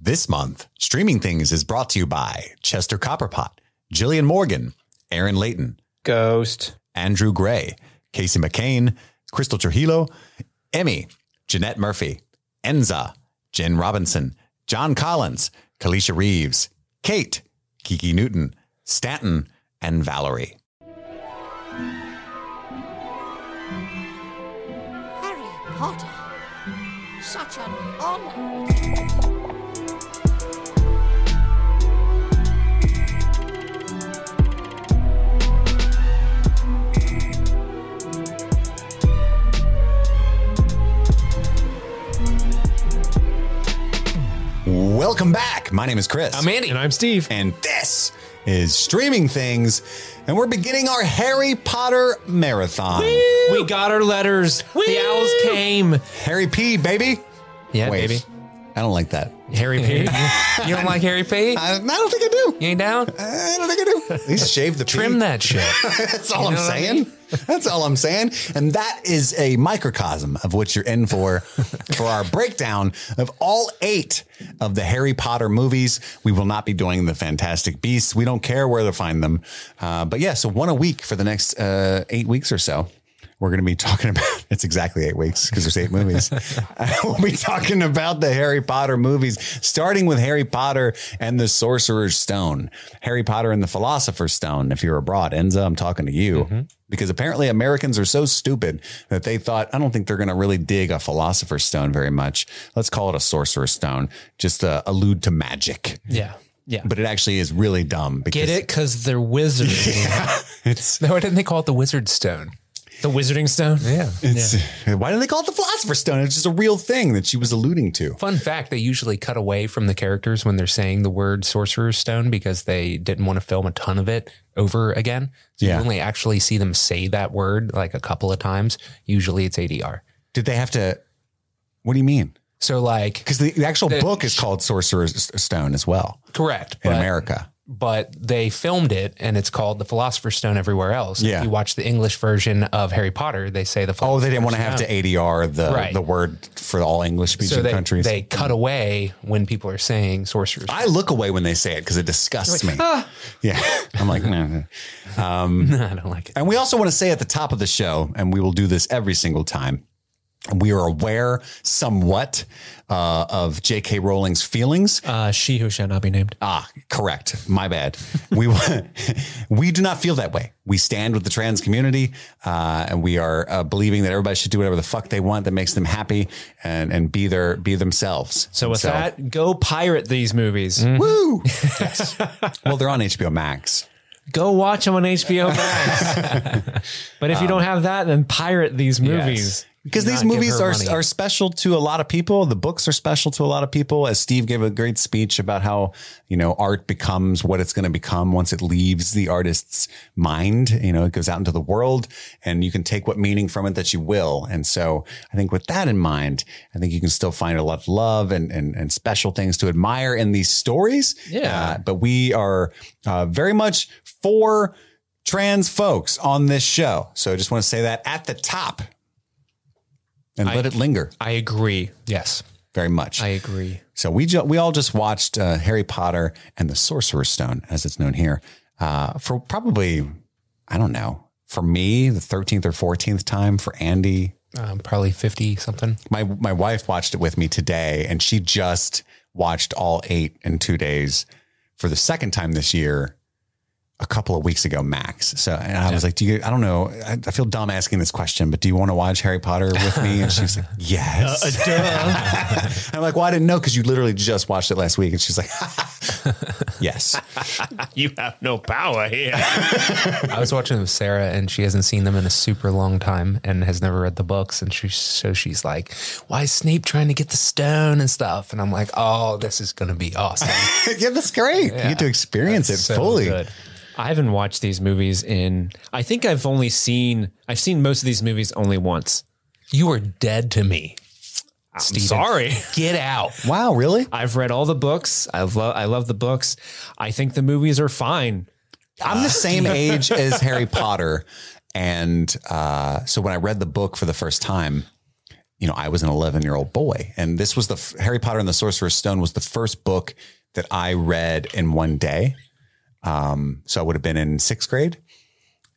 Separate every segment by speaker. Speaker 1: This month, Streaming Things is brought to you by Chester Copperpot, Jillian Morgan, Aaron Layton,
Speaker 2: Ghost.
Speaker 1: Andrew Gray, Casey McCain, Crystal Trujillo, Emmy, Jeanette Murphy, Enza, Jen Robinson, John Collins, Kalisha Reeves, Kate, Kiki Newton, Stanton, and Valerie.
Speaker 3: Harry Potter. Such an honor.
Speaker 1: Welcome back. My name is Chris.
Speaker 2: I'm Andy.
Speaker 4: And I'm Steve.
Speaker 1: And this is Streaming Things, and we're beginning our Harry Potter marathon.
Speaker 2: we got our letters. The owls came.
Speaker 1: Harry P, baby.
Speaker 2: Yeah, baby.
Speaker 1: I don't like that.
Speaker 2: Harry P. you, you don't like Harry P?
Speaker 1: I, I don't think I do.
Speaker 2: You ain't down?
Speaker 1: I don't think I do. At least shave the P.
Speaker 2: Trim that shit.
Speaker 1: That's all
Speaker 2: You
Speaker 1: I'm
Speaker 2: know what I
Speaker 1: saying. That's all I'm saying. And that is a microcosm of what you're in for for our breakdown of all eight of the Harry Potter movies. We will not be doing the Fantastic Beasts. We don't care where to find them. Uh, but yeah, so one a week for the next uh, eight weeks or so. We're going to be talking about it's exactly eight weeks because there's eight movies. we'll be talking about the Harry Potter movies, starting with Harry Potter and the Sorcerer's Stone, Harry Potter and the Philosopher's Stone. If you're abroad, Enza, I'm talking to you
Speaker 4: Mm-hmm.
Speaker 1: because apparently Americans are so stupid that they thought, I don't think they're going to really dig a Philosopher's Stone very much. Let's call it a Sorcerer's Stone, just to allude to magic.
Speaker 4: Yeah. Yeah.
Speaker 1: But it actually is really dumb because
Speaker 4: Get it? Because they're wizards.
Speaker 1: it's
Speaker 4: No, why didn't they call it the wizard stone? The wizarding stone? Yeah.
Speaker 1: It's, Why do they call it the Philosopher's Stone? It's just a real thing that she was alluding to.
Speaker 4: Fun fact, they usually cut away from the characters when they're saying the word sorcerer's stone because they didn't want to film a ton of it over again. So
Speaker 1: Yeah.
Speaker 4: you only actually see them say that word like a couple of times. Usually it's ADR.
Speaker 1: Did they have to? What do you mean?
Speaker 4: So like
Speaker 1: Because the, the actual
Speaker 4: The-
Speaker 1: book is called Sorcerer's S- Stone as well
Speaker 4: correct.
Speaker 1: in
Speaker 4: but-
Speaker 1: America.
Speaker 4: but they filmed it and it's called the Philosopher's Stone everywhere else.
Speaker 1: Yeah.
Speaker 4: If you watch the English version of Harry Potter, they say the
Speaker 1: Oh,
Speaker 4: Philosopher's
Speaker 1: they didn't want to have to ADR the
Speaker 4: Right.
Speaker 1: the word for all English speaking
Speaker 4: so they,
Speaker 1: countries.
Speaker 4: they cut away when people are saying sorcerers.
Speaker 1: I look away when they say it because it disgusts me. Yeah, I'm like, nah, nah.
Speaker 4: I don't like it.
Speaker 1: And we also want to say at the top of the show, and we will do this every single time. We are aware somewhat uh, of J.K. Rowling's feelings
Speaker 4: Uh, she who shall not be named.
Speaker 1: Ah, correct. My bad. We we do not feel that way. We stand with the trans community, uh, and we are uh, believing that everybody should do whatever the fuck they want that makes them happy and and be their be themselves.
Speaker 5: So Mm-hmm. with that, go pirate these movies.
Speaker 1: woo. Yes. well, they're on HBO Max.
Speaker 5: Go watch them on HBO Max. but if you don't have that, then pirate these movies.
Speaker 1: Because
Speaker 4: Do
Speaker 1: these
Speaker 4: not give
Speaker 1: movies
Speaker 4: her
Speaker 1: are,
Speaker 4: money.
Speaker 1: are special to a lot of people. The books are special to a lot of people. As Steve gave a great speech about how, you know, art becomes what it's going to become once it leaves the artist's mind. You know, it goes out into the world and you can take what meaning from it that you will. And so I think with that in mind, I think you can still find a lot of love and, and, and special things to admire in these stories.
Speaker 5: Yeah.
Speaker 1: Uh, but we are uh, very much for trans folks on this show. So I just want to say that at the top and let it linger
Speaker 4: I agree. Yes,
Speaker 1: very much.
Speaker 4: I agree.
Speaker 1: so we ju- we all just watched uh, Harry Potter and the Sorcerer's Stone, as it's known here, uh, for probably I don't know. For me, the thirteenth or fourteenth time. For Andy,
Speaker 4: Um, probably fifty something.
Speaker 1: my my wife watched it with me today, and she just watched all eight in two days for the second time this year. A couple of weeks ago, max. So, and I was like, "Do you? I don't know. I, I feel dumb asking this question, but do you want to watch Harry Potter with me?" And she was like, "Yes."
Speaker 4: Uh,
Speaker 1: I'm like, well, I didn't know because you literally just watched it last week. And she's like, yes.
Speaker 5: You have no power here.
Speaker 4: I was watching with Sarah, and she hasn't seen them in a super long time, and has never read the books, and she so she's like, "Why is Snape trying to get the stone and stuff?" And I'm like, "Oh, this is gonna be awesome."
Speaker 1: yeah, that's great. You get to experience it
Speaker 4: so
Speaker 1: fully.
Speaker 4: good.
Speaker 5: I haven't watched these movies in I think I've only seen I've seen most of these movies only once.
Speaker 4: you are dead to me. I'm
Speaker 5: sorry.
Speaker 4: Get out.
Speaker 1: Wow, really?
Speaker 5: I've read all the books. I love I love the books. I think the movies are fine.
Speaker 1: I'm the same age as Harry Potter. And uh, so when I read the book for the first time, you know, I was an 11 year old boy. And this was the f- Harry Potter and the Sorcerer's Stone was the first book that I read in one day. Um, so I would have been in sixth grade.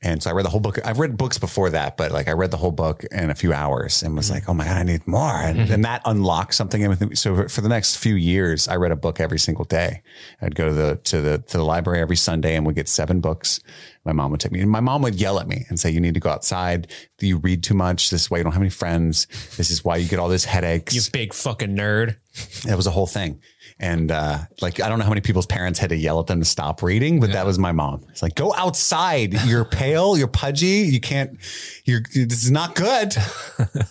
Speaker 1: And so I read the whole book. I've read books before that, but like I read the whole book in a few hours and was like, oh my God, I need more. And, and that unlocked something. in me. So for- for the next few years, I read a book every single day. I'd go to the, to the, to the library every Sunday and would get seven books. My mom would take me and my mom would yell at me and say, you need to go outside. You read too much. This is why you don't have any friends. This is why you get all these headaches
Speaker 5: You big fucking nerd.
Speaker 1: it was a whole thing. And uh, like, I don't know how many people's parents had to yell at them to stop reading, but that was my mom. It's like, go outside. You're pale. You're pudgy. You can't. You're. This is not good.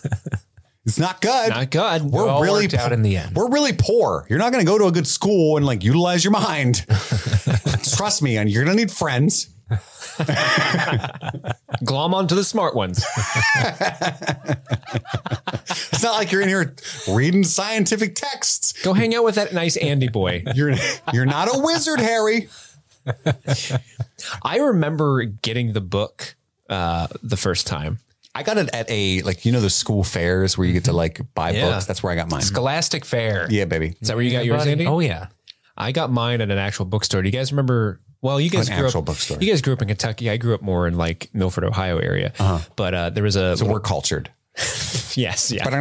Speaker 1: it's not good.
Speaker 5: Not good.
Speaker 1: we're
Speaker 4: It all
Speaker 1: really
Speaker 4: worked out in the end.
Speaker 1: We're really poor. You're not going to go to a good school and like utilize your mind. Trust me, and you're going to need friends.
Speaker 5: Glom onto the smart ones.
Speaker 1: It's not like you're in here reading scientific texts.
Speaker 5: Go hang out with that nice Andy boy.
Speaker 1: You're you're not a wizard, Harry.
Speaker 5: I remember getting the book uh, the first time.
Speaker 1: I got it at a like you know the school fairs where you get to like buy
Speaker 5: Mm-hmm. Yeah.
Speaker 1: books. That's where I got mine.
Speaker 4: Scholastic Fair.
Speaker 1: Yeah, baby.
Speaker 5: Is that where you got yours,
Speaker 4: Buddy.
Speaker 5: Andy?
Speaker 4: Oh yeah.
Speaker 5: I got mine at an actual bookstore. Do you guys remember? Well, you guys
Speaker 1: An
Speaker 5: grew
Speaker 1: actual
Speaker 5: up.
Speaker 1: bookstore.
Speaker 5: You guys grew up in Kentucky. I grew up more in like Milford, Ohio area. But uh, there was a
Speaker 1: Uh-huh. So we're cultured.
Speaker 5: yes, yeah.
Speaker 1: That's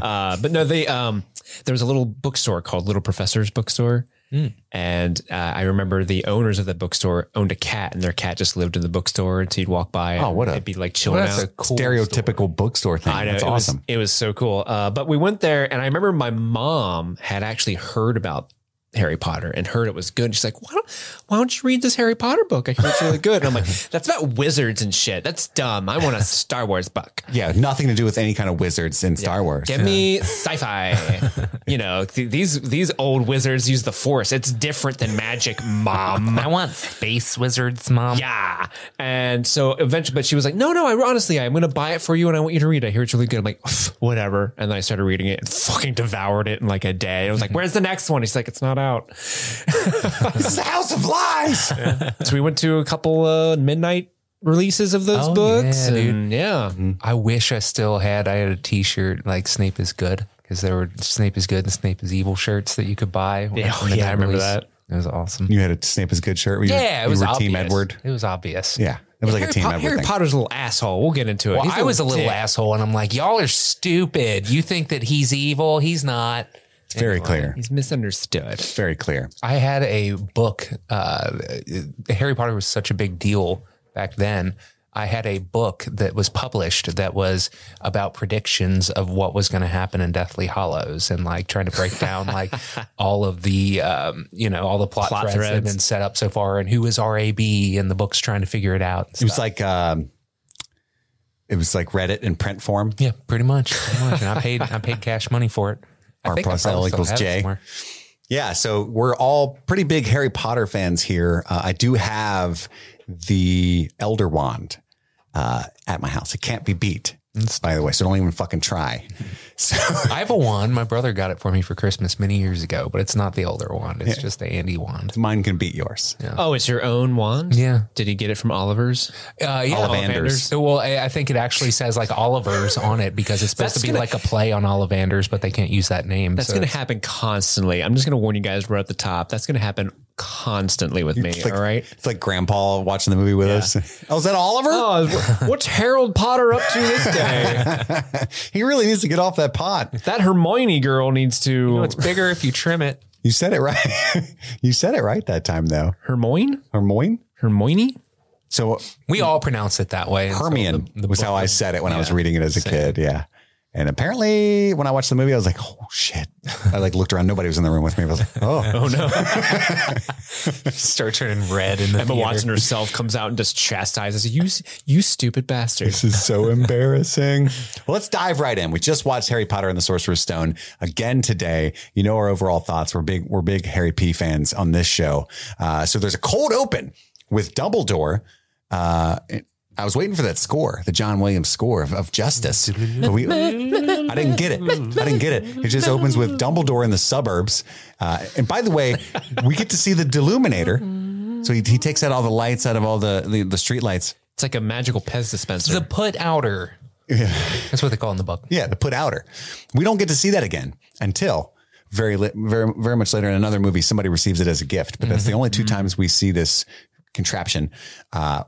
Speaker 5: uh, but no, they um, there was a little bookstore called Little Professor's Bookstore,
Speaker 1: Hmm.
Speaker 5: and uh, I remember the owners of the bookstore owned a cat, and their cat just lived in the bookstore, and so you'd walk by.
Speaker 1: Oh,
Speaker 5: and
Speaker 1: what a-
Speaker 5: it'd be like chilling out.
Speaker 4: a cool
Speaker 1: Stereotypical bookstore thing.
Speaker 5: I know
Speaker 1: That's
Speaker 5: it
Speaker 1: awesome.
Speaker 5: Was, it was so cool. Uh, but we went there, and I remember my mom had actually heard about Harry Potter and heard it was good. She's like, "Why don't Why don't you read this Harry Potter book? I hear it's really good." And I'm like, "That's about wizards and shit. That's dumb. I want a Star Wars book."
Speaker 1: yeah, nothing to do with any kind of wizards in Star Wars.
Speaker 5: Give me sci-fi. you know, th- these these old wizards use the force. It's different than magic, mom.
Speaker 4: I want space wizards, mom.
Speaker 5: yeah. And so eventually, but she was like, no, no, I honestly, I'm going to buy it for you and I want you to read it. I hear it's really good. I'm like, "Pff, whatever. And then I started reading it and fucking devoured it in like a day. I was like, where's the next one? He's like, it's not out.
Speaker 1: This is the House of Lies.
Speaker 5: So we went to a couple uh, midnight releases of those
Speaker 4: Oh,
Speaker 5: books.
Speaker 4: yeah, dude. Mm-hmm.
Speaker 5: and yeah.
Speaker 4: I wish I still had. I had a T-shirt like Snape is good because there were Snape is good and Snape is evil shirts that you could buy.
Speaker 5: Yeah,
Speaker 4: when they
Speaker 5: yeah,
Speaker 4: got
Speaker 5: I remember
Speaker 4: released.
Speaker 5: that.
Speaker 4: It was awesome.
Speaker 1: you had a Snape is good shirt. where you-
Speaker 4: Yeah, it
Speaker 1: you
Speaker 4: was
Speaker 1: were
Speaker 4: obvious.
Speaker 1: Team Edward.
Speaker 4: It was obvious.
Speaker 1: Yeah, it was like
Speaker 5: Harry,
Speaker 1: a Team
Speaker 5: Po-
Speaker 1: Edward
Speaker 5: Harry
Speaker 1: thing.
Speaker 5: Potter's a little asshole. We'll get into it.
Speaker 4: Well,
Speaker 5: He's
Speaker 4: I was a little
Speaker 5: dick.
Speaker 4: asshole, and I'm like, y'all are stupid. You think that he's evil? He's not.
Speaker 1: It's very clear.
Speaker 5: He's misunderstood.
Speaker 1: Very clear.
Speaker 4: I had a book. Uh, Harry Potter was such a big deal back then. I had a book that was published that was about predictions of what was going to happen in Deathly Hollows and like trying to break down like all of the um, you know all the plot,
Speaker 5: Plot
Speaker 4: threads, that have
Speaker 5: threads.
Speaker 4: been set up so far and who is RAB and the book's trying to figure it out.
Speaker 1: It was like um, it was like Reddit in print form.
Speaker 4: Yeah, pretty much. Pretty much. And I paid I paid cash money for it. I
Speaker 1: R
Speaker 4: think I
Speaker 1: plus L
Speaker 4: probably still
Speaker 1: equals
Speaker 4: have it
Speaker 1: J.
Speaker 4: somewhere.
Speaker 1: Yeah, so we're all pretty big Harry Potter fans here. Uh, I do have the Elder Wand uh, at my house. It can't be beat, by the way. So don't even fucking try. So
Speaker 4: I have a wand. My brother got it for me for Christmas many years ago, but it's not the elder wand. It's just the Andy wand.
Speaker 1: mine can beat yours.
Speaker 5: Oh, it's your own wand?
Speaker 4: Yeah.
Speaker 5: Did he get it from Oliver's?
Speaker 4: Uh, yeah,
Speaker 1: Ollivanders.
Speaker 4: Well, I, I think it actually says like Oliver's on it because it's supposed
Speaker 5: That's
Speaker 4: to be
Speaker 5: gonna-
Speaker 4: like a play on Ollivander's, but they can't use that name.
Speaker 5: That's going to happen constantly. I'm just going to warn you guys right at the top. That's going to happen constantly with me.
Speaker 1: It's like,
Speaker 5: all right.
Speaker 1: It's like grandpa watching the movie with us. Oh, is that Oliver?
Speaker 5: Oh, what's Harold Potter up to this day?
Speaker 1: He really needs to get off that pot.
Speaker 5: that Hermione girl needs to.
Speaker 4: it's bigger if you trim it.
Speaker 1: You said it right. you said it right that time, though.
Speaker 5: Hermione?
Speaker 1: Hermione?
Speaker 5: Hermione?
Speaker 1: So
Speaker 4: We all pronounce it that way. and so
Speaker 1: Hermione
Speaker 4: the- the
Speaker 1: was
Speaker 4: book
Speaker 1: how I
Speaker 4: is-
Speaker 1: said it when I was reading it as a kid. Yeah. And apparently, when I watched the movie, I was like, "Oh shit!" I like looked around; nobody was in the room with me. I was like, "Oh,
Speaker 5: Oh, no.
Speaker 4: start turning red in the
Speaker 5: Emma
Speaker 4: theater.
Speaker 5: Watson herself comes out and just chastises you, you stupid bastard.
Speaker 1: This is so embarrassing. Well, let's dive right in. We just watched Harry Potter and the Sorcerer's Stone again today. You know our overall thoughts. We're big, we're big Harry P fans on this show. Uh, so there's a cold open with Dumbledore. Uh, I was waiting for that score, the John Williams score of, of Justice. But we, I didn't get it. I didn't get it. It just opens with Dumbledore in the suburbs. Uh, and by the way, we get to see the Deluminator. So he, he takes out all the lights out of all the the, the street lights.
Speaker 5: It's like a magical Pez dispenser.
Speaker 4: The put outer. That's what they call it in the book.
Speaker 1: Yeah, the put outer. We don't get to see that again until very, li- very, very much later in another movie. Somebody receives it as a gift, but that's the only 2 times we see this contraption uh,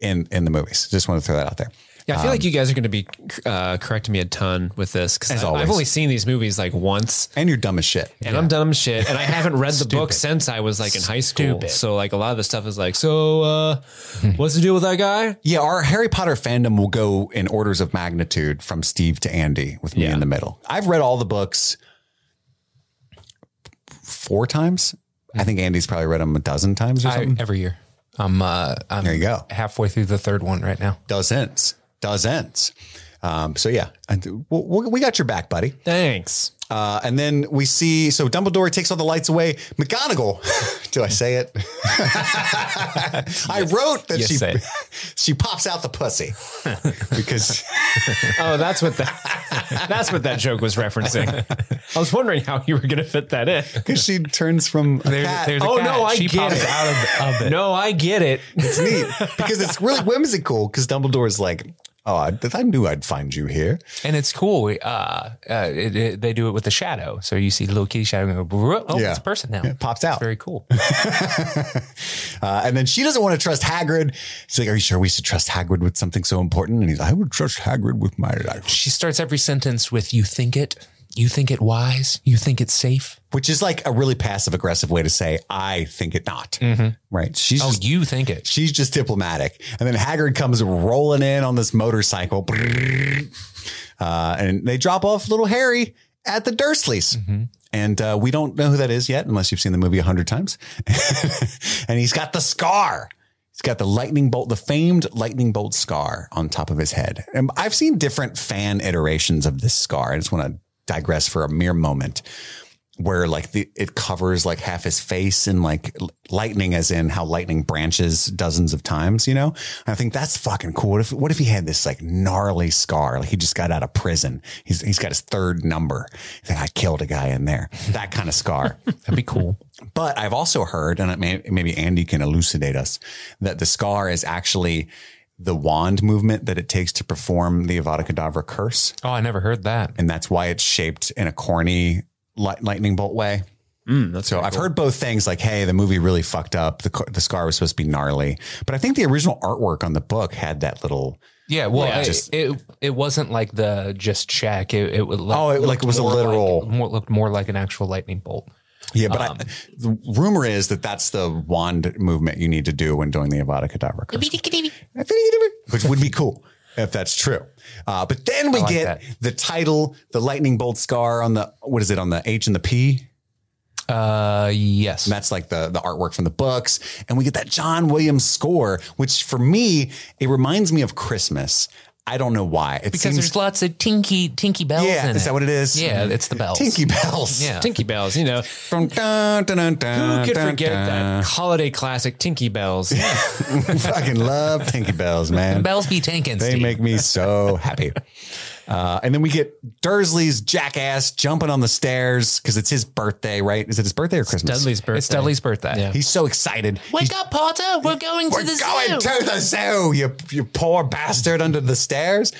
Speaker 1: in in the movies. Just want to throw that out there.
Speaker 5: Yeah, I feel
Speaker 4: Um,
Speaker 5: like you guys are going to be uh, correcting me a ton with this because
Speaker 1: As
Speaker 5: I've
Speaker 1: always.
Speaker 5: only seen these movies like once,
Speaker 1: And you're dumb as shit.
Speaker 5: and I'm dumb as shit, and I haven't read the book since I was like in high school.
Speaker 4: Stupid. Hmm.
Speaker 5: So like a lot of the stuff is like, so uh, what's the deal with that guy?
Speaker 1: Yeah, our Harry Potter fandom will go in orders of magnitude from Steve to Andy, with me
Speaker 5: Yeah.
Speaker 1: in the middle. I've read all the books four times. I think Andy's probably read them a dozen times or
Speaker 4: I-
Speaker 1: something.
Speaker 4: every year. I'm, uh, I'm
Speaker 1: there you go.
Speaker 4: halfway through the third one right now.
Speaker 1: Dozens, dozens. Um, so yeah, and we- we we got your back, buddy.
Speaker 5: Thanks.
Speaker 1: Uh, and then we see so Dumbledore takes all the lights away. McGonagall, do I say it? I wrote that
Speaker 4: Yes,
Speaker 1: she
Speaker 4: say it.
Speaker 1: she pops out the pussy because
Speaker 5: Oh, that's what that that's what that joke was referencing. I was wondering how you were going to fit that in.
Speaker 1: because she turns from a cat.
Speaker 4: there's
Speaker 5: Oh, no, I
Speaker 4: she
Speaker 5: get
Speaker 4: pops
Speaker 5: it.
Speaker 4: out of, of it.
Speaker 5: No, I get it.
Speaker 1: It's neat because it's really whimsical. Because Dumbledore's like, oh, I, I knew I'd find you here.
Speaker 4: And it's cool. We, Uh, uh, it, it- they do it with the shadow. So you see the little kitty shadow and go, "Whoa, oh,
Speaker 1: Yeah.
Speaker 4: it's a person now.
Speaker 1: Yeah, pops out.
Speaker 4: It's very cool.
Speaker 1: Uh, and then she doesn't want to trust Hagrid. She's like, are you sure we should trust Hagrid with something so important? And he's like, I would trust Hagrid with my life,
Speaker 4: she starts every sentence with, you think it, you think it wise, you think it's safe.
Speaker 1: which is like a really passive aggressive way to say, I think it not. Right? She's
Speaker 4: Oh,
Speaker 1: just,
Speaker 4: you think it.
Speaker 1: she's just diplomatic. And then Hagrid comes rolling in on this motorcycle, uh, and they drop off little Harry at the Dursleys. And uh, we don't know who that is yet, unless you've seen the movie a hundred times. and he's got the scar. He's got the lightning bolt, the famed lightning bolt scar on top of his head. And I've seen different fan iterations of this scar. I just want to digress for a mere moment, where like the it covers like half his face and like l- lightning, as in how lightning branches dozens of times. You know, and I think that's fucking cool. What if what if he had this like gnarly scar? Like he just got out of prison. He's he's got his third number. He's like, I killed a guy in there. That kind of scar.
Speaker 4: That'd be cool.
Speaker 1: But I've also heard, and it may, maybe Andy can elucidate us, that the scar is actually the wand movement that it takes to perform the Avada Kedavra curse,
Speaker 4: Oh, I never heard that.
Speaker 1: and that's why it's shaped in a corny li- lightning bolt way.
Speaker 4: Mm,
Speaker 1: so I've heard both things. Like, hey, the movie really fucked up. The ca- the scar was supposed to be gnarly, but I think the original artwork on the book had that little.
Speaker 4: Yeah, well,
Speaker 1: Yeah.
Speaker 4: it,
Speaker 1: Just-
Speaker 4: it it wasn't like the just check. It it would look,
Speaker 1: Oh, it- like
Speaker 4: looked
Speaker 1: it was a
Speaker 4: more
Speaker 1: literal-
Speaker 4: like, more, looked more like an actual lightning bolt.
Speaker 1: Yeah, but
Speaker 4: Um,
Speaker 1: I, the rumor is that that's the wand movement you need to do when doing the Avada Kedavra curse. which would be cool if that's true. Uh, but then we
Speaker 4: like
Speaker 1: get
Speaker 4: that.
Speaker 1: the title, the lightning bolt scar on the what is it on the H and the P?
Speaker 4: Uh, yes,
Speaker 1: And that's like the the artwork from the books, and we get that John Williams score, which for me it reminds me of Christmas. I don't know why. It
Speaker 4: because
Speaker 1: seems
Speaker 4: there's lots of tinky tinky bells.
Speaker 1: yeah,
Speaker 4: in
Speaker 1: is
Speaker 4: it.
Speaker 1: that what it is?
Speaker 4: Yeah, it's the bells.
Speaker 1: Tinky bells.
Speaker 4: Yeah.
Speaker 5: Tinky Bells, you know.
Speaker 1: Dun, dun, dun, dun,
Speaker 5: Who could
Speaker 1: dun,
Speaker 5: forget
Speaker 1: dun.
Speaker 5: that holiday classic Tinky Bells?
Speaker 1: Fucking love Tinky Bells, man.
Speaker 4: Bells be tinkin'.
Speaker 1: They
Speaker 4: Steve.
Speaker 1: make me so happy. Uh, and then we get Dursley's jackass jumping on the stairs because it's his birthday, right? Is it his birthday or Christmas?
Speaker 5: Dudley's birthday.
Speaker 4: it's Dudley's birthday.
Speaker 5: Yeah.
Speaker 1: He's so excited.
Speaker 4: Wake up, Potter! We're going to
Speaker 1: We're
Speaker 4: the
Speaker 1: going
Speaker 4: zoo.
Speaker 1: to the zoo, you, you poor bastard under the stairs.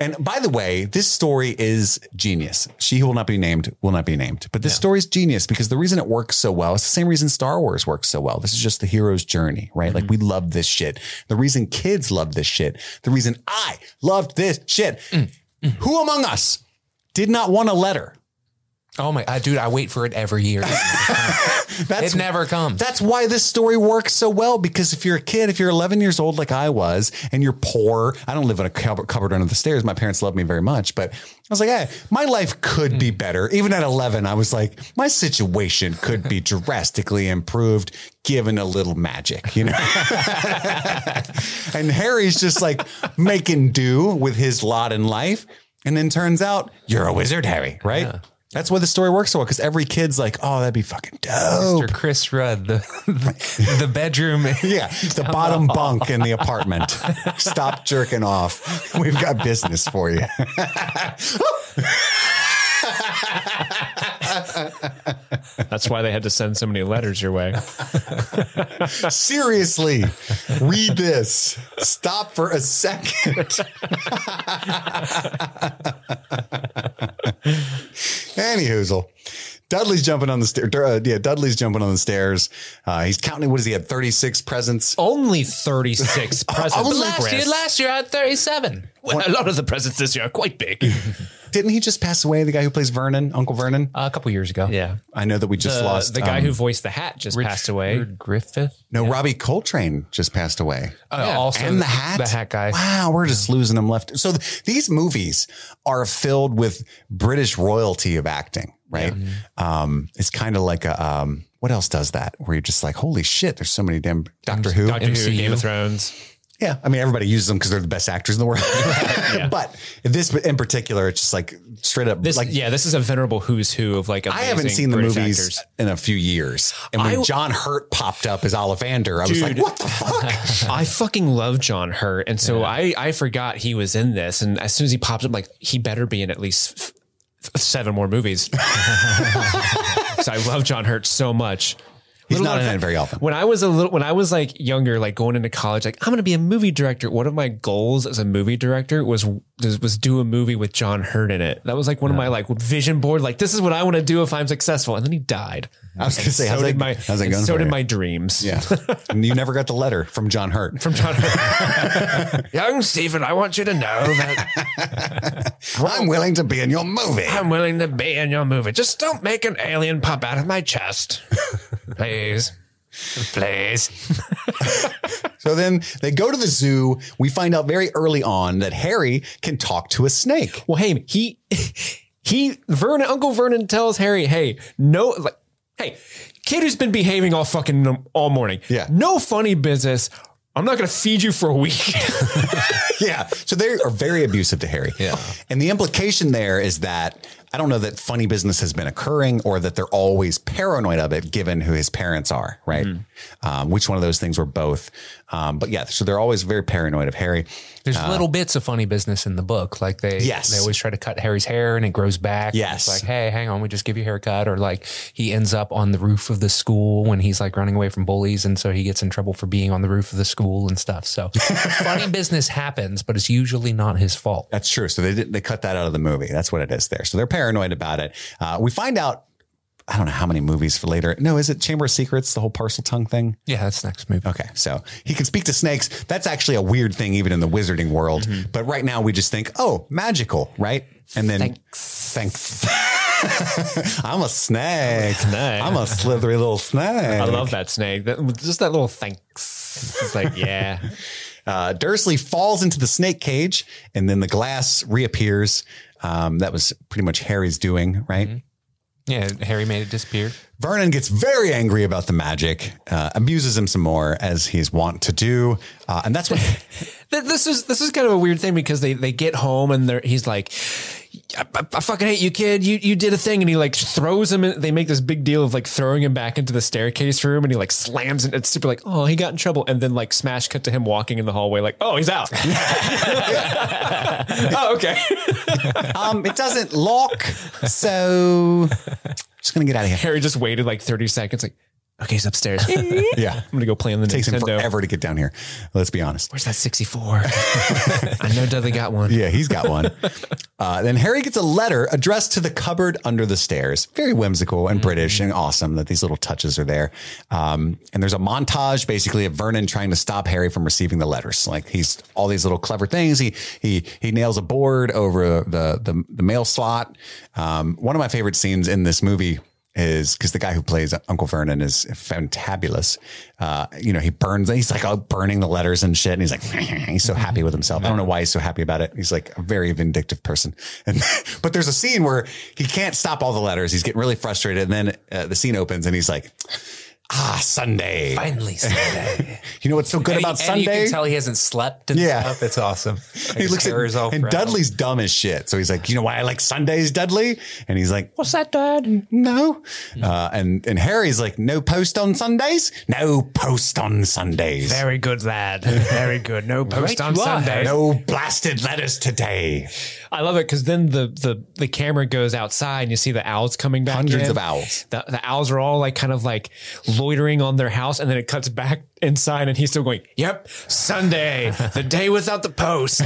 Speaker 1: And by the way, this story is genius. She who will not be named will not be named. But this story is genius because the reason it works so well, it's the same reason Star Wars works so well. This is just the hero's journey, right? Like we
Speaker 4: Mm-hmm.
Speaker 1: love this shit. The reason kids love this shit, the reason I loved this shit.
Speaker 4: Mm.
Speaker 1: Who among us did not want a letter?
Speaker 4: oh my, I, dude, I wait for it every year.
Speaker 1: That's
Speaker 4: it never comes.
Speaker 1: That's why this story works so well because if you're a kid, if you're 11 years old like I was, and you're poor, I don't live in a cup- cupboard under the stairs. My parents love me very much, but I was like, hey, my life could be better. Even at 11, I was like, my situation could be drastically improved given a little magic, you know? and Harry's just like making do with his lot in life. And then turns out you're a wizard, Harry, right? That's why the story works so well because every kid's like, oh, that'd be fucking dope.
Speaker 4: Mr. Chris Rudd, the the bedroom.
Speaker 1: Yeah, the bottom bunk in the apartment. Stop jerking off. We've got business for you.
Speaker 5: That's why they had to send so many letters your way.
Speaker 1: Seriously, read this. Stop for a second. Any hoozle. Dudley's jumping on the stairs. yeah, Dudley's jumping on the stairs. Uh, he's counting. What does he have? Thirty-six presents.
Speaker 5: Only 36 presents.
Speaker 1: Only
Speaker 4: Oh, Last year, last year I had 37.
Speaker 5: Well, a lot of the presents this year are quite big.
Speaker 1: Didn't he just pass away? The guy who plays Vernon, Uncle Vernon.
Speaker 4: Uh, a couple years ago.
Speaker 5: yeah.
Speaker 1: I know that we just
Speaker 5: The,
Speaker 1: lost
Speaker 5: Uh, the guy
Speaker 1: um,
Speaker 5: who voiced the hat just passed away.
Speaker 4: Richard Griffith.
Speaker 1: No, Robbie Coltrane just passed away.
Speaker 5: Oh,
Speaker 4: Uh, Also,
Speaker 1: and the hat,
Speaker 4: The hat guy.
Speaker 1: Wow, we're just losing them left. So th- these movies are filled with British royalty of acting, right?
Speaker 5: Mm-hmm.
Speaker 1: Um, it's kind of like a um, what else does that? Where you're just like, holy shit, there's so many damn Doctor Who.
Speaker 5: Doctor Who,
Speaker 4: MCU.
Speaker 5: Game of Thrones.
Speaker 1: Yeah, I mean everybody uses them because they're the best actors in the world. But this in particular, it's just like straight up.
Speaker 5: This,
Speaker 1: like
Speaker 5: yeah, this is a venerable who's who of like
Speaker 1: I haven't
Speaker 5: amazing
Speaker 1: seen the
Speaker 5: British
Speaker 1: movies
Speaker 5: actors.
Speaker 1: in a few years, and when
Speaker 5: I w-
Speaker 1: John Hurt popped up as Ollivander, I was like,
Speaker 5: Dude.
Speaker 1: what the fuck?
Speaker 5: I fucking love John Hurt, and so I I forgot he was in this, and as soon as he pops up, I'm like he better be in at least f- f- seven more movies. so I love John Hurt so much.
Speaker 1: He's
Speaker 5: Little
Speaker 1: not in
Speaker 5: known
Speaker 1: it very often.
Speaker 5: When I was a little, when I was like younger, like going into college, like I'm gonna be a movie director. One of my goals as a movie director was was do a movie with John Hurt in it. That was like one of my like vision board. Like this is what I want to do if I'm successful. And then he died.
Speaker 1: I was gonna say,
Speaker 5: so
Speaker 1: how's
Speaker 5: did
Speaker 1: that,
Speaker 5: my
Speaker 1: how's that
Speaker 5: and
Speaker 1: going?
Speaker 5: so
Speaker 1: for
Speaker 5: did
Speaker 1: you?
Speaker 5: my dreams.
Speaker 1: Yeah. and you never got the letter from John Hurt.
Speaker 5: from John Hurt. Young Stephen, I want you to know that
Speaker 1: I'm willing to be in your movie.
Speaker 5: I'm willing to be in your movie. Just don't make an alien pop out of my chest. Please. Please.
Speaker 1: So then they go to the zoo. We find out very early on that Harry can talk to a snake.
Speaker 5: Well, hey, he he Vernon Uncle Vernon tells Harry, hey, no like hey, kid who's been behaving all fucking um, all morning.
Speaker 1: Yeah.
Speaker 5: No funny business. I'm not gonna feed you for a week.
Speaker 1: Yeah. So they are very abusive to Harry. Yeah. And the implication there is that I don't know that funny business has been occurring or that they're always paranoid of it, given who his parents are, right? Um, which one of those things were both? Um, but yeah, so they're always very paranoid of Harry.
Speaker 4: There's little bits of funny business in the book. Like they,
Speaker 1: Uh, Yes.
Speaker 4: they always try to cut Harry's hair and it grows back.
Speaker 1: Yes.
Speaker 4: It's like, hey, hang on, we just give you a haircut. Or like he ends up on the roof of the school when he's like running away from bullies. And so he gets in trouble for being on the roof of the school and stuff. So funny business happens, but it's usually not his fault.
Speaker 1: That's true. So they did, they cut that out of the movie. That's what it is there. So they're paranoid about it. Uh, we find out. I don't know how many movies for later. No, is it Chamber of Secrets? The whole parcel tongue thing.
Speaker 4: Yeah, that's next movie.
Speaker 1: Okay, so he can speak to snakes. That's actually a weird thing, even in the wizarding world.
Speaker 5: Mm-hmm.
Speaker 1: But right now, we just think, oh, magical, right? And then thanks. I'm a snake.
Speaker 5: snake.
Speaker 1: I'm a slithery little snake.
Speaker 5: I love that snake. That, just that little thanks. It's like, yeah.
Speaker 1: Uh, Dursley falls into the snake cage, and then the glass reappears. Um, that was pretty much Harry's doing, right?
Speaker 5: Mm-hmm.
Speaker 4: Yeah, Harry made it disappear.
Speaker 1: Vernon gets very angry about the magic, uh, abuses him some more as he's wont to do, uh, and that's what
Speaker 5: Th- this is this is kind of a weird thing because they they get home and they're, he's like. I, I- I fucking hate you, kid. You you did a thing, and he like throws him. In, they make this big deal of like throwing him back into the staircase room, and he like slams it. It's super like, oh, he got in trouble, and then like smash cut to him walking in the hallway, like, oh, he's out. oh, okay.
Speaker 1: um, it doesn't lock, so just gonna get out of here.
Speaker 5: Harry just waited like thirty seconds, like, okay, he's upstairs. I'm
Speaker 1: Yeah,
Speaker 5: gonna go play on the
Speaker 1: takes him
Speaker 5: Nintendo.
Speaker 1: forever to get down here. Let's be honest.
Speaker 5: Where's that sixty four? I know Dudley got one.
Speaker 1: Yeah, he's got one. Uh, then Harry gets a letter addressed to the cupboard under the stairs. Very whimsical and British and awesome that these little touches are there. Um, and there's a montage basically of Vernon trying to stop Harry from receiving the letters. Like he's all these little clever things. He he he nails a board over the the, the mail slot. Um, one of my favorite scenes in this movie is because the guy who plays Uncle Vernon is fantabulous. Uh, you know, he burns, he's like oh, burning the letters and shit. And he's like, he's so happy with himself. I don't know why he's so happy about it. He's like a very vindictive person. And, but there's a scene where he can't stop all the letters. He's getting really frustrated. And then uh, the scene opens and he's like, ah, Sunday.
Speaker 4: Finally, Sunday.
Speaker 1: You know what's so good
Speaker 4: And-
Speaker 1: about
Speaker 4: and
Speaker 1: Sunday?
Speaker 4: You can tell he hasn't slept. And
Speaker 1: Yeah.
Speaker 4: stuff. it's awesome.
Speaker 1: he looks at, and Dudley's dumb as shit. So he's like, you know why I like Sundays, Dudley? And he's like, what's that, Dad? No. Uh, and and Harry's like, no post on Sundays. No post on Sundays.
Speaker 5: Very good lad. Very good. No post
Speaker 4: Right
Speaker 5: on
Speaker 4: you are.
Speaker 5: Sunday.
Speaker 1: no blasted letters today.
Speaker 5: I love it because then the, the the camera goes outside and you see the owls coming back.
Speaker 1: Hundreds
Speaker 5: in.
Speaker 1: of owls.
Speaker 5: The, the owls are all like kind of like loitering on their house, and then it cuts back inside, and he's still going. Yep, Sunday, the day without the post.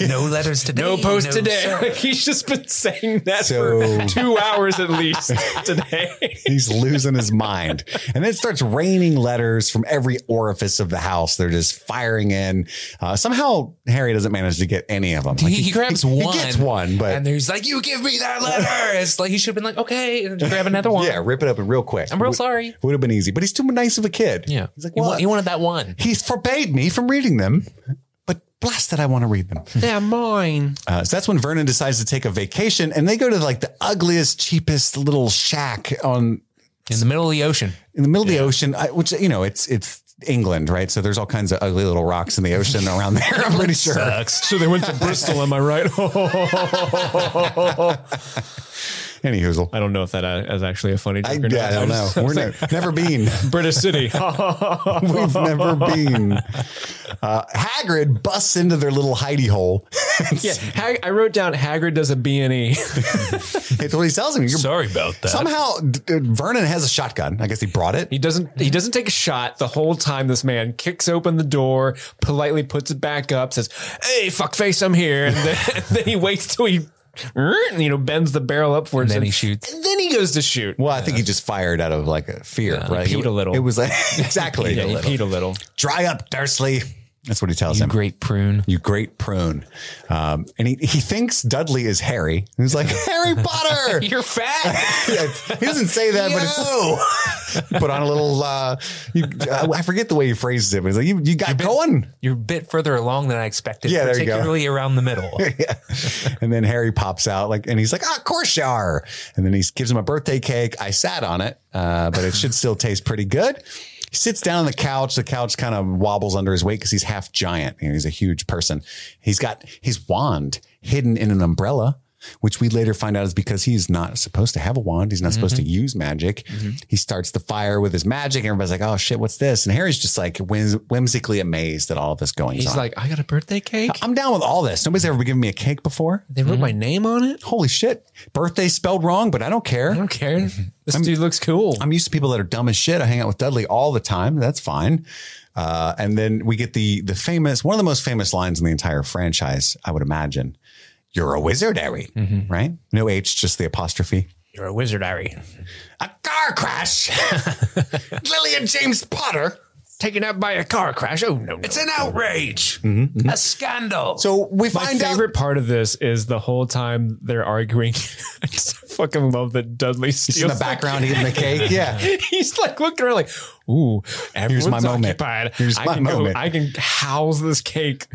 Speaker 4: No letters today.
Speaker 5: No post today.
Speaker 4: sir.
Speaker 5: Like, he's just been saying that
Speaker 1: So-
Speaker 5: for two hours at least today.
Speaker 1: He's losing his mind. And then it starts raining letters from every orifice of the house. They're just firing in. Uh, somehow Harry doesn't manage to get any of them. Like,
Speaker 4: He, he grabs
Speaker 1: he-
Speaker 4: one.
Speaker 1: He gets one, but
Speaker 4: and he's like, "You give me that letter." It's like he should have been like, "Okay," and just grab another one.
Speaker 1: yeah, rip it up real quick.
Speaker 4: I'm real
Speaker 1: Would-
Speaker 4: sorry.
Speaker 1: Would have been easy, but he's too nice of a kid.
Speaker 4: Yeah.
Speaker 1: He's like,
Speaker 4: He wa-
Speaker 1: what?
Speaker 4: he wanted that one.
Speaker 1: he's forbade me from reading them, but blasted, I want to read them.
Speaker 5: They're mine.
Speaker 1: Uh, so that's when Vernon decides to take a vacation and they go to like the ugliest, cheapest little shack on
Speaker 4: In the middle of the ocean.
Speaker 1: in the middle of the ocean, I, which, you know, it's, it's, England, right? So there's all kinds of ugly little rocks in the ocean around there. I'm pretty sure.
Speaker 5: So they went to Bristol, am I right?
Speaker 1: Any hoozle.
Speaker 5: I don't know if that uh, is actually a funny joke
Speaker 1: I,
Speaker 5: or not.
Speaker 1: yeah, I don't know.
Speaker 5: It's
Speaker 1: We're ne- never been.
Speaker 5: British city.
Speaker 1: We've never been. Uh, Hagrid busts into their little hidey hole.
Speaker 5: yeah, Hag- I wrote down Hagrid does a B and E.
Speaker 1: it's what he tells him. You're-
Speaker 4: Sorry about that.
Speaker 1: Somehow, D- D- Vernon has a shotgun. I guess he brought it.
Speaker 5: He doesn't. He doesn't take a shot the whole time. This man kicks open the door, politely puts it back up, says, "Hey, fuckface, I'm here." And then, and then he waits till he, you know, bends the barrel upwards.
Speaker 4: then he shoots.
Speaker 5: And then he goes to shoot.
Speaker 1: Well, I think he just fired out of like a fear, right?
Speaker 5: peed
Speaker 1: It-
Speaker 5: a little.
Speaker 1: It was like, exactly.
Speaker 5: Yeah, he peed a little.
Speaker 1: Dry up, Dursley. That's what he tells him.
Speaker 4: Great prune.
Speaker 1: You great prune. Um, and he, he thinks Dudley is Harry. And He's like, Harry Potter.
Speaker 4: You're fat.
Speaker 1: Yeah, he doesn't say that, but it's put on a little. Uh, you, uh, I forget the way he phrases it, but he's like, "You, you got going."
Speaker 4: You're a bit further along than I expected.
Speaker 1: Yeah, there you go.
Speaker 4: particularly around the middle.
Speaker 1: And then Harry pops out, like, and he's like, "Ah, of course you are." And then he gives him a birthday cake. I sat on it, uh, but it should still taste pretty good. He sits down on the couch. The couch kind of wobbles under his weight because he's half giant. You know, he's a huge person. He's got his wand hidden in an umbrella. Which we later find out is because he's not supposed to have a wand. He's not supposed to
Speaker 5: Mm-hmm.
Speaker 1: use magic. He starts the fire with his magic. Everybody's like, "Oh shit, what's this?" And Harry's just like whims- whimsically amazed at all of this going
Speaker 5: He's
Speaker 1: on.
Speaker 5: like, "I got a birthday cake.
Speaker 1: "I'm down with all this. Nobody's ever given me a cake before."
Speaker 5: They wrote my name on it.
Speaker 1: holy shit, birthday spelled wrong, but I don't
Speaker 5: I
Speaker 1: care.
Speaker 5: don't care. This dude looks cool."
Speaker 1: I'm used to people that are dumb as shit. I hang out with Dudley all the time. That's fine. Uh, and then we get the the famous one of the most famous lines in the entire franchise, I would imagine. You're a wizard, Harry,
Speaker 5: Mm-hmm.
Speaker 1: right? No H, just the apostrophe.
Speaker 4: You're a wizard, Harry.
Speaker 1: A car crash. Lillian James Potter.
Speaker 5: taken out by a car crash. Oh no! no.
Speaker 4: It's an outrage. A scandal.
Speaker 1: So we
Speaker 5: My
Speaker 1: find out
Speaker 5: favorite part of this is the whole time they're arguing. I just fucking love that Dudley
Speaker 1: he's in
Speaker 5: steals
Speaker 1: the background eating the cake. Yeah.
Speaker 5: He's like looking around, like, "Ooh, everyone's
Speaker 1: my moment.
Speaker 5: occupied.
Speaker 1: Here's
Speaker 5: I
Speaker 1: my
Speaker 5: can go-
Speaker 1: moment."
Speaker 5: I can house this cake."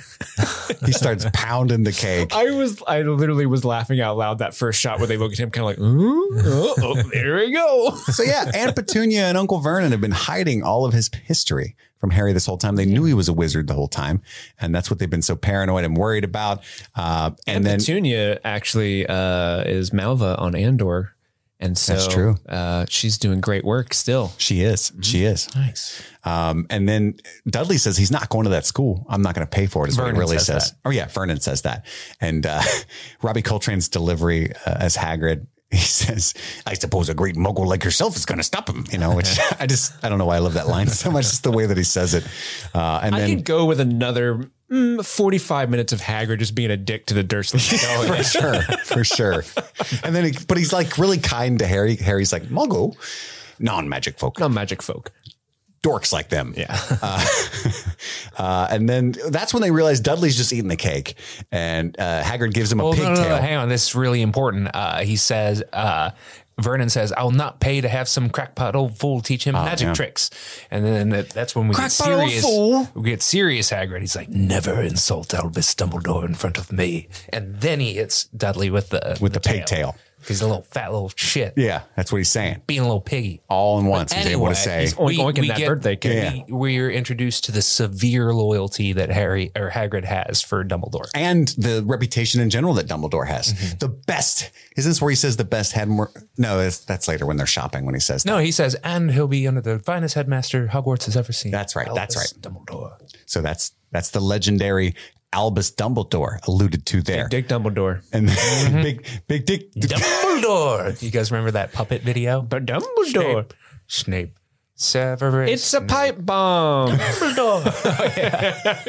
Speaker 1: He starts pounding the cake.
Speaker 5: I was, I literally was laughing out loud that first shot where they look at him, kind of like, "Ooh, oh, oh, there we go."
Speaker 1: So yeah, Aunt Petunia and Uncle Vernon have been hiding all of his history from Harry this whole time. They knew he was a wizard the whole time, and that's what they've been so paranoid and worried about. Uh, and,
Speaker 5: And
Speaker 1: then
Speaker 5: Petunia actually uh, is Malva on Andor, and so
Speaker 1: That's true.
Speaker 5: Uh, she's doing great work still.
Speaker 1: she is, she is.
Speaker 4: nice.
Speaker 1: Um, and then Dudley says he's not going to that school. I'm not going to pay for it. Is what
Speaker 4: Vernon
Speaker 1: he really
Speaker 4: says
Speaker 1: says. Oh yeah, Vernon says that. And uh, Robbie Coltrane's delivery uh, as Hagrid. He says, "I suppose a great mogul like yourself is going to stop him." You know, which I just I don't know why I love that line so much. Just the way that he says it. Uh, and
Speaker 5: I
Speaker 1: then
Speaker 5: could go with another mm, 45 minutes of Hagrid just being a dick to the Dursleys.
Speaker 1: for sure, for sure. And then, he, but he's like really kind to Harry. Harry's like Muggle, non-magic folk,
Speaker 5: Not magic folk.
Speaker 1: dorks like them. Yeah. Uh, uh, and then that's when they realize Dudley's just eating the cake, and uh, Haggard gives him a
Speaker 4: Well, Oh, no,
Speaker 1: pigtail.
Speaker 4: no, no, hang on. This is really important. Uh, he says, uh, Vernon says, I'll not pay to have some crackpot old fool teach
Speaker 5: Ah,
Speaker 4: him magic
Speaker 1: yeah.
Speaker 4: tricks. And then that, that's when we
Speaker 1: Crackpot old
Speaker 4: get serious.
Speaker 1: fool.
Speaker 4: We get serious, Hagrid. He's like, never insult Albus Dumbledore in front of me. And then he hits Dudley with the
Speaker 1: With the pigtail.
Speaker 4: He's a little fat little shit.
Speaker 1: Yeah, that's what he's saying.
Speaker 4: Being a little piggy.
Speaker 1: All in once, he's able to say.
Speaker 4: he's
Speaker 5: oink oinking that birthday cake.
Speaker 4: we- we're introduced to the severe loyalty that Harry or Hagrid has for Dumbledore.
Speaker 1: and the reputation in general that Dumbledore has.
Speaker 4: Mm-hmm.
Speaker 1: The best. Isn't this where he says the best head? More, no, that's, that's later when they're shopping when he says that.
Speaker 4: No, he says, and he'll be under the finest headmaster Hogwarts has ever seen.
Speaker 1: That's right, that's
Speaker 4: Albus Dumbledore.
Speaker 1: So that's that's the legendary Albus Dumbledore alluded to there.
Speaker 5: Dick Dumbledore.
Speaker 1: And
Speaker 5: Mm-hmm.
Speaker 1: big, big dick.
Speaker 4: Dumbledore. You guys remember that puppet video?
Speaker 5: But Dumbledore.
Speaker 4: Snape. Snape. Severus.
Speaker 5: It's a pipe bomb.
Speaker 4: Dumbledore.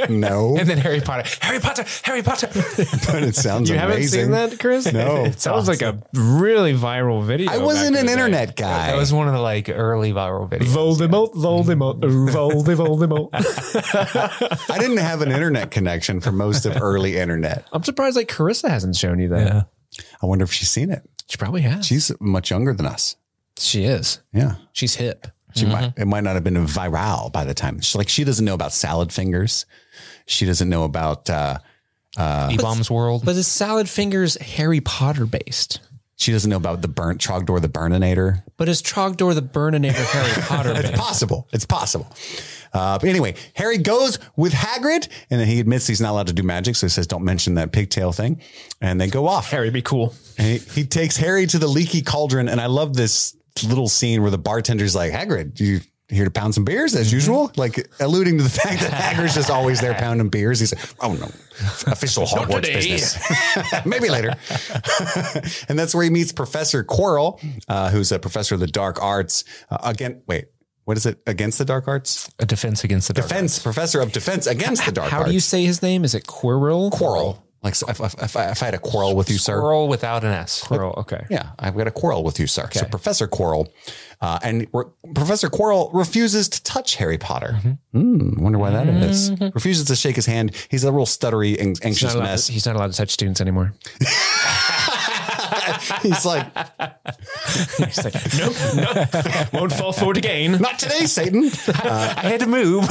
Speaker 1: No,
Speaker 4: and then Harry Potter. Harry Potter. Harry Potter.
Speaker 1: but it sounds
Speaker 5: You haven't
Speaker 1: amazing.
Speaker 5: seen that, Chris?
Speaker 1: No.
Speaker 5: It sounds like a really viral video.
Speaker 1: I wasn't
Speaker 5: back in
Speaker 1: an
Speaker 5: the day.
Speaker 1: internet guy.
Speaker 4: that was one of the like early viral videos.
Speaker 5: Voldemort, Voldemort, Voldemort, Voldemort.
Speaker 1: I didn't have an internet connection for most of early internet.
Speaker 5: I'm surprised like Carissa hasn't shown you that.
Speaker 1: I wonder if she's seen it.
Speaker 5: She probably has.
Speaker 1: She's much younger than us.
Speaker 5: she is.
Speaker 1: Yeah.
Speaker 5: She's hip.
Speaker 1: She might,
Speaker 5: Mm-hmm.
Speaker 1: it might not have been viral by the time. She, like she doesn't know about salad fingers. She doesn't know about. Uh,
Speaker 4: E-bombs world.
Speaker 5: But is Salad Fingers Harry Potter based?
Speaker 1: she doesn't know about the burnt Trogdor the Burninator.
Speaker 5: But is Trogdor the Burninator Harry Potter
Speaker 1: It's
Speaker 5: based?
Speaker 1: possible. It's possible. Uh, but anyway, Harry goes with Hagrid, and then he admits he's not allowed to do magic, so he says, "Don't mention that pigtail thing." And they go off.
Speaker 5: Harry, be cool.
Speaker 1: And he, he takes Harry to the leaky cauldron, and I love this little scene where the bartender's like, "Hagrid, you here to pound some beers
Speaker 5: Mm-hmm.
Speaker 1: as usual?" Like alluding to the fact that Hagrid's just always there pounding beers. He's like, "Oh no, official Hogwarts
Speaker 5: today."
Speaker 1: business. Maybe later." and that's where he meets Professor Quirrell, uh, who's a professor of the dark arts. Uh, again, wait. What is it against the dark arts?
Speaker 4: A defense against the dark.
Speaker 1: Defense, professor of defense against the dark
Speaker 5: How
Speaker 1: arts.
Speaker 5: do you say his name? Is it Quirrell?
Speaker 1: quarrel? Like, so if, if, if I, if I had a quarrel with you, sir,
Speaker 4: Squirrel without an S.
Speaker 5: Quirrell. Okay.
Speaker 1: Yeah, I've got a quarrel with you, sir. So Professor Quarrel, uh, and re- Professor Quarrel refuses to touch Harry Potter.
Speaker 5: Mm-hmm.
Speaker 1: Hmm, wonder why that is. Refuses to shake his hand. He's a real stuttery, ang-
Speaker 5: He's
Speaker 1: anxious
Speaker 5: not allowed-
Speaker 1: mess.
Speaker 5: he's not allowed to touch students anymore.
Speaker 1: He's like,
Speaker 5: He's like, nope, nope, won't fall forward again.
Speaker 1: not today, Satan.
Speaker 4: I had to move.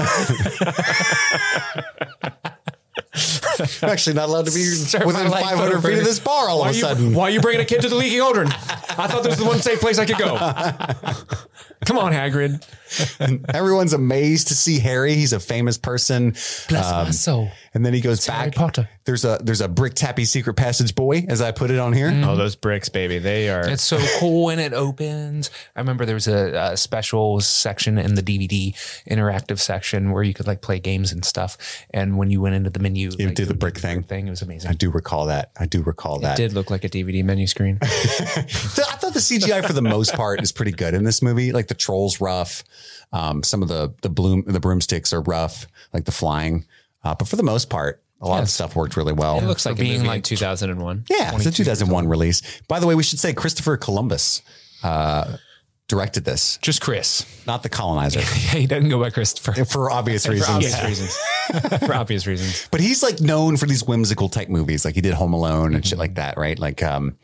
Speaker 1: I'm actually not allowed to be
Speaker 4: Sir,
Speaker 1: within
Speaker 4: my life
Speaker 1: 500 feet
Speaker 4: over.
Speaker 1: of this bar all of a sudden.
Speaker 5: Why are you bringing a kid to the leaky cauldron? I thought this was the one safe place I could go. Come on, Hagrid.
Speaker 1: Everyone's amazed to see Harry. He's a famous person. Uh,
Speaker 4: Bless
Speaker 1: Um,
Speaker 4: my soul.
Speaker 1: And then he goes back.
Speaker 4: Harry Potter.
Speaker 1: There's a there's a brick tappy secret passage boy, as I put it on here.
Speaker 5: Oh, those bricks, baby. They are.
Speaker 4: It's so cool when it opens. I remember there was a, a special section in the DVD interactive section where you could like play games and stuff. And when you went into the menu, you like,
Speaker 1: do the
Speaker 4: it would
Speaker 1: brick
Speaker 4: be
Speaker 1: thing.
Speaker 4: Thing it was amazing.
Speaker 1: I do recall that. I do recall that.
Speaker 5: did look like a DVD menu screen.
Speaker 1: So I thought the CGI for the most part is pretty good in this movie. Like the trolls rough, um, some of the the bloom the broomsticks are rough, like the flying. Uh, but for the most part, a lot of stuff worked really well.
Speaker 5: It looks
Speaker 4: For
Speaker 5: like
Speaker 4: being
Speaker 5: a movie
Speaker 4: like
Speaker 5: like 2001.
Speaker 1: yeah, it's a 2001 release. By the way, we should say Christopher Columbus uh, directed this,
Speaker 4: Just Chris.
Speaker 1: not the colonizer,
Speaker 4: he doesn't go by Christopher.
Speaker 1: for obvious reasons.
Speaker 5: For obvious reasons. For obvious reasons.
Speaker 1: But he's like known for these whimsical type movies, like he did Home Alone and
Speaker 5: Mm-hmm.
Speaker 1: shit like that, right? Like, um,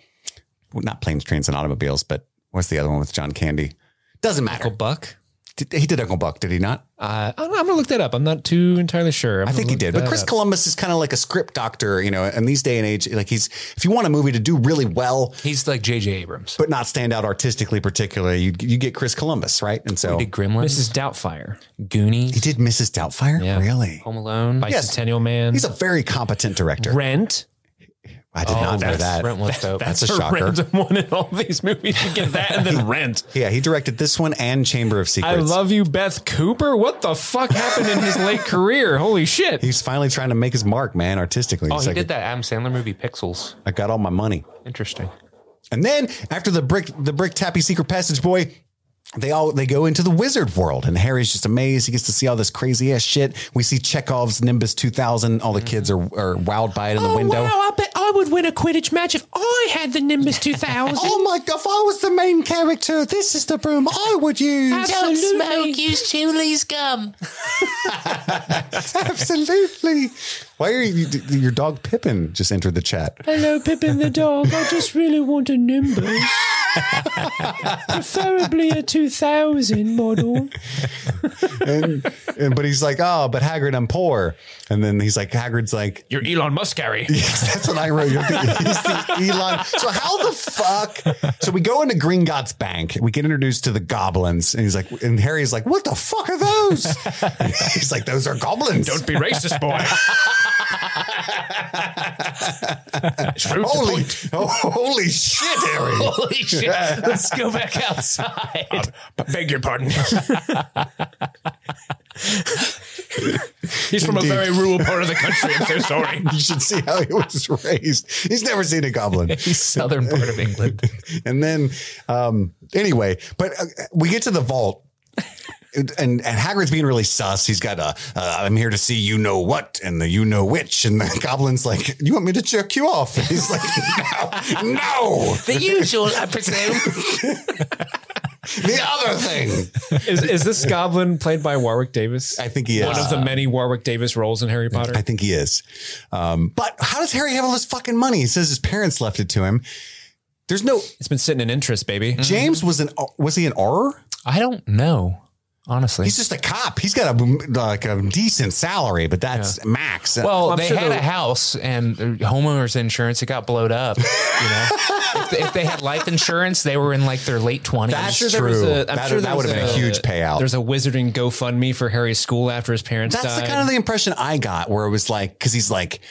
Speaker 1: well, not planes, trains, and automobiles, but what's the other one with John Candy? Doesn't matter.
Speaker 5: Buck.
Speaker 1: Did- he did Uncle Buck, did he not?
Speaker 5: Uh, I don't know, I'm gonna look that up. I'm not too entirely sure. I'm
Speaker 1: I think he did. But Chris Columbus is kind of like a script doctor, you know, in these day and age, like he's, if you want a movie to do really well,
Speaker 4: He's like J.J. Abrams.
Speaker 1: but not stand out artistically, particularly, you, you get Chris Columbus, right? And so
Speaker 4: Big Gremlins.
Speaker 5: Mrs. Oh. Doubtfire,
Speaker 1: he
Speaker 4: Goonies.
Speaker 1: did Mrs. Doubtfire.
Speaker 5: Yeah. Oh,
Speaker 1: Really?
Speaker 4: Home Alone.
Speaker 5: Bicentennial Man,
Speaker 1: He's a very competent director.
Speaker 5: Rent.
Speaker 1: I did not know that.
Speaker 4: Rent was dope.
Speaker 1: That's a shocker.
Speaker 5: random one in all these movies. You get that and then Rent.
Speaker 1: Yeah, he directed this one and Chamber of Secrets.
Speaker 5: I love you, Beth Cooper. What the fuck happened in his late career? Holy shit!
Speaker 1: He's finally trying to make his mark, man, artistically.
Speaker 4: oh,
Speaker 1: He's
Speaker 4: he
Speaker 1: like,
Speaker 4: did that Adam Sandler movie Pixels.
Speaker 1: I got all my money.
Speaker 4: Interesting.
Speaker 1: And then after the brick, the brick tappy secret passage boy, they all they go into the wizard world, and Harry's just amazed. He gets to see all this crazy ass shit. We see Chekhov's Nimbus two thousand. All the kids are, are wowed by it in
Speaker 5: Oh,
Speaker 1: the window.
Speaker 5: I bet I would win a Quidditch match if I had the Nimbus 2000.
Speaker 1: Oh my god! If I was the main character, this is the broom I would use.
Speaker 5: Absolutely.
Speaker 6: use Julie's gum.
Speaker 1: Absolutely. Why are you? Your dog Pippin just entered the chat.
Speaker 5: Hello, Pippin the dog. I just really want a Nimbus. Preferably a 2000 model.
Speaker 1: And, and but he's like, oh, but Hagrid, I'm poor. And then he's like, Hagrid's like,
Speaker 5: You're Elon Musk, Harry.
Speaker 1: Yes, that's what I wrote. You're the, he's the Elon. So how the fuck? So we go into Green God's bank. We get introduced to the goblins, and he's like, and Harry's like, "What the fuck are those?" he's like, "Those are goblins."
Speaker 5: Don't be racist, boy.
Speaker 1: holy, oh, holy shit, Harry!
Speaker 5: Holy shit. Let's go back outside. beg your pardon. He's from a
Speaker 1: Indeed.
Speaker 5: very rural part of the country. I'm so sorry.
Speaker 1: You should see how he was raised. He's never seen a goblin.
Speaker 4: He's southern part of England.
Speaker 1: and then, um, anyway, but uh, we get to the vault. And, and Hagrid's being really sus. He's got a, uh, I'm here to see you know what and the you know which. And the goblin's like, You want me to jerk you off? And he's like, No, no,
Speaker 4: the usual, I presume.
Speaker 1: the other thing.
Speaker 5: Is, is this goblin played by Warwick Davis?
Speaker 1: I think he is.
Speaker 5: One of the many Warwick Davis roles in Harry Potter.
Speaker 1: I think he is. Um, but how does Harry have all this fucking money? He says his parents left it to him. There's no
Speaker 5: It's been sitting in interest, baby.
Speaker 1: James was an was he an R?
Speaker 4: I don't know, honestly.
Speaker 1: He's just a cop. He's got a like a decent salary, but that's max.
Speaker 4: Well,
Speaker 5: I'm
Speaker 4: they
Speaker 5: sure
Speaker 4: had
Speaker 5: the-
Speaker 4: a house and their homeowners insurance. It got blowed up. You know, if, they, if they had life insurance, they were in like their late twenties.
Speaker 1: That's
Speaker 5: there was
Speaker 1: true.
Speaker 5: a- I'm
Speaker 1: That-
Speaker 5: sure
Speaker 1: that
Speaker 5: there was
Speaker 1: would've been a huge payout.
Speaker 5: There's a wizarding GoFundMe for Harry's school after his parents
Speaker 1: That's
Speaker 5: died.
Speaker 1: the kind of the impression I got where it was like, because he's like,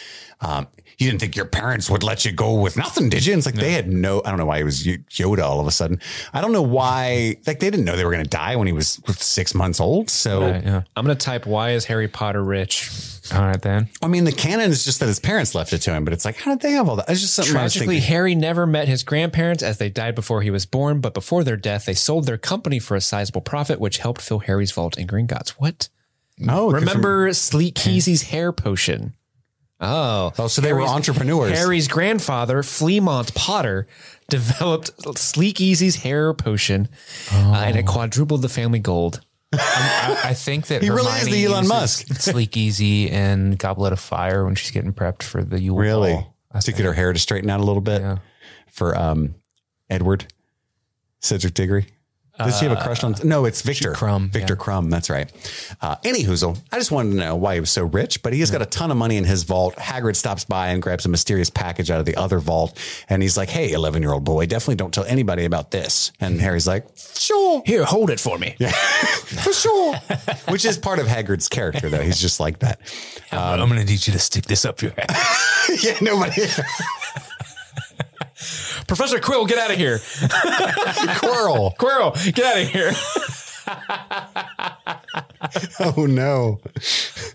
Speaker 1: um, you didn't think your parents would let you go with nothing, did you? And it's like they had no, I don't know why he was Yo- Yoda all of a sudden. I don't know why, like they didn't know they were going to die when he was six months old. So,
Speaker 4: yeah.
Speaker 5: I'm gonna type why is Harry Potter rich?
Speaker 4: All right then.
Speaker 1: I mean, the canon is just that his parents left it to him, but it's like, how did they have all that? It's just something I was
Speaker 5: Tragically,
Speaker 1: thinking.
Speaker 5: Harry never met his grandparents as they died before he was born, but before their death, they sold their company for a sizable profit, which helped fill Harry's vault in Gringotts. What?
Speaker 1: Oh, 'cause
Speaker 5: Remember Sleek Keezy's hair potion? Oh.
Speaker 1: Oh, so they were entrepreneurs.
Speaker 5: Harry's grandfather, Fleamont Potter, developed Sleek Easy's hair potion, uh, and
Speaker 4: Oh.
Speaker 5: it quadrupled the family gold.
Speaker 4: I, I think that
Speaker 1: He really is the Elon
Speaker 4: uses
Speaker 1: Musk.
Speaker 4: Sleek Easy and Goblet of Fire when she's getting prepped for the Yule
Speaker 1: really
Speaker 4: Ball. I
Speaker 1: to get her hair to straighten out a little bit
Speaker 4: Yeah.
Speaker 1: for um, Edward Cedric Diggory. Does she have a crush on? No, it's Uh, Victor
Speaker 4: Crumb,
Speaker 1: Victor
Speaker 4: yeah.
Speaker 1: Crumb. That's right. Uh, any hoozle, I just wanted to know why he was so rich, but he has got a ton of money in his vault. Hagrid stops by and grabs a mysterious package out of the other vault, and he's like, "Hey, eleven-year-old boy, definitely don't tell anybody about this." And Harry's like, "Sure,
Speaker 5: Here, hold it for me.
Speaker 1: for sure," which is part of Hagrid's character, though. He's just like that.
Speaker 4: I'm going to need you to stick this up your ass.
Speaker 1: yeah, nobody.
Speaker 5: Professor Quill, get out of here.
Speaker 1: Quirrell.
Speaker 5: Quirrell, get out of here.
Speaker 1: Oh no.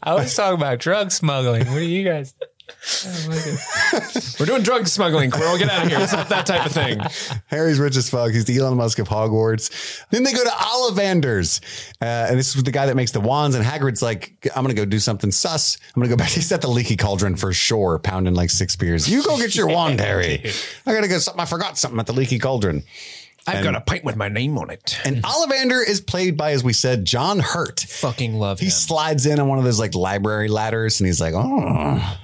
Speaker 4: I was talking about drug smuggling. What are you guys?
Speaker 5: We're doing drug smuggling. Quirrell, get out of here. It's not that type of thing.
Speaker 1: Harry's rich as fuck. He's the Elon Musk of Hogwarts. Then they go to Ollivander's. Uh, and this is the guy that makes the wands. And Hagrid's like, I'm going to go do something sus. I'm going to go back. He's at the leaky cauldron for sure, pounding like six beers. You go get your wand, Harry. I got to go. Something, I forgot something at the leaky cauldron.
Speaker 5: I've got a pint with my name on it.
Speaker 1: And Ollivander is played by, as we said, John Hurt.
Speaker 5: Fucking love
Speaker 1: He
Speaker 5: him.
Speaker 1: slides in on one of those like library ladders and he's like, oh,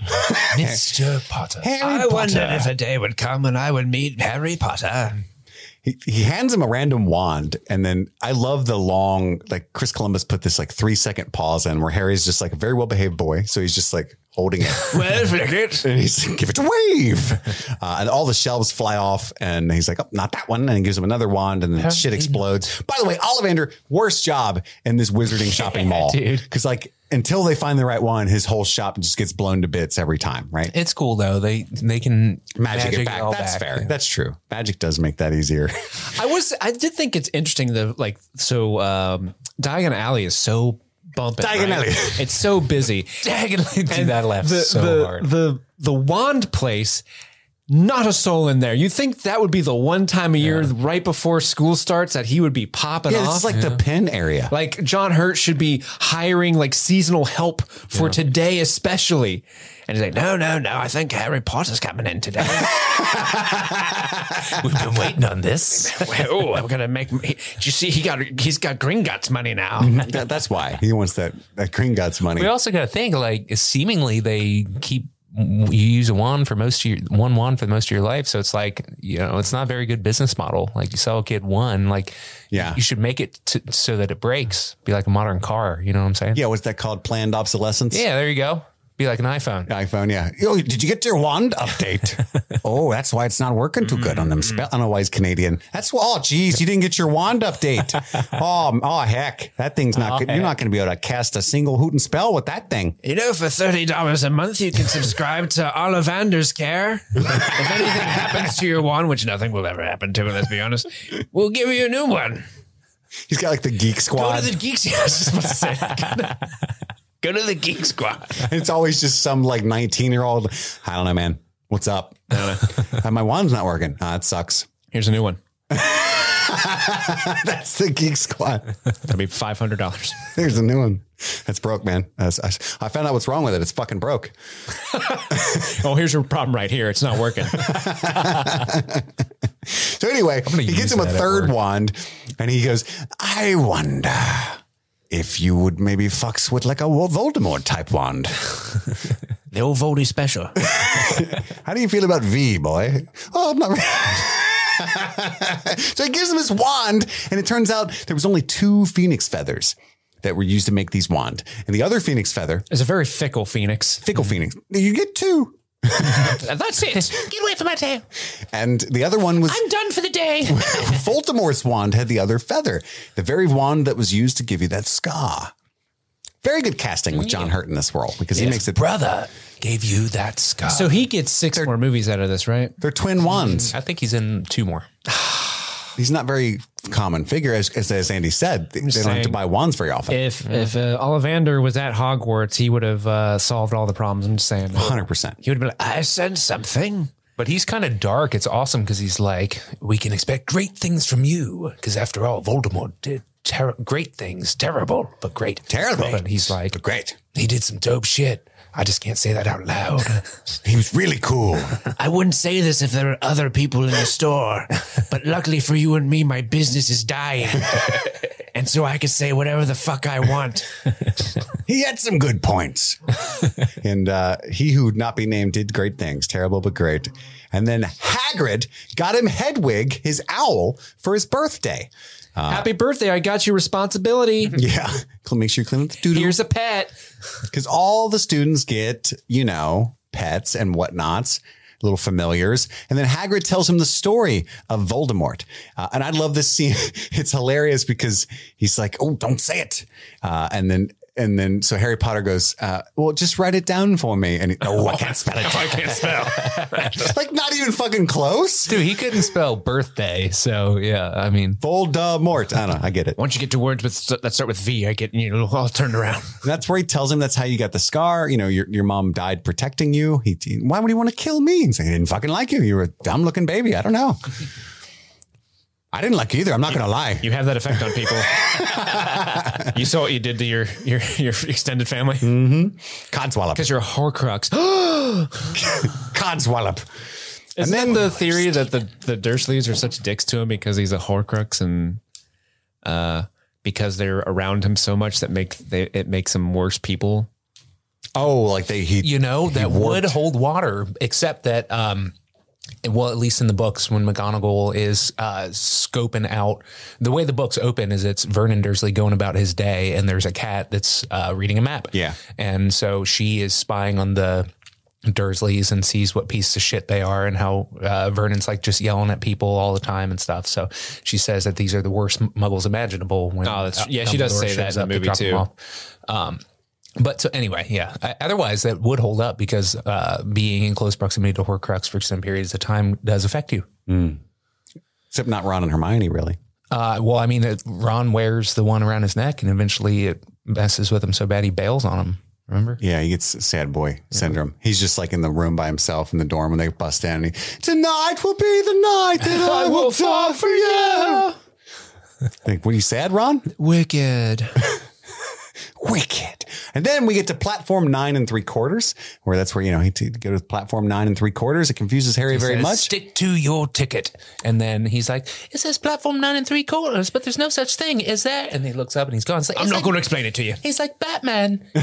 Speaker 4: Mr. Potter.
Speaker 1: Harry
Speaker 5: I wondered
Speaker 1: Potter.
Speaker 5: if a day would come and I would meet Harry Potter.
Speaker 1: he, he hands him a random wand and then i love the long like chris columbus put this like three second pause in where harry's just like a very well behaved boy so he's just like holding it
Speaker 5: Well, Flickit.
Speaker 1: and he's like give it a wave uh, and all the shelves fly off and he's like oh not that one and he gives him another wand and then shit explodes by the way ollivander worst job in this wizarding shopping mall
Speaker 4: dude.
Speaker 1: because like until they find the right one his whole shop just gets blown to bits every time right
Speaker 4: It's cool though. They they can
Speaker 1: magic, it back that's fair that's true magic does make that easier
Speaker 5: I was I did think it's interesting though, like so um Diagon Alley is so bumping.
Speaker 1: Diagon Alley.
Speaker 5: It's so busy.
Speaker 4: Dude, that laughed
Speaker 5: the,
Speaker 4: so
Speaker 5: the,
Speaker 4: hard.
Speaker 5: The the wand place, not a soul in there. You think that would be the one time a year right before school starts that he would be popping
Speaker 1: yeah
Speaker 5: off?
Speaker 1: this is like the pen area
Speaker 5: Like John Hurt should be hiring like seasonal help for today, especially. And he's like, no, no, no. I think Harry Potter's coming in today.
Speaker 4: We've been waiting on this.
Speaker 5: oh, I'm gonna make. He, do you see? He got he's got Gringotts money now.
Speaker 1: That- that's why he wants that that green god's money.
Speaker 4: We also got to think like seemingly they keep you use a wand for most of your one wand for most of your life, so it's like you know it's not a very good business model. Like you sell a kid one, like
Speaker 1: Yeah.
Speaker 4: you should make it to, so that it breaks. Be like a modern car, you know what I'm saying?
Speaker 1: yeah, what's that called? Planned obsolescence.
Speaker 4: yeah. There you go. Be like an iPhone.
Speaker 1: iPhone. Yeah. Yo, did you get your wand update? oh, that's why it's not working too good on them. Spell. I don't know why he's Canadian. That's why. Oh, geez, you didn't get your wand update. oh, m- oh, heck, that thing's not. good. You're not going to be able to cast a single hoot and spell with that thing.
Speaker 5: You know, for thirty dollars a month, you can subscribe to Ollivander's Care. if anything happens to your wand, which nothing will ever happen to, it, let's be honest, we'll give you a new one.
Speaker 1: He's got like the geek
Speaker 5: Go
Speaker 1: squad.
Speaker 5: to the geeks. I was just about to say. Go to the Geek Squad.
Speaker 1: It's always just some like 19 year old. I don't know, man. What's up? Uh, My wand's not working. Ah, it sucks.
Speaker 5: Here's a new one.
Speaker 1: That's the Geek Squad.
Speaker 5: That'll be five hundred dollars.
Speaker 1: There's a new one. It's broke, man. That's- I I found out what's wrong with it. It's fucking broke.
Speaker 5: Oh, here's your problem right here. It's not working.
Speaker 1: So anyway, he
Speaker 4: use
Speaker 1: gets him a
Speaker 4: that at
Speaker 1: third
Speaker 4: work.
Speaker 1: wand, and he goes, "I wonder if you would maybe fucks with like a Wo- Voldemort type wand.
Speaker 5: the old Voldy special.
Speaker 1: How do you feel about V, boy? Oh, I'm not." so he gives him his wand, and it turns out there was only two phoenix feathers that were used to make these wand, and the other phoenix feather,
Speaker 5: It's a very fickle phoenix.
Speaker 1: fickle phoenix, you get two,
Speaker 5: That's it.
Speaker 2: Get away from my tail.
Speaker 1: and the other one was
Speaker 2: I'm done for the day.
Speaker 1: Voldemort's wand had the other feather, the very wand that was used to give you that scar. Very good casting with John Hurt in this role because he makes it.
Speaker 4: Brother gave you that scar.
Speaker 5: So he gets six more movies out of this, right?
Speaker 1: They're twin wands.
Speaker 4: Mm-hmm. I think he's in two more.
Speaker 1: He's not very common figure, as, as, as Andy said. They, they don't have to
Speaker 5: saying.
Speaker 1: buy wands very often.
Speaker 5: If if uh, Ollivander was at Hogwarts, he would have uh, solved all the problems. I'm just saying. He
Speaker 1: 100%.
Speaker 5: would have been like, I sense something.
Speaker 4: But he's kind of dark. It's awesome because he's like, we can expect great things from you. Because after all, Voldemort did ter- great things, terrible, but great.
Speaker 1: Terrible.
Speaker 4: But he's like,
Speaker 1: But great.
Speaker 4: he did some dope shit. I just can't say that out loud.
Speaker 1: He was really cool.
Speaker 2: I wouldn't say this if there were other people in the store, but luckily for you and me, my business is dying. And so I can say whatever the fuck I want.
Speaker 1: he had some good points. and uh, he who would not be named did great things, terrible but great. And then Hagrid got him Hedwig, his owl, for his birthday.
Speaker 5: Happy birthday! I got your responsibility.
Speaker 1: Yeah. Make sure you clean up the doodle.
Speaker 5: Here's a pet.
Speaker 1: because all the students get, you know, pets and whatnots, little familiars. And then Hagrid tells him the story of Voldemort. Uh, and I love this scene. It's hilarious because he's like, oh, don't say it. Uh, and then, and then, so Harry Potter goes, uh, well, just write it down for me. And he, oh, I can't spell it.
Speaker 4: I can't spell.
Speaker 1: like, not even fucking close.
Speaker 4: Dude, he couldn't spell birthday. So, yeah, I mean,
Speaker 1: Voldemort. I don't know. I get it.
Speaker 5: Once you get to words with that start with V, I get you know, all turned around.
Speaker 1: And that's where he tells him that's how you got the scar. You know, your, your mom died protecting you. He, he- why would he want to kill me? He's like, I didn't fucking like you. You were a dumb looking baby. I don't know. I didn't like you either. I'm not going to lie.
Speaker 5: You have that effect on people. you saw what you did to your your your extended family because
Speaker 1: Codswallop.
Speaker 5: Mm. you're a Horcrux.
Speaker 1: Codswallop.
Speaker 5: Isn't then the theory that the, the Dursleys are such dicks to him because he's a Horcrux and uh, because they're around him so much that make they, it makes them worse people.
Speaker 1: Oh, like they, he,
Speaker 4: you know, that would
Speaker 1: warped.
Speaker 4: hold water, except that, um, well, at least in the books, when McGonagall is uh, scoping out the way the books open, is it's Vernon Dursley going about his day, and there's a cat that's uh, reading a map.
Speaker 1: Yeah.
Speaker 4: and so she is spying on the Dursleys and sees what pieces of shit they are and how uh, Vernon's like just yelling at people all the time and stuff. So she says that these are the worst Muggles imaginable. When
Speaker 5: Oh, that's- yeah, she does
Speaker 4: Dumbledore
Speaker 5: say that
Speaker 4: shows
Speaker 5: in the
Speaker 4: up to
Speaker 5: movie,
Speaker 4: drop them
Speaker 5: too.
Speaker 4: off. Um, but so anyway, yeah. I- Otherwise, that would hold up because uh, being in close proximity to Horcrux for some periods of time does affect you.
Speaker 1: except not Ron and Hermione, really.
Speaker 4: Uh, well, I mean, it, Ron wears the one around his neck, and eventually it messes with him so bad he bails on him. Remember?
Speaker 1: Yeah, he gets sad boy syndrome. He's just like in the room by himself in the dorm when they bust in. And he, Tonight will be the night that I, will fall for you. Like, were you sad, Ron?
Speaker 4: Wicked.
Speaker 1: wicked. And then we get to platform nine and three quarters, where that's where you know he t- go to platform nine and three quarters. It confuses Harry very
Speaker 4: Says,
Speaker 1: much.
Speaker 4: Stick to your ticket. And then he's like, it says platform nine and three quarters, but there's no such thing, is there? And he looks up and he's gone. He's like,
Speaker 5: I'm not going to explain it to you.
Speaker 4: He's like Batman.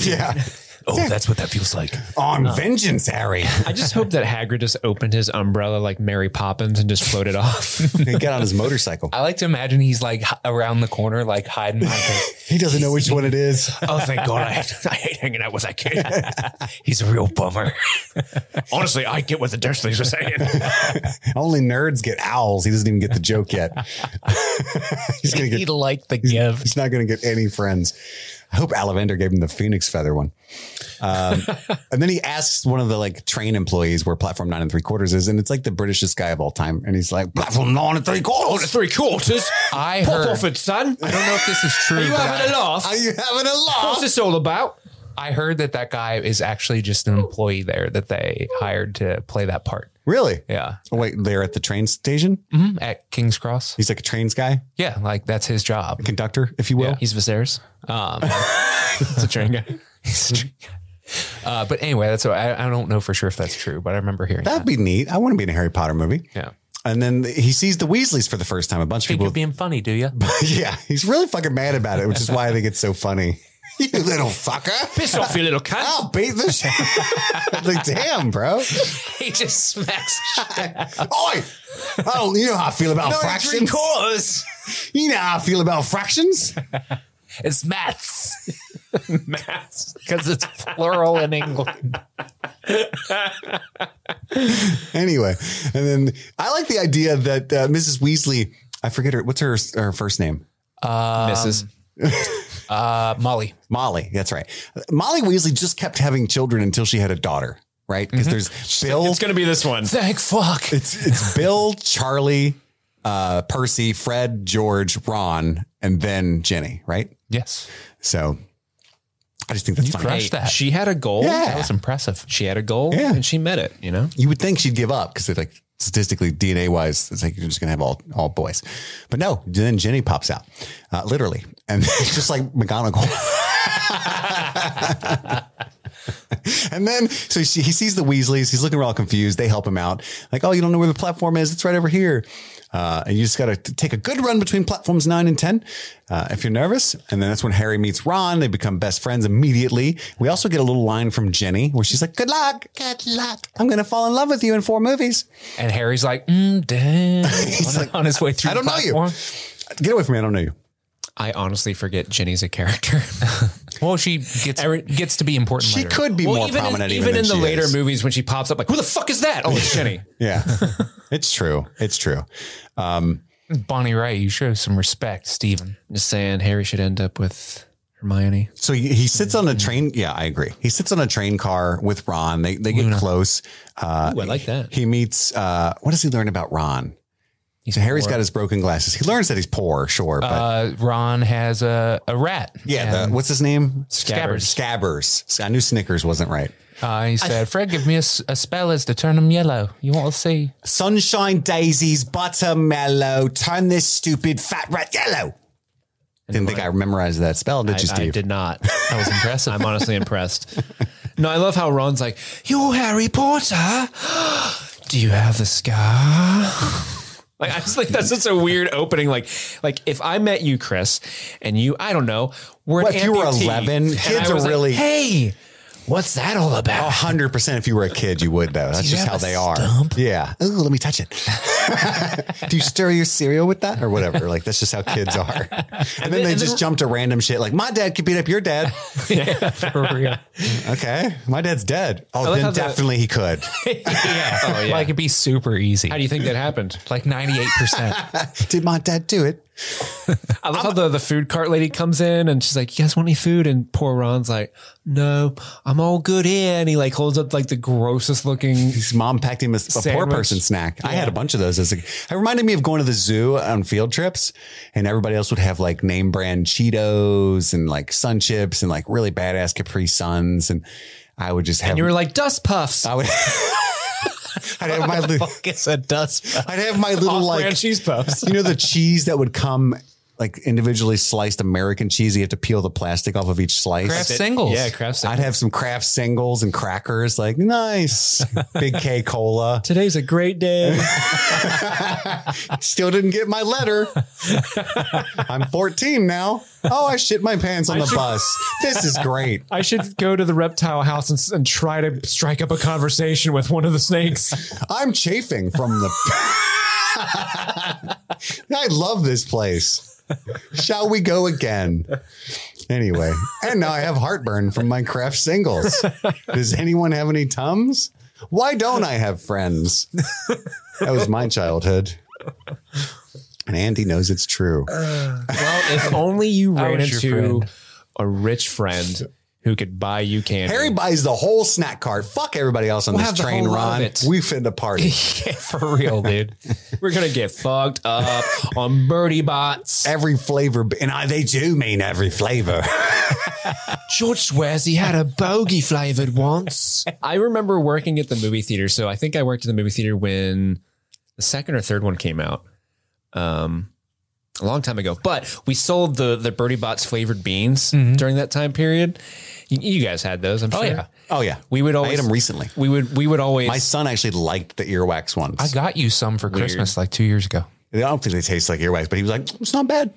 Speaker 1: yeah,
Speaker 4: oh, that's what that feels like.
Speaker 1: on
Speaker 4: Uh.
Speaker 1: vengeance, Harry.
Speaker 5: I just hope that Hagrid just opened his umbrella like Mary Poppins and just floated off.
Speaker 1: he got on his motorcycle.
Speaker 4: I like to imagine he's like h- around the corner, like hiding behind his-
Speaker 1: He doesn't know which one it is.
Speaker 5: oh, thank God! I, I hate hanging out with that kid.
Speaker 4: He's a real bummer.
Speaker 5: Honestly, I get what the Dursleys are saying.
Speaker 1: Only nerds get owls. He doesn't even get the joke yet. he's gonna get.
Speaker 4: he liked the gift.
Speaker 1: He's not gonna get any friends. I hope Alavander gave him the phoenix feather one. Um, and then he asks one of the like train employees where platform nine and three quarters is, and it's like the Britishest guy of all time. And he's like, platform nine and three quarters.
Speaker 5: Three quarters.
Speaker 4: I
Speaker 5: Pop
Speaker 4: heard.
Speaker 5: off it, son.
Speaker 4: I don't know if this is true.
Speaker 5: You
Speaker 4: but
Speaker 5: having a
Speaker 4: I-
Speaker 5: laugh?
Speaker 1: Are you having a
Speaker 5: What's
Speaker 1: laugh?
Speaker 5: this all about?
Speaker 4: I heard that that guy is actually just an employee there that they hired to play that part.
Speaker 1: Really?
Speaker 4: Yeah,
Speaker 1: Oh, wait, they're at the train station.
Speaker 5: Mm-hmm.
Speaker 4: Mhm. at King's Cross.
Speaker 1: He's like a trains guy,
Speaker 4: Yeah, like that's his job.
Speaker 1: conductor, if you will.
Speaker 5: He's Viserys.
Speaker 4: Um,
Speaker 5: It's a train guy.
Speaker 4: uh, but anyway, that's what I, I don't know for sure if that's true, but I remember hearing
Speaker 1: That'd be neat. I want to be in a Harry Potter movie.
Speaker 4: that. Yeah,
Speaker 1: And then he sees the Weasleys for the first time. A bunch of
Speaker 4: think
Speaker 1: people.
Speaker 4: you're being funny, do you?
Speaker 1: yeah, he's really fucking mad about it, which is why I think it's so funny. you little fucker.
Speaker 5: Piss off, you little cunt.
Speaker 1: I'll beat the shit. like, damn, bro.
Speaker 4: he just smacks
Speaker 1: Oi! Oh, you know how I feel about fractions.
Speaker 4: quarters.
Speaker 1: You know how I feel about fractions.
Speaker 4: It's maths. maths, because it's plural in England.
Speaker 1: anyway, and then I like the idea that uh, Mrs. Weasley, I forget her, what's her, her first name?
Speaker 5: Mrs.
Speaker 4: Uh, Molly.
Speaker 1: Molly. That's right. Molly Weasley just kept having children until she had a daughter, right? Because there's Bill.
Speaker 5: It's going to be this one.
Speaker 4: Thank fuck.
Speaker 1: It's it's Bill, Charlie, uh, Percy, Fred, George, Ron, and then Jenny, right?
Speaker 4: Yes,
Speaker 1: So I just think that's
Speaker 4: you
Speaker 1: funny.
Speaker 4: crushed that.
Speaker 5: She had a goal.
Speaker 1: Yeah.
Speaker 4: that was impressive.
Speaker 5: She had a goal
Speaker 1: Yeah.
Speaker 5: and she met it, you know?
Speaker 1: You would think she'd give up because like statistically DNA wise, it's like you're just gonna have all all boys, but no. Then Jenny pops out, uh, literally, and it's just like McGonagall. and then so she, he sees the Weasleys. He's looking all confused. They help him out. Like, oh, you don't know where the platform is? It's right over here. Uh, and you just got to take a good run between platforms nine and ten uh, if you're nervous. And then that's when Harry meets Ron. They become best friends immediately. We also get a little line from Jenny where she's like, "Good luck, good luck. I'm gonna fall in love with you in four movies."
Speaker 4: And Harry's like, mm, damn. on,
Speaker 1: like,
Speaker 4: on his way through.
Speaker 1: I don't
Speaker 4: the
Speaker 1: know you.
Speaker 4: platform.
Speaker 1: Get away from me! I don't know you.
Speaker 5: I honestly forget Jenny's a character.
Speaker 4: Well, she gets gets to be important.
Speaker 1: She
Speaker 4: later.
Speaker 1: could be more
Speaker 5: even
Speaker 1: prominent
Speaker 5: in,
Speaker 1: even,
Speaker 5: even in the
Speaker 1: than she
Speaker 5: later
Speaker 1: is.
Speaker 5: movies when she pops up, like, who the fuck is that? Oh, it's Jenny.
Speaker 1: Yeah, it's true. It's true.
Speaker 4: Bonnie Wright. You show some respect, Stephen.
Speaker 5: Just saying, Harry should end up with Hermione.
Speaker 1: So he he sits
Speaker 5: Mm-hmm.
Speaker 1: on a train. Yeah, I agree. He sits on a train car with Ron. They they get close. Uh,
Speaker 5: Ooh, I like that.
Speaker 1: He meets. Uh, what does he learn about Ron? so Harry's got his broken glasses. He learns that he's poor, sure, but
Speaker 4: Uh, Ron has a, a rat.
Speaker 1: yeah. The,
Speaker 4: And,
Speaker 1: what's his name?
Speaker 4: Scabbers.
Speaker 1: Scabbers. I knew Snickers wasn't right.
Speaker 4: uh, he said, "Fred, give me a, s- a spell as to turn him yellow. You want to see?"
Speaker 1: Sunshine daisies, butter mellow. Turn this stupid fat rat yellow. Didn't think I memorized that spell, did you,
Speaker 5: I, I
Speaker 1: Steve?
Speaker 5: did not. That was impressive. I'm honestly impressed. No, I love how Ron's like, "You're Harry Potter. Do you have the scar?" Like I just think that's just a weird opening. Like, like if I met you, Chris, and you, I don't know, were
Speaker 1: Well,
Speaker 5: an
Speaker 1: if you were
Speaker 5: amputee,
Speaker 1: 11,
Speaker 5: and
Speaker 1: kids
Speaker 5: I
Speaker 1: are
Speaker 5: was like,
Speaker 1: really- Oh.
Speaker 5: hey, what's that all
Speaker 1: A
Speaker 5: about?
Speaker 1: hundred percent. If you were a kid, you would though. That's
Speaker 4: you
Speaker 1: just
Speaker 4: have
Speaker 1: how
Speaker 4: a
Speaker 1: they are.
Speaker 4: stump?
Speaker 1: Yeah. Ooh, let me touch it. Do you stir your cereal with that or whatever? Like that's just how kids are. And, then, they just jump to random shit. Like my dad could beat up your dad.
Speaker 4: For real?
Speaker 1: Okay, my dad's dead. Oh,
Speaker 5: like how
Speaker 1: then
Speaker 5: the-
Speaker 1: definitely he could.
Speaker 4: yeah.
Speaker 5: Oh, yeah.
Speaker 4: Like it'd be super easy.
Speaker 5: how do you think that happened?
Speaker 4: like ninety eight percent.
Speaker 1: Did my dad do it?
Speaker 5: I love how the, the food cart lady comes in and she's like, You guys want any food? And poor Ron's like, No, I'm all good here. And he like holds up like the grossest looking
Speaker 1: His mom packed him a, a poor
Speaker 5: Sandwich.
Speaker 1: person snack. I had a bunch of those. As a, it reminded me of going to the zoo on field trips, and everybody else would have like name brand Cheetos and like Sun Chips and like really badass Capri Suns, and I would just have.
Speaker 5: and you were like, Dust puffs.
Speaker 1: I would. I'd have my little.
Speaker 4: It's a dust.
Speaker 1: I'd have my little like
Speaker 5: Off-brand cheese puffs.
Speaker 1: You know the cheese that would come like individually sliced American cheese. You have to peel the plastic off of each slice.
Speaker 4: Kraft singles.
Speaker 5: Yeah, Kraft singles.
Speaker 1: I'd have some craft singles and crackers, like nice big K cola.
Speaker 5: Today's a great day.
Speaker 1: Still didn't get my letter. I'm 14 now. Oh, I shit my pants on the bus. This is great.
Speaker 5: I should go to the reptile house and, s- and try to strike up a conversation with one of the snakes.
Speaker 1: I'm chafing from the. I love this place. Shall we go again? Anyway, and now I have heartburn from my craft singles. Does anyone have any tums? Why don't I have friends? That was my childhood. And Andy knows it's true.
Speaker 5: Well, if only you
Speaker 4: I
Speaker 5: ran
Speaker 4: was your
Speaker 5: into
Speaker 4: friend.
Speaker 5: a rich friend who could buy you candy.
Speaker 1: Harry buys the whole snack cart. Fuck everybody else on
Speaker 5: We'll have
Speaker 1: this
Speaker 5: the
Speaker 1: train,
Speaker 5: whole lot
Speaker 1: Ron.
Speaker 5: of it.
Speaker 1: We finna party.
Speaker 5: Yeah, for real, dude. We're gonna get fucked up on birdie bots.
Speaker 1: every flavor, and I, they do mean every flavor.
Speaker 2: George swears he had a bogey flavored once.
Speaker 5: I remember working at the movie theater, so I think I worked at the movie theater when the second or third one came out, um, a long time ago. But we sold the the birdie bots flavored beans
Speaker 2: Mm-hmm.
Speaker 5: during that time period. You, you guys had those, I'm sure.
Speaker 4: yeah.
Speaker 1: oh yeah,
Speaker 5: We would
Speaker 1: I
Speaker 5: always
Speaker 1: ate them recently.
Speaker 5: We would we would always
Speaker 1: My son actually liked the earwax ones.
Speaker 4: I got you some for Christmas like two years ago.
Speaker 1: I don't think they taste like earwax, but he was like, "It's not bad."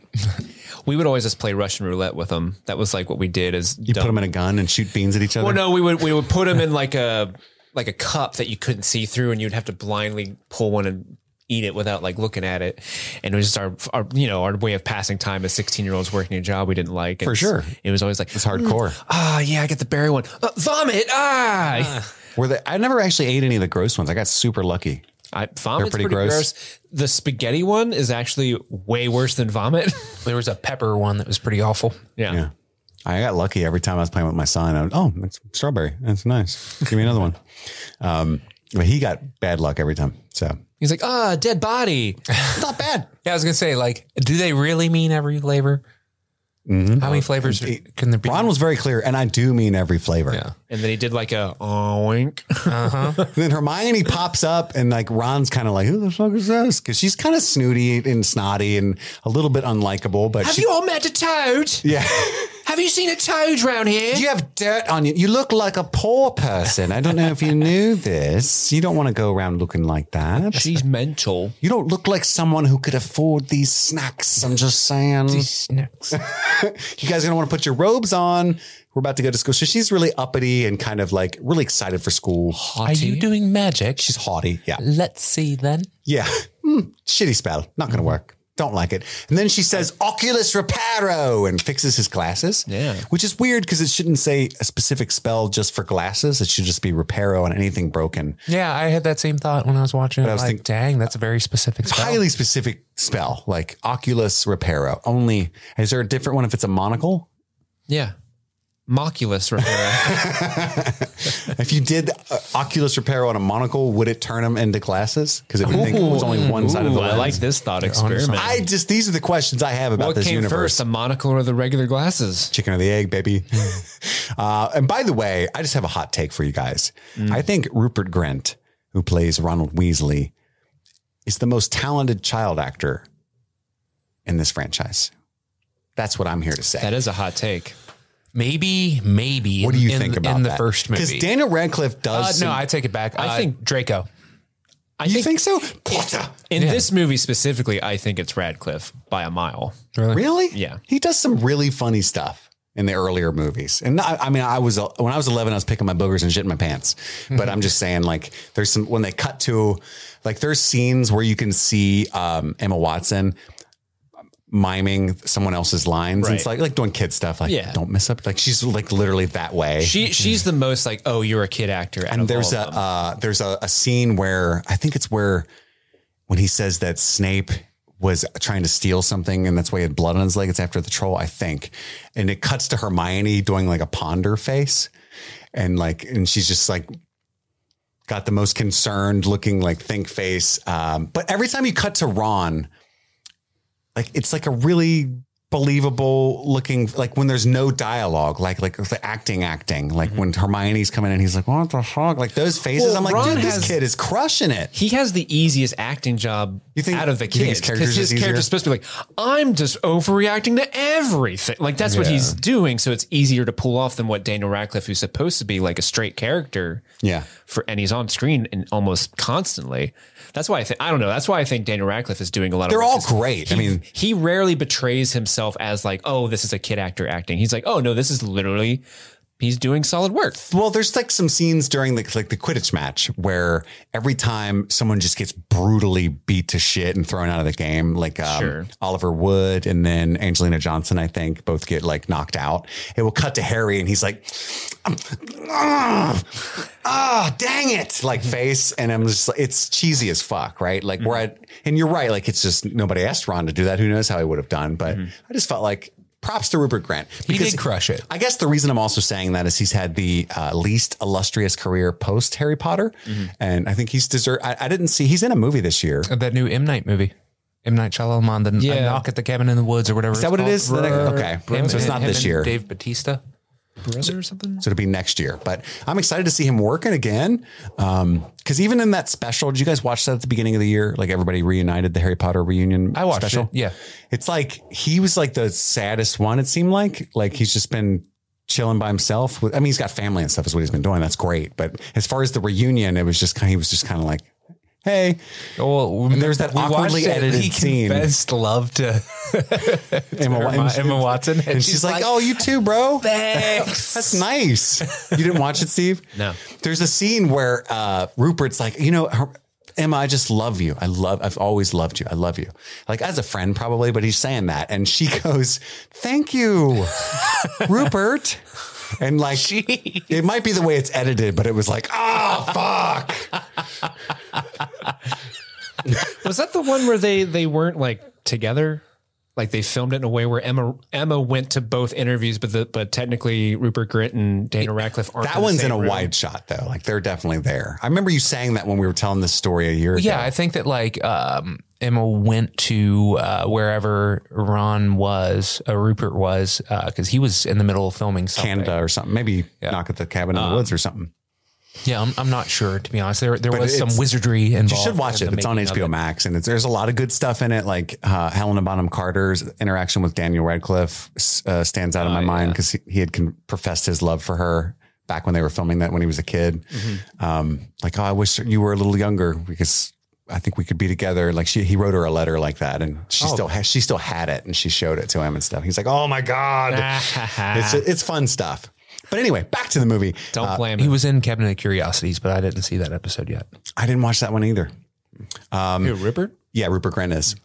Speaker 5: we would always just play Russian roulette with them. That was like what we did. Is
Speaker 1: You put them in a gun and shoot beans at each other.
Speaker 5: Well, no, we would we would put them in like a like a cup that you couldn't see through, and you'd have to blindly pull one and eat it without like looking at it. And it was just our, our you know our way of passing time as sixteen year olds working a job we didn't like.
Speaker 1: For
Speaker 5: It's-
Speaker 1: sure.
Speaker 5: it was always like
Speaker 1: it's hardcore.
Speaker 5: ah yeah, I get the berry one. Uh, vomit ah.
Speaker 1: Were they, I never actually ate any of the gross ones. I got super lucky.
Speaker 5: I, vomit's
Speaker 1: pretty
Speaker 5: pretty,
Speaker 1: gross.
Speaker 5: gross. The spaghetti one is actually way worse than vomit.
Speaker 4: There was a pepper one that was pretty awful.
Speaker 5: yeah.
Speaker 1: Yeah. I got lucky every time I was playing with my son. I would, oh, it's strawberry. That's nice. Give me another one. Um, but he got bad luck every time. So
Speaker 5: He's like, ah, dead body.
Speaker 1: it's not bad.
Speaker 4: Yeah, I was gonna say, like, do they really mean every flavor? How many flavors are, can there be?
Speaker 1: Mm-hmm. Ron was very clear, and I do mean every flavor.
Speaker 4: Yeah.
Speaker 5: And then he did like a oh, wink.
Speaker 1: And then Hermione pops up, and like Ron's kind of like, "Who the fuck is this?" Because she's kind of snooty and snotty and a little bit unlikable. But
Speaker 2: Have
Speaker 1: she,
Speaker 2: you all met a toad?
Speaker 1: yeah,
Speaker 2: Have you seen a toad round here?
Speaker 1: you have dirt on you. You look like a poor person. I don't know if you knew this. You don't want to go around looking like that.
Speaker 5: She's mental.
Speaker 1: You don't look like someone who could afford these snacks. I'm just saying. You guys are gonna want to put your robes on. We're about to go to school. So she's really uppity and kind of like really excited for school.
Speaker 4: Are you doing magic?
Speaker 1: She's haughty. Yeah.
Speaker 4: Let's see then.
Speaker 1: Yeah. Hmm. shitty spell. Not going to work. Don't like it. And then she says, Oculus Reparo, and fixes his glasses.
Speaker 5: Yeah.
Speaker 1: Which is weird because it shouldn't say a specific spell just for glasses. It should just be Reparo on anything broken.
Speaker 4: Yeah, I had that same thought when I was watching it.
Speaker 1: was
Speaker 4: like,
Speaker 1: think-
Speaker 4: dang, that's a very specific spell.
Speaker 1: Highly specific spell, like Oculus Reparo. Only, is there a different one if it's a monocle?
Speaker 5: Yeah. Moculus repair.
Speaker 1: If you did uh, Oculus Reparo on a monocle, would it turn them into glasses? Because it would think it was only one side of the
Speaker 5: Ooh, I
Speaker 1: lens.
Speaker 5: like this thought experiment.
Speaker 1: I just, these are the questions I have about
Speaker 5: what
Speaker 1: this
Speaker 5: came
Speaker 1: universe.
Speaker 5: first, the monocle or the regular glasses?
Speaker 1: chicken or the egg, baby. uh, and by the way, I just have a hot take for you guys.
Speaker 4: Mm.
Speaker 1: I think Rupert Grint, who plays Ronald Weasley, is the most talented child actor in this franchise. That's what I'm here to say.
Speaker 5: That is a hot take.
Speaker 4: maybe, maybe.
Speaker 1: What do you
Speaker 4: in-
Speaker 1: think about
Speaker 4: in the
Speaker 1: that?
Speaker 4: first movie?
Speaker 1: Because Daniel Radcliffe
Speaker 4: Uh,
Speaker 1: does.
Speaker 4: no,
Speaker 1: some-
Speaker 4: I take it back. Uh, I
Speaker 5: think-
Speaker 4: Draco.
Speaker 5: Uh, I
Speaker 1: you think
Speaker 5: think,
Speaker 1: so? Potter.
Speaker 5: in this movie specifically, I think it's Radcliffe by a mile.
Speaker 1: Really?
Speaker 5: Yeah.
Speaker 1: He does some really funny stuff in the earlier movies. And I, I mean, I was when I was 11, I was picking my boogers and shit in my pants. But I'm just saying, like, there's some when they cut to, like, there's scenes where you can see um, Emma Watson miming someone else's lines. And it's
Speaker 5: Right.
Speaker 1: like like doing kid stuff, like
Speaker 5: Yeah.
Speaker 1: don't mess up. Like she's like literally that way.
Speaker 5: She she's the most like, oh, you're a kid actor. And
Speaker 1: And there's a uh, there's a, a scene where I think it's where when he says that Snape was trying to steal something and that's why he had blood on his leg. It's after the troll, I think. And it cuts to Hermione doing like a ponder face, and like and she's just like got the most concerned looking like think face. Um, but every time you cut to Ron, like it's like a really believable looking like when there's no dialogue like like the acting acting like when hermione's coming in he's like what the fuck like those faces
Speaker 5: Mm-hmm. Well,
Speaker 1: i'm like
Speaker 5: Ron
Speaker 1: dude this
Speaker 5: has-
Speaker 1: kid is crushing it
Speaker 5: he has the easiest acting job
Speaker 1: You think-
Speaker 5: out of the
Speaker 1: you think his
Speaker 5: kids
Speaker 1: character's
Speaker 5: because his
Speaker 1: just
Speaker 5: character's
Speaker 1: easier?
Speaker 5: supposed to be like, I'm just overreacting to everything. Like that's what he's doing, so it's easier to pull off than what Daniel Radcliffe, who's supposed to be like a straight character,
Speaker 1: yeah
Speaker 5: for and he's on screen and almost constantly. That's why I think I don't know. That's why I think Daniel Radcliffe is doing a lot.
Speaker 1: they're
Speaker 5: of
Speaker 1: all
Speaker 5: this-
Speaker 1: great i mean
Speaker 5: He rarely betrays himself as like, oh, this is a kid actor acting. He's like, oh no, this is literally he's doing solid work.
Speaker 1: well there's like some scenes during the like the quidditch match where every time someone just gets brutally beat to shit and thrown out of the game like um,
Speaker 5: Sure.
Speaker 1: oliver wood and then angelina johnson i think both get like knocked out it will cut to harry and he's like "Um, ah, ah, dang it, like face. And I'm just like, it's cheesy as fuck, right? Like,
Speaker 4: Mm-hmm.
Speaker 1: we're at, and you're right, like, it's just nobody asked Ron to do that. Who knows how he would have done, but I just felt like props to Rupert Grant.
Speaker 4: Mm-hmm. He did crush it.
Speaker 1: I guess the reason I'm also saying that is he's had the uh, least illustrious career post Harry Potter,
Speaker 4: Mm-hmm.
Speaker 1: and I think he's deserved. I, I didn't see he's in a movie this year.
Speaker 4: that new M Night movie. M Night Shyamalan, the
Speaker 5: Yeah.
Speaker 4: a knock at the cabin in the woods or whatever. Is
Speaker 1: that what it is? The next- okay. So it's not this year.
Speaker 4: Dave Batista.
Speaker 5: brother or something.
Speaker 1: So it'll be next year, but I'm excited to see him working again. Um, cause even in that special, did you guys watch that at the beginning of the year? Like everybody reunited the Harry Potter reunion.
Speaker 4: I watched
Speaker 1: special?
Speaker 4: it, yeah.
Speaker 1: It's like, he was like the saddest one. It seemed like, like he's just been chilling by himself with, I mean, he's got family and stuff is what he's been doing. That's great. But as far as the reunion, it was just kind of, he was just kind of like, Hey,
Speaker 4: Oh,
Speaker 1: And there's that
Speaker 4: we watched
Speaker 1: awkwardly
Speaker 4: it.
Speaker 1: edited
Speaker 4: he
Speaker 1: scene.
Speaker 4: confessed love to
Speaker 1: Emma,
Speaker 4: Emma,
Speaker 1: Watson.
Speaker 4: Emma Watson,
Speaker 1: And she's, like, "Oh, you too, bro.
Speaker 4: Thanks.
Speaker 1: That's nice. You didn't watch it, Steve?
Speaker 5: No.
Speaker 1: There's a scene where uh, Rupert's like, you know, her- Emma, I just love you. I love. I've always loved you. I love you. Like as a friend, probably, but he's saying that, and she goes, "Thank you, Rupert." And like, it might be the way it's edited, but it was like, oh, fuck.
Speaker 5: Was that the one where they they weren't like together? Like they filmed it in a way where Emma Emma went to both interviews, but the but technically Rupert Grint and Daniel Radcliffe aren't.
Speaker 1: That one's
Speaker 5: the
Speaker 1: in
Speaker 5: same
Speaker 1: a
Speaker 5: room.
Speaker 1: wide shot though. Like they're definitely there. I remember you saying that when we were telling this story a year ago.
Speaker 4: Yeah, I think that like um, Emma went to uh, wherever Ron was, uh, Rupert was, because he was in the middle of filming something.
Speaker 1: Canada or something. Maybe knock at the cabin in
Speaker 4: Uh,
Speaker 1: the woods or something.
Speaker 4: Yeah, I'm, I'm not sure to be honest. There there was some
Speaker 1: it's-
Speaker 4: wizardry involved.
Speaker 1: You should watch
Speaker 4: in
Speaker 1: it.
Speaker 4: the
Speaker 1: It's on
Speaker 4: making of
Speaker 1: HBO
Speaker 4: it.
Speaker 1: Max, and it's, there's a lot of good stuff in it, like uh, Helena Bonham Carter's interaction with Daniel Radcliffe s- uh, stands out in my
Speaker 4: Ah,
Speaker 1: mind because he, he had con- professed his love for her back when they were filming that when he was a kid.
Speaker 4: Mm-hmm.
Speaker 1: Um, like, oh, I wish you were a little younger because I think we could be together. Like, she he wrote her a letter like that, and
Speaker 4: Oh.
Speaker 1: she still ha- she still had it, and she showed it to him and stuff. He's like, oh my god,
Speaker 4: Ah.
Speaker 1: it's it's fun stuff. But anyway, back to the movie.
Speaker 5: Don't blame
Speaker 4: He
Speaker 5: him.
Speaker 4: was in Cabinet of Curiosities, but I didn't see that episode yet.
Speaker 1: I didn't watch that one either. um,
Speaker 5: Who, Rupert?
Speaker 1: Yeah, Rupert Grint is.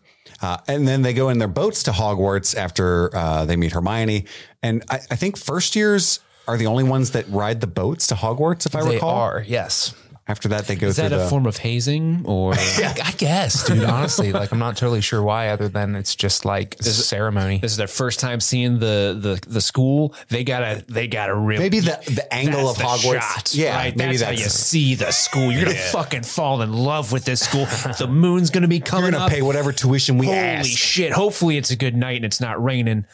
Speaker 1: Uh, and then they go in their boats to Hogwarts after uh, they meet Hermione. And I, I think first years are the only ones that ride the boats to Hogwarts, if I
Speaker 4: They
Speaker 1: recall.
Speaker 4: are, yes.
Speaker 1: After that, they go
Speaker 5: Is
Speaker 1: through
Speaker 5: that a
Speaker 1: the.
Speaker 5: form of hazing or
Speaker 4: I, I guess, dude. Honestly, like I'm not totally sure why, other than it's just like ceremony.
Speaker 5: this is their first time seeing the the the school? They gotta they gotta really
Speaker 1: maybe the, the angle
Speaker 5: e-, That's
Speaker 1: of Hogwarts.
Speaker 5: shot,
Speaker 1: yeah,
Speaker 5: right?
Speaker 1: maybe
Speaker 5: that's,
Speaker 1: that's,
Speaker 5: how you see the school. You're gonna fucking fall in love with this school. the moon's gonna be coming
Speaker 1: We're going
Speaker 5: up.
Speaker 1: to pay whatever tuition we
Speaker 5: Holy
Speaker 1: ask.
Speaker 5: shit! Hopefully, it's a good night and it's not raining.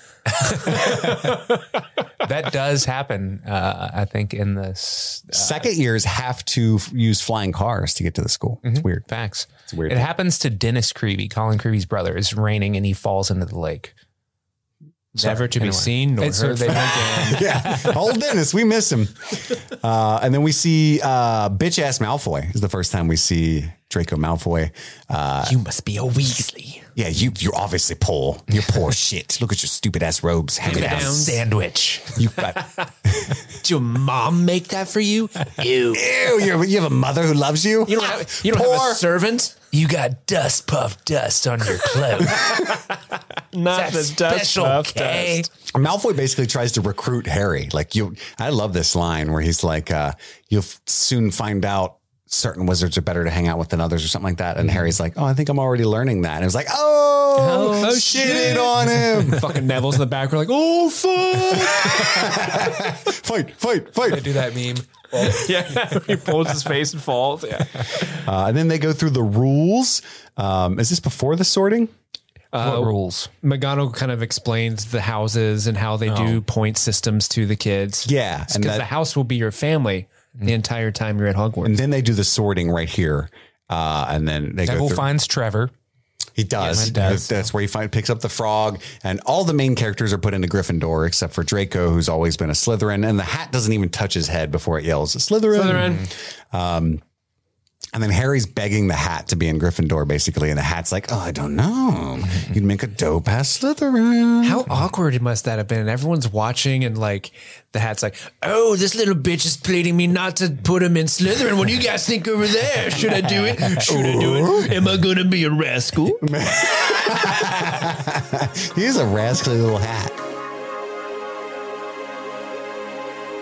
Speaker 4: that does happen. Uh, I think in this
Speaker 1: Second years have to f- use flying cars to get to the school.
Speaker 5: Mm-hmm.
Speaker 1: It's weird.
Speaker 4: Facts. It's
Speaker 1: weird.
Speaker 4: It happens to Dennis Creevy, Colin Creevy's brother. It's raining and he falls into the lake.
Speaker 5: Never to be
Speaker 4: Anyway.
Speaker 5: seen nor
Speaker 4: It's- so
Speaker 5: heard.
Speaker 4: they
Speaker 5: from
Speaker 4: don't
Speaker 5: again.
Speaker 1: yeah. Old Dennis, we miss him. Uh, and then we see uh, bitch ass Malfoy is the first time we see Draco Malfoy. Uh,
Speaker 5: you must be a Weasley.
Speaker 1: yeah, you you're obviously poor. You're poor shit. Look at your stupid ass robes hanging
Speaker 5: at
Speaker 1: down.
Speaker 5: those.
Speaker 4: Sandwich.
Speaker 1: You, got-
Speaker 5: Did your mom make that for you? Ew.
Speaker 1: ew, you're, you have a mother who loves you.
Speaker 5: You don't have you don't have
Speaker 1: Poor-
Speaker 5: a servant.
Speaker 4: You got dust puff dust on your clothes.
Speaker 5: Not
Speaker 4: That's special, okay?
Speaker 1: Malfoy basically tries to recruit Harry. Like you, I love this line where he's like, uh, "You'll f- soon find out." Certain wizards are better to hang out with than others, or something like that. And Harry's like, "Oh, I think I'm already learning that." And it was like, "Oh,
Speaker 5: Oh,
Speaker 1: shit,
Speaker 5: shit.
Speaker 1: it on him!"
Speaker 5: Fucking Neville's in the back. We're like, oh fuck.
Speaker 1: fight, fight, fight.
Speaker 4: Do that meme.
Speaker 5: yeah, he pulls his face and falls. Yeah.
Speaker 1: Uh, and then they go through the rules. Um, is this before the sorting?
Speaker 4: what rules?
Speaker 5: McGonagall kind of explains the houses and how they do point systems to the kids.
Speaker 1: Oh. Yeah, and
Speaker 5: because
Speaker 1: that- Mm.
Speaker 5: the house will be your family the entire time you're at Hogwarts.
Speaker 1: And then they do the sorting right here. Uh, and then they go
Speaker 4: Neville
Speaker 1: through.
Speaker 4: finds Trevor.
Speaker 1: he does.
Speaker 4: he does.
Speaker 1: That's where he find, picks up the frog, and all the main characters are put into Gryffindor except for Draco, who's always been a Slytherin, and the hat doesn't even touch his head before it yells Slytherin. Um, And then Harry's begging the hat to be in Gryffindor, basically, and the hat's like, "Oh, I don't know. You'd make a dope ass Slytherin."
Speaker 5: How awkward must that have been? And everyone's watching, and like the hat's like, "Oh, this little bitch is pleading me not to put him in Slytherin. What do you guys think over there? Should I do it? Should I do it? Am I gonna be a rascal?"
Speaker 1: He's a rascally little hat.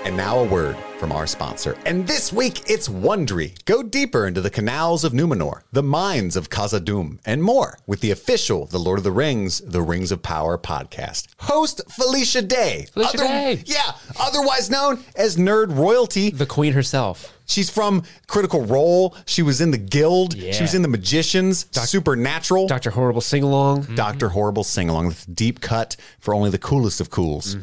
Speaker 1: And now a word from our sponsor. And this week, it's Wondery. Go deeper into the canals of Numenor, the mines of Khazad-dûm, and more with the official The Lord of the Rings, The Rings of Power podcast. Host Felicia Day.
Speaker 5: Felicia Day.
Speaker 1: Yeah, otherwise known as Nerd Royalty.
Speaker 5: The queen herself.
Speaker 1: She's from Critical Role. She was in The Guild.
Speaker 5: Yeah.
Speaker 1: She was in The Magicians, Supernatural.
Speaker 5: Dr. Horrible Sing Along.
Speaker 1: Dr. Horrible sing along with deep cut for only the coolest of cools.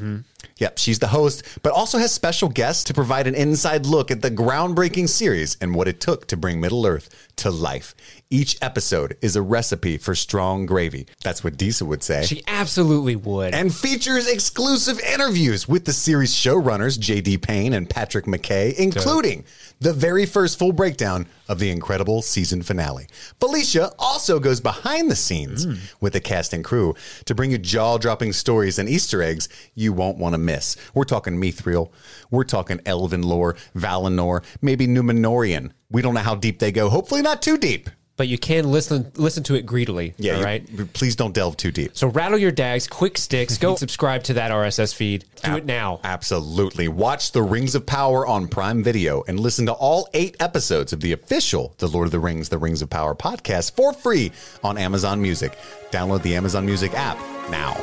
Speaker 1: Yep, she's the host, but also has special guests to provide an inside look at the groundbreaking series and what it took to bring Middle Earth to life. Each episode is a recipe for strong gravy. That's what Disa would say
Speaker 5: She absolutely would.
Speaker 1: and features exclusive interviews with the series showrunners J.D. Payne and Patrick McKay, including the very first full breakdown of the incredible season finale. Felicia also goes behind the scenes with the cast and crew to bring you jaw dropping stories and Easter eggs you won't want to miss. We're talking Mithril, we're talking Elven lore, Valinor, maybe Numenorian. We don't know how deep they go, hopefully, not too deep.
Speaker 5: but you can listen listen to it greedily.
Speaker 1: Yeah,
Speaker 5: all
Speaker 1: you-
Speaker 5: right.
Speaker 1: please don't delve too deep.
Speaker 5: So rattle your dags, quick sticks. Go subscribe to that RSS feed. Do it now.
Speaker 1: Absolutely. Watch The Rings of Power on Prime Video and listen to all eight episodes of the official The Lord of the Rings, The Rings of Power podcast for free on Amazon Music. Download the Amazon Music app now.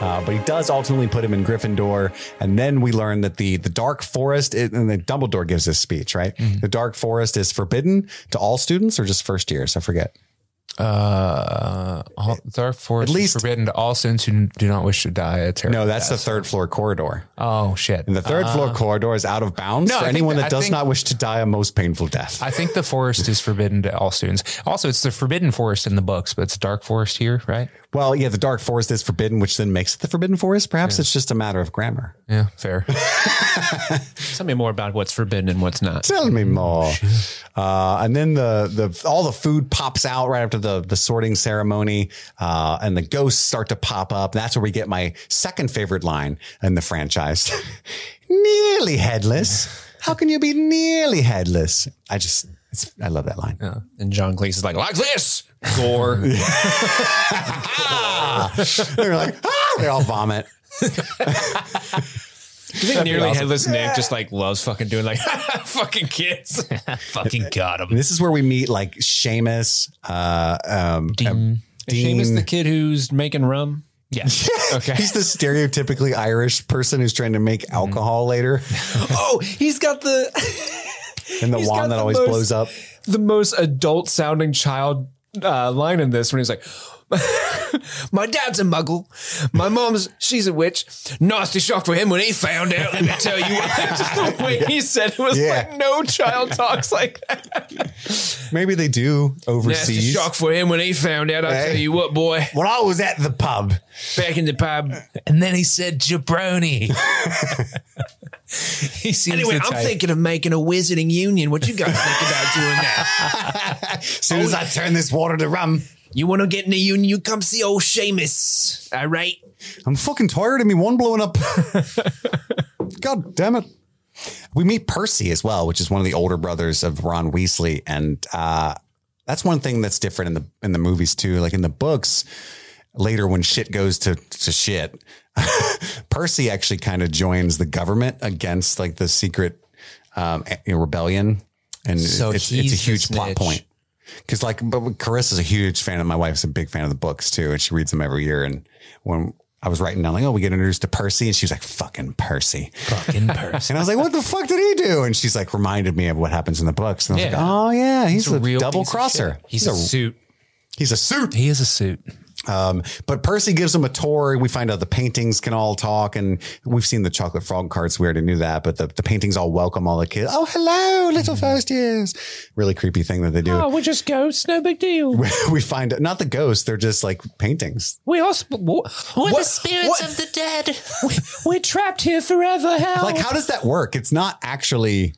Speaker 1: Uh, but he does ultimately put him in Gryffindor, and then we learn that the the Dark Forest is- and then Dumbledore gives this speech, right? The Dark Forest is forbidden to all students or just first years. I forget.
Speaker 4: Uh, all, dark forest
Speaker 1: At
Speaker 4: at
Speaker 1: least-
Speaker 4: least forbidden to all students who do not wish to die a terrible
Speaker 1: No, that's the third floor corridor.
Speaker 4: Oh shit!
Speaker 1: And the third floor corridor is out of bounds
Speaker 4: No, I
Speaker 1: for
Speaker 4: think
Speaker 1: anyone
Speaker 4: that-
Speaker 1: that
Speaker 4: I
Speaker 1: does
Speaker 4: think-
Speaker 1: not wish to die a most painful death.
Speaker 4: I think the forest is forbidden to all students. Also, it's the forbidden forest in the books, but it's dark forest here, right?
Speaker 1: well, yeah, the dark forest is forbidden, which then makes it the forbidden forest. Perhaps it's just a matter of grammar.
Speaker 4: Yeah, fair.
Speaker 5: Tell me more about what's forbidden and what's not.
Speaker 1: Tell
Speaker 4: Mm,
Speaker 1: me more. Uh, and then the the all the food pops out right after the the sorting ceremony, uh, and the ghosts start to pop up. That's where we get my second favorite line in the franchise: "Nearly headless. How can you be nearly headless?" I just, it's, I love that line.
Speaker 5: And John Cleese is like, like this. Gore.
Speaker 1: They're like, ah, they all vomit.
Speaker 5: Nearly
Speaker 1: awesome.
Speaker 5: headless Nick just like loves fucking doing like fucking kids.
Speaker 4: Fucking got him.
Speaker 1: And this is where we meet like Seamus, uh, um, Dean.
Speaker 5: Seamus the kid who's making rum.
Speaker 4: Yeah.
Speaker 5: Okay. Mm-hmm.
Speaker 1: He's the stereotypically Irish person who's trying to make alcohol later,
Speaker 5: oh, he's got the
Speaker 1: and the
Speaker 5: He's got
Speaker 1: wand that
Speaker 5: the
Speaker 1: always
Speaker 5: most-
Speaker 1: blows up.
Speaker 5: the most adult sounding child uh, line in this when he's like, My dad's a muggle. My mom's, she's a witch. Nasty shock for him when he found out. Let me tell you what. Just the way he said it was
Speaker 1: Yeah.
Speaker 5: like, no child talks like that.
Speaker 1: Maybe they do
Speaker 5: Nasty
Speaker 1: overseas.
Speaker 5: shock for him when he found out. I
Speaker 1: Hey.
Speaker 5: tell you what, boy,
Speaker 1: When I was at the pub,
Speaker 5: back in the pub.
Speaker 4: And then he said jabroni. he seems
Speaker 5: Anyway,
Speaker 4: the
Speaker 5: I'm
Speaker 4: type-
Speaker 5: thinking of making a wizarding union. What you guys think about doing that?
Speaker 1: as soon
Speaker 5: Oh.
Speaker 1: as I turn this water to rum,
Speaker 5: You want to get in a union? You come see old Seamus. All right.
Speaker 1: I'm fucking tired of me one blowing up. God damn it. We meet Percy as well, which is one of the older brothers of Ron Weasley, and uh, that's one thing that's different in the in the movies too. Like in the books, later when shit goes to to shit, Percy actually kind of joins the government against like the secret um, a- rebellion, and
Speaker 4: So
Speaker 1: it's, it's
Speaker 4: he's
Speaker 1: a
Speaker 4: the
Speaker 1: huge plot
Speaker 4: snitch.
Speaker 1: point. Because like, but Carissa's a huge fan, and my wife's a big fan of the books too, and she reads them every year. And when I was writing down, like, oh, we get introduced to Percy, and she was like, "Fucking Percy,"
Speaker 4: fucking person.
Speaker 1: and I was like, "What the fuck did he do?" And she's like, reminded me of what happens in the books, and I was like, "Oh yeah, he's,
Speaker 4: a
Speaker 1: a,
Speaker 4: real
Speaker 1: double
Speaker 4: piece of
Speaker 1: crosser.
Speaker 4: shit.
Speaker 1: He's a
Speaker 5: Suit.
Speaker 1: he's a suit."
Speaker 4: He is a suit.
Speaker 1: Um, but Percy gives him a tour. We find out the paintings can all talk, and we've seen the chocolate frog cards. We already knew that, but the, the paintings all welcome all the kids. Oh, hello,
Speaker 4: Mm-hmm.
Speaker 1: little first years. Really creepy thing that they
Speaker 4: Oh.
Speaker 1: do.
Speaker 5: we're Oh, just ghosts. No big deal.
Speaker 1: We find not the ghosts; they're just like paintings.
Speaker 5: We are sp- what, what, the spirits of the dead. We're trapped here forever. Hell,
Speaker 1: Like, how does that work? It's not actually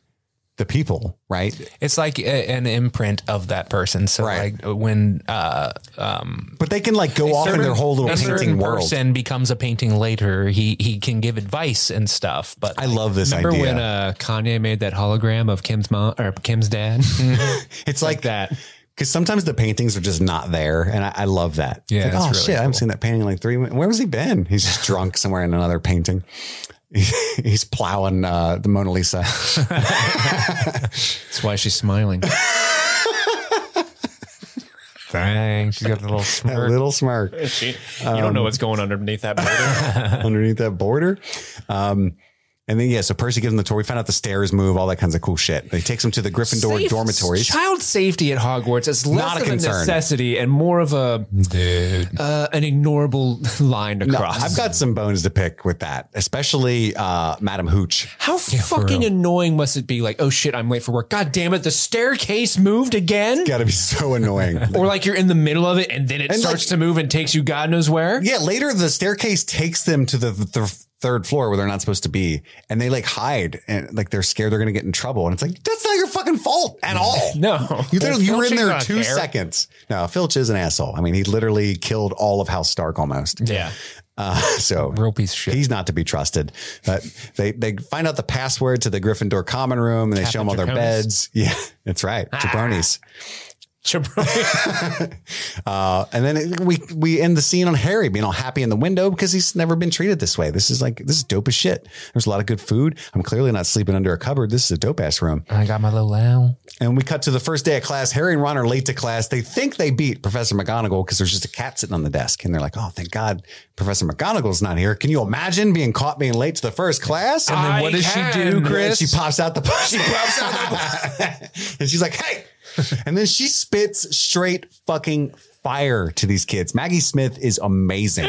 Speaker 1: the people, right?
Speaker 4: It's like a, an imprint of that person. So
Speaker 1: Right.
Speaker 4: like when uh,
Speaker 1: But they can like go off in their whole
Speaker 4: a
Speaker 1: little
Speaker 4: certain
Speaker 1: painting world.
Speaker 4: person becomes a painting later, he he can give advice and stuff. But
Speaker 1: I love this
Speaker 5: remember
Speaker 1: idea.
Speaker 5: when uh, Kanye made that hologram of Kim's mom or Kim's dad?
Speaker 1: it's like,
Speaker 5: that.
Speaker 1: Because sometimes the paintings are just not there, and I, I love that. It's
Speaker 4: Yeah,
Speaker 1: like,
Speaker 4: that's
Speaker 1: oh
Speaker 4: really
Speaker 1: shit, I haven't seen that painting in like three. min- Where has he been? He's just drunk somewhere in another painting. he's plowing uh, the Mona Lisa.
Speaker 5: That's why she's smiling.
Speaker 4: Dang, she's got a little
Speaker 1: that
Speaker 4: smirk.
Speaker 1: little smirk
Speaker 5: you don't know what's going underneath that border.
Speaker 1: underneath that border. Um, and then yeah, so Percy gives him the tour. We found out the stairs move, all that kinds of cool shit. They takes him to the Gryffindor
Speaker 5: Safe-
Speaker 1: dormitories.
Speaker 5: Child safety at Hogwarts is less
Speaker 1: Not a
Speaker 5: of
Speaker 1: concern.
Speaker 5: a necessity and more of a
Speaker 4: Dude.
Speaker 5: uh, an ignorable line to
Speaker 1: No,
Speaker 5: cross.
Speaker 1: I've got some bones to pick with that, especially uh, Madam Hooch.
Speaker 5: How fucking
Speaker 4: real.
Speaker 5: annoying must it be? Like, oh shit, I'm late for work. God damn it, the staircase moved again.
Speaker 1: Got to be so annoying.
Speaker 5: Or like you're in the middle of it and then it
Speaker 1: And,
Speaker 5: starts
Speaker 1: like-
Speaker 5: to move and takes you God knows where.
Speaker 1: yeah, later the staircase takes them to the, the th- third floor where they're not supposed to be, and they like hide and like they're scared they're gonna get in trouble. And it's like that's not your fucking fault at all.
Speaker 5: No.
Speaker 1: You literally you were in
Speaker 5: Filch's
Speaker 1: there
Speaker 5: not
Speaker 1: two
Speaker 5: there.
Speaker 1: seconds. No, Filch is an asshole. I mean, he literally killed all of House Stark almost.
Speaker 5: Yeah.
Speaker 1: Uh, so
Speaker 4: Real piece of shit.
Speaker 1: He's not to be trusted. But they they find out the password to the Gryffindor common room and they show them all their
Speaker 5: Captain Draconis.
Speaker 1: beds. Yeah, that's right. Jabronis.
Speaker 5: Jabroni.
Speaker 1: Uh, and then it- we we end the scene on Harry being all happy in the window because he's never been treated this way. This is like this is dope as shit. There's a lot of good food. I'm clearly not sleeping under a cupboard. This is a dope ass room.
Speaker 4: I got my little uh, owl.
Speaker 1: And we cut to the first day of class. Harry and Ron are late to class. They think they beat Professor McGonagall because there's just a cat sitting on the desk. And they're like, oh, thank God Professor McGonagall's not here. Can you imagine being caught being late to the first class? And
Speaker 4: then what does she do, Chris?
Speaker 1: She pops out the she pops out the and she's like, hey. And then she spits straight fucking fire to these kids. Maggie Smith is amazing.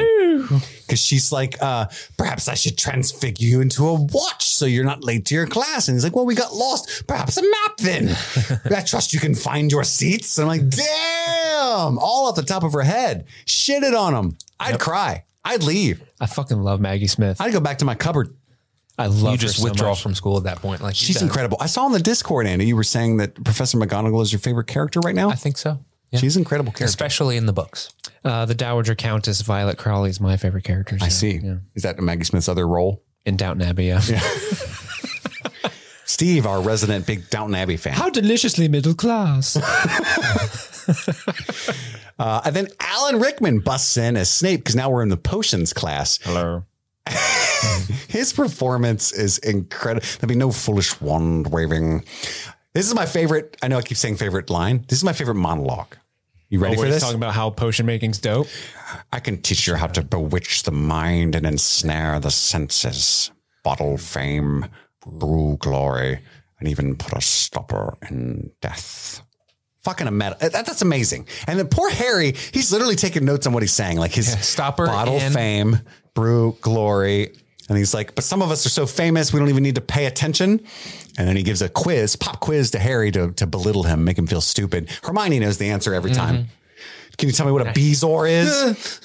Speaker 1: Cause she's like, uh, perhaps I should transfigure you into a watch so you're not late to your class. And he's like, well, we got lost. Perhaps a map then. I trust you can find your seats. And I'm like, damn, all off the top of her head. Shitted on him. I'd cry. I'd leave.
Speaker 5: I fucking love Maggie Smith. I,
Speaker 1: I'd go back to my cupboard.
Speaker 5: love
Speaker 4: You just withdraw from school at that point. Like
Speaker 1: She's incredible. I saw on the Discord, Andy, you were saying that Professor McGonagall is your favorite character right now.
Speaker 4: I think so. Yeah.
Speaker 1: She's an incredible character.
Speaker 4: especially in the books.
Speaker 5: Uh, the Dowager Countess Violet Crowley is my favorite character.
Speaker 1: I see. Is that Maggie Smith's other role?
Speaker 5: In Downton Abbey, yeah.
Speaker 1: Steve, our resident big Downton Abbey fan.
Speaker 5: How deliciously middle class.
Speaker 1: Uh, and then Alan Rickman busts in as Snape because now we're in the potions class.
Speaker 5: Hello.
Speaker 1: His performance is incredible. There'll be no foolish wand waving. This is my favorite. I know I keep saying favorite line. This is my favorite monologue. You ready for
Speaker 5: We're
Speaker 1: this?
Speaker 5: talking about how potion making's dope.
Speaker 1: I can teach you how to bewitch the mind and ensnare the senses, bottle fame, brew glory, and even put a stopper in death. Fucking a meta. That, that's amazing. And then poor Harry, he's literally taking notes on what he's saying. Like his
Speaker 4: stopper
Speaker 1: bottle
Speaker 4: in-
Speaker 1: fame, brew glory. And he's like, but some of us are so famous, we don't even need to pay attention. And then he gives a quiz, pop quiz to Harry to, to belittle him, make him feel stupid. Hermione knows the answer
Speaker 4: Mm-hmm.
Speaker 1: every time. Can you tell me what a Bezoar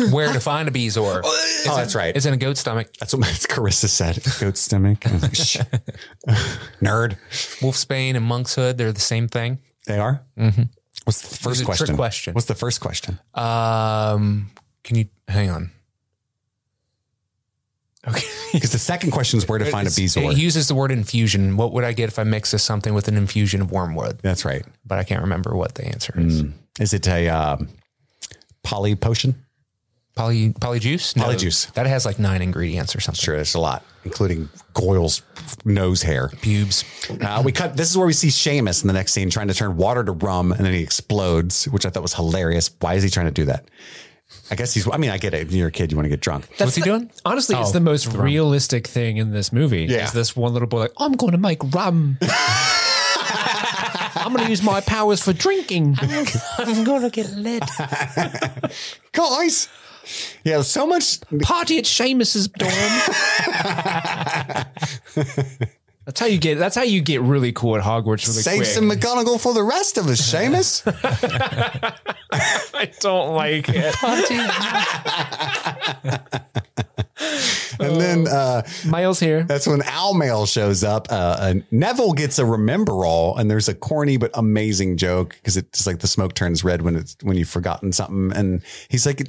Speaker 1: is?
Speaker 4: Where to find a bee's or it's
Speaker 1: Oh, that's right.
Speaker 4: in a goat stomach.
Speaker 1: That's what my Carissa said. Goat stomach. I was like, "Shh." Nerd.
Speaker 4: Wolfsbane and monkshood, they're the same thing.
Speaker 1: They are. What's the
Speaker 4: Mm-hmm. These
Speaker 1: first
Speaker 4: are trick
Speaker 1: question?
Speaker 4: question.
Speaker 1: What's the first question?
Speaker 4: Um, can you hang on?
Speaker 1: Because the second question is where to find a
Speaker 4: It
Speaker 1: bezoar.
Speaker 4: uses the word infusion. What would I get if I mix this something with an infusion of wormwood?
Speaker 1: That's right.
Speaker 4: But I can't remember what the answer is.
Speaker 1: Is it a um, poly potion?
Speaker 4: Poly polyjuice? No,
Speaker 1: Polyjuice.
Speaker 4: That has like nine ingredients or something.
Speaker 1: Sure, there's a lot, including Goyle's nose hair.
Speaker 4: Pubes.
Speaker 1: Uh, we cut. This is where we see Seamus in the next scene trying to turn water to rum, and then he explodes, which I thought was hilarious. Why is he trying to do that? I guess he's. I mean, I get it. You're a kid. You want to get drunk.
Speaker 5: That's
Speaker 4: What's he
Speaker 5: the-
Speaker 4: doing?
Speaker 5: Honestly, it's the most realistic thing in this movie.
Speaker 1: Yeah.
Speaker 5: Is this one little boy like, I'm going to make rum. I'm going to use my powers for drinking.
Speaker 4: I'm gonna get lit.
Speaker 1: Guys. Yeah, so much
Speaker 5: Party at Seamus's dorm. that's how you get. That's how you get really cool at Hogwarts. Really
Speaker 1: Save
Speaker 5: quick.
Speaker 1: some McGonagall for the rest of us, Seamus.
Speaker 5: I don't like it.
Speaker 1: and then uh,
Speaker 5: Miles here.
Speaker 1: that's when Al Mail shows up. Uh, and Neville gets a remember all, and there's a corny but amazing joke because it's like the smoke turns red when it's when you've forgotten something, and he's like.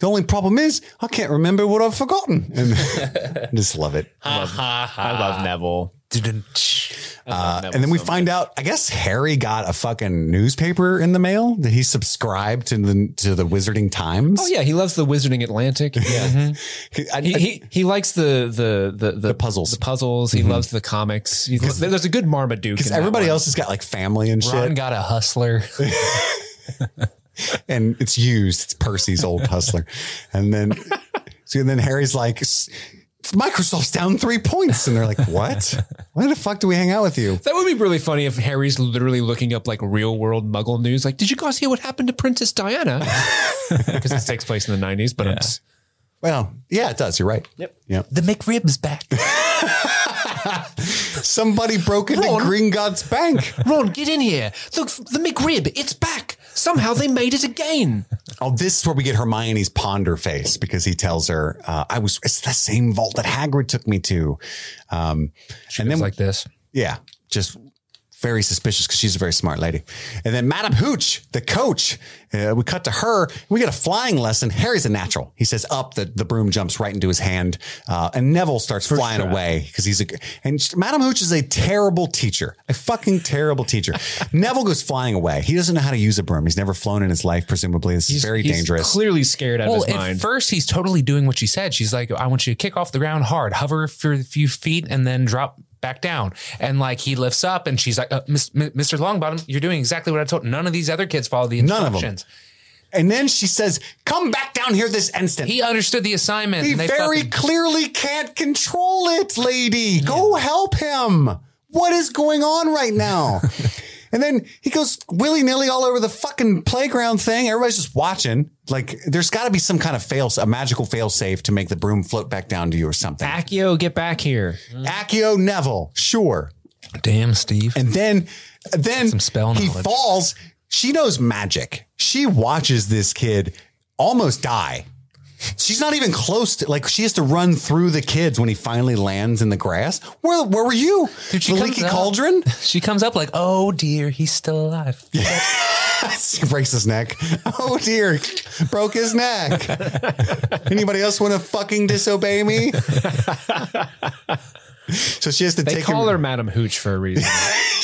Speaker 1: The only problem is I can't remember what I've forgotten. And I just love it.
Speaker 5: I love Neville.
Speaker 4: Dun-dun-tsh.
Speaker 1: Uh, and then we find out, I guess Harry got a fucking newspaper in the mail that he subscribed to the to the Wizarding Times.
Speaker 5: Oh yeah, he loves the Wizarding Atlantic. Yeah,
Speaker 1: I-
Speaker 5: he,
Speaker 1: I-
Speaker 5: he he likes the the the, the,
Speaker 1: puzzles.
Speaker 5: The puzzles. Mm-hmm. He loves the comics. He, there's a good Marmaduke.
Speaker 1: because
Speaker 5: in that
Speaker 1: everybody
Speaker 5: one.
Speaker 1: else has got like family and
Speaker 4: Ron
Speaker 1: shit,
Speaker 4: got a hustler.
Speaker 1: and it's used. It's Percy's old hustler, and then so then Harry's like, "S- Microsoft's down three points, and they're like, what? Why the fuck do we hang out with you?
Speaker 5: That would be really funny if Harry's literally looking up like real world Muggle news. Like, did you guys hear what happened to Princess Diana? Because this takes place in the nineties. But it's,
Speaker 1: Well, yeah, it does. You're right. Yep. Yep.
Speaker 4: the McRib's back.
Speaker 1: Somebody broke into
Speaker 5: Ron.
Speaker 1: Green God's bank.
Speaker 5: Ron, get in here! Look, the McRib, it's back. Somehow they made it again.
Speaker 1: Oh, this is where we get Hermione's ponder face because he tells her, uh, "I was. It's the same vault that Hagrid took me to." Um, and then,
Speaker 4: like this.
Speaker 1: yeah, just very suspicious because she's a very smart lady. And then Madame Hooch, the coach, uh, we cut to her. We get a flying lesson. Harry's a natural. He says, "Up!" The, the broom jumps right into his hand, uh, and Neville starts flying away because he's a. And sh- Madame Hooch is a terrible teacher, a fucking terrible teacher. Neville goes flying away. He doesn't know how to use a broom. He's never flown in his life. Presumably, this is very
Speaker 5: He's
Speaker 1: dangerous.
Speaker 5: Clearly scared out
Speaker 4: Well,
Speaker 5: of his
Speaker 4: at
Speaker 5: mind.
Speaker 4: first he's totally doing what she said. She's like, "I want you to kick off the ground hard, hover for a few feet, and then drop back down." And like he lifts up, and she's like, uh, Miss- M- "Mr. Longbottom, you're doing exactly what I told." None of these other kids follow the
Speaker 1: None of them.
Speaker 4: instructions.
Speaker 1: And then she says, "Come back down here this instant."
Speaker 4: He understood the assignment.
Speaker 1: He
Speaker 4: and they
Speaker 1: very
Speaker 4: fucking-
Speaker 1: clearly can't control it, lady. Go help him. What is going on right now? and then he goes willy nilly all over the fucking playground thing. Everybody's just watching. Like, there's got to be some kind of fail, a magical fail safe to make the broom float back down to you or something.
Speaker 5: Accio, get back here.
Speaker 1: Accio Neville, sure.
Speaker 4: damn, Steve.
Speaker 1: And then, then
Speaker 4: Some spell
Speaker 1: he
Speaker 4: knowledge.
Speaker 1: falls. She knows magic. She watches this kid almost die. She's not even close to like she has to run through the kids when he finally lands in the grass. Where where were you?
Speaker 4: Dude, she
Speaker 1: the
Speaker 4: comes
Speaker 1: leaky
Speaker 4: up.
Speaker 1: cauldron?
Speaker 4: she comes up like, "Oh dear, he's still alive."
Speaker 1: he breaks his neck. Oh dear, broke his neck. Anybody else want to fucking disobey me? so she has to
Speaker 5: They
Speaker 1: take
Speaker 5: call
Speaker 1: him.
Speaker 5: her Madam Hooch for a reason.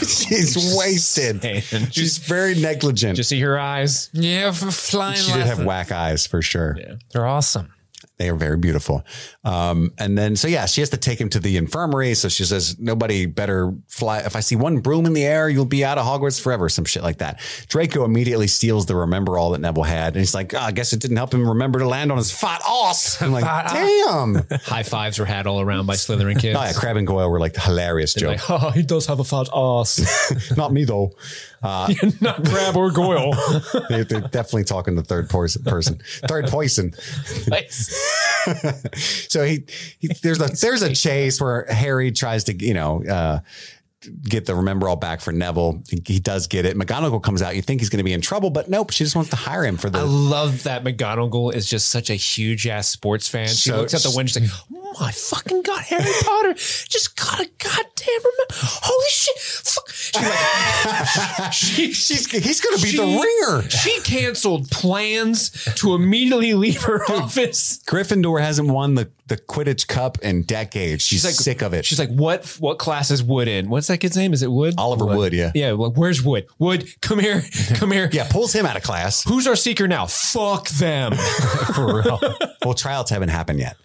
Speaker 1: She's wasted.
Speaker 5: Insane.
Speaker 1: She's very negligent.
Speaker 5: Did you see her eyes?
Speaker 4: Yeah, for flying.
Speaker 1: she did have
Speaker 4: lessons.
Speaker 1: whack eyes for sure.
Speaker 4: They're awesome.
Speaker 1: they are very beautiful. Um, and then, so yeah, she has to take him to the infirmary. So she says, nobody better fly. If I see one broom in the air, you'll be out of Hogwarts forever. Some shit like that. Draco immediately steals the remember all that Neville had. And he's like, oh, I guess it didn't help him remember to land on his fat ass. I'm like, damn. oh
Speaker 5: High fives were had all around by Slytherin kids.
Speaker 1: yeah, Crab and Goyle were like the hilarious joke.
Speaker 5: Like, oh, he does have a fat ass.
Speaker 1: Not me though.
Speaker 5: Not crab or goyle.
Speaker 1: They, they're definitely talking to third pers- person, third poison. so he, he there's a there's a chase where Harry tries to you know uh, get the remember all back for Neville. He, he does get it. McGonagall comes out. You think he's going to be in trouble, but nope. She just wants to hire him for
Speaker 5: I
Speaker 1: the.
Speaker 5: love that McGonagall is just such a huge ass sports fan. She
Speaker 1: So-
Speaker 5: looks out the window, she's like, oh my fucking god, Harry Potter just got a goddamn remember. Holy shit. Fuck. She's like, she,
Speaker 1: She's, he's going to be the
Speaker 5: she-
Speaker 1: ringer.
Speaker 5: She canceled plans to immediately leave her office.
Speaker 1: Gryffindor hasn't won the, the Quidditch Cup in decades. She's,
Speaker 5: like-
Speaker 1: sick of it.
Speaker 5: She's like, what what class is Wood in? What's that kid's name? Is it Wood?
Speaker 1: Oliver Wood, yeah.
Speaker 5: Yeah, well, where's Wood? Wood, come here. Come here.
Speaker 1: yeah, pulls him out of class.
Speaker 5: Who's our seeker now? Fuck them.
Speaker 4: For real.
Speaker 1: Well, tryouts haven't happened yet.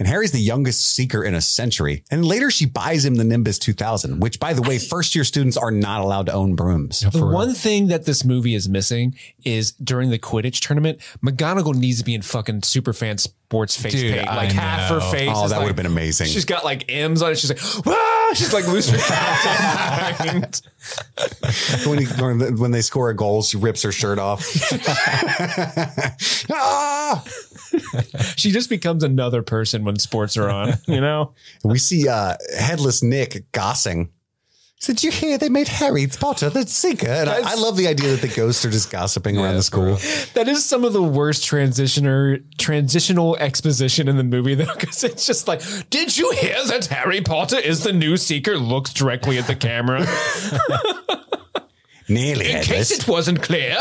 Speaker 1: And Harry's the youngest seeker in a century. And later she buys him the Nimbus 2000, which, by the way, first year students are not allowed to own brooms.
Speaker 5: The one thing that this movie is missing is during the Quidditch tournament, McGonagall needs to be in fucking Superfan sports face
Speaker 4: Dude,
Speaker 5: paint.
Speaker 4: I
Speaker 5: Like half her
Speaker 4: know.
Speaker 5: face.
Speaker 1: Oh,
Speaker 5: is
Speaker 1: that
Speaker 5: like-
Speaker 1: would've been amazing.
Speaker 5: She's got like M's on it. She's like, ah! she's like loose her mouth on mind.
Speaker 1: when, he, when when they score a goal, she rips her shirt off. Ah!
Speaker 5: She just becomes another person when sports are on, you know?
Speaker 1: We see uh, headless Nick gossing. So did you hear they made Harry Potter the seeker? And I, I love the idea that the ghosts are just gossiping around the school.
Speaker 5: That is some of the worst transitioner transitional exposition in the movie, though, because it's just like, did you hear that Harry Potter is the new seeker? Looks directly at the camera.
Speaker 1: Nearly
Speaker 5: In
Speaker 1: headless.
Speaker 5: case it wasn't clear.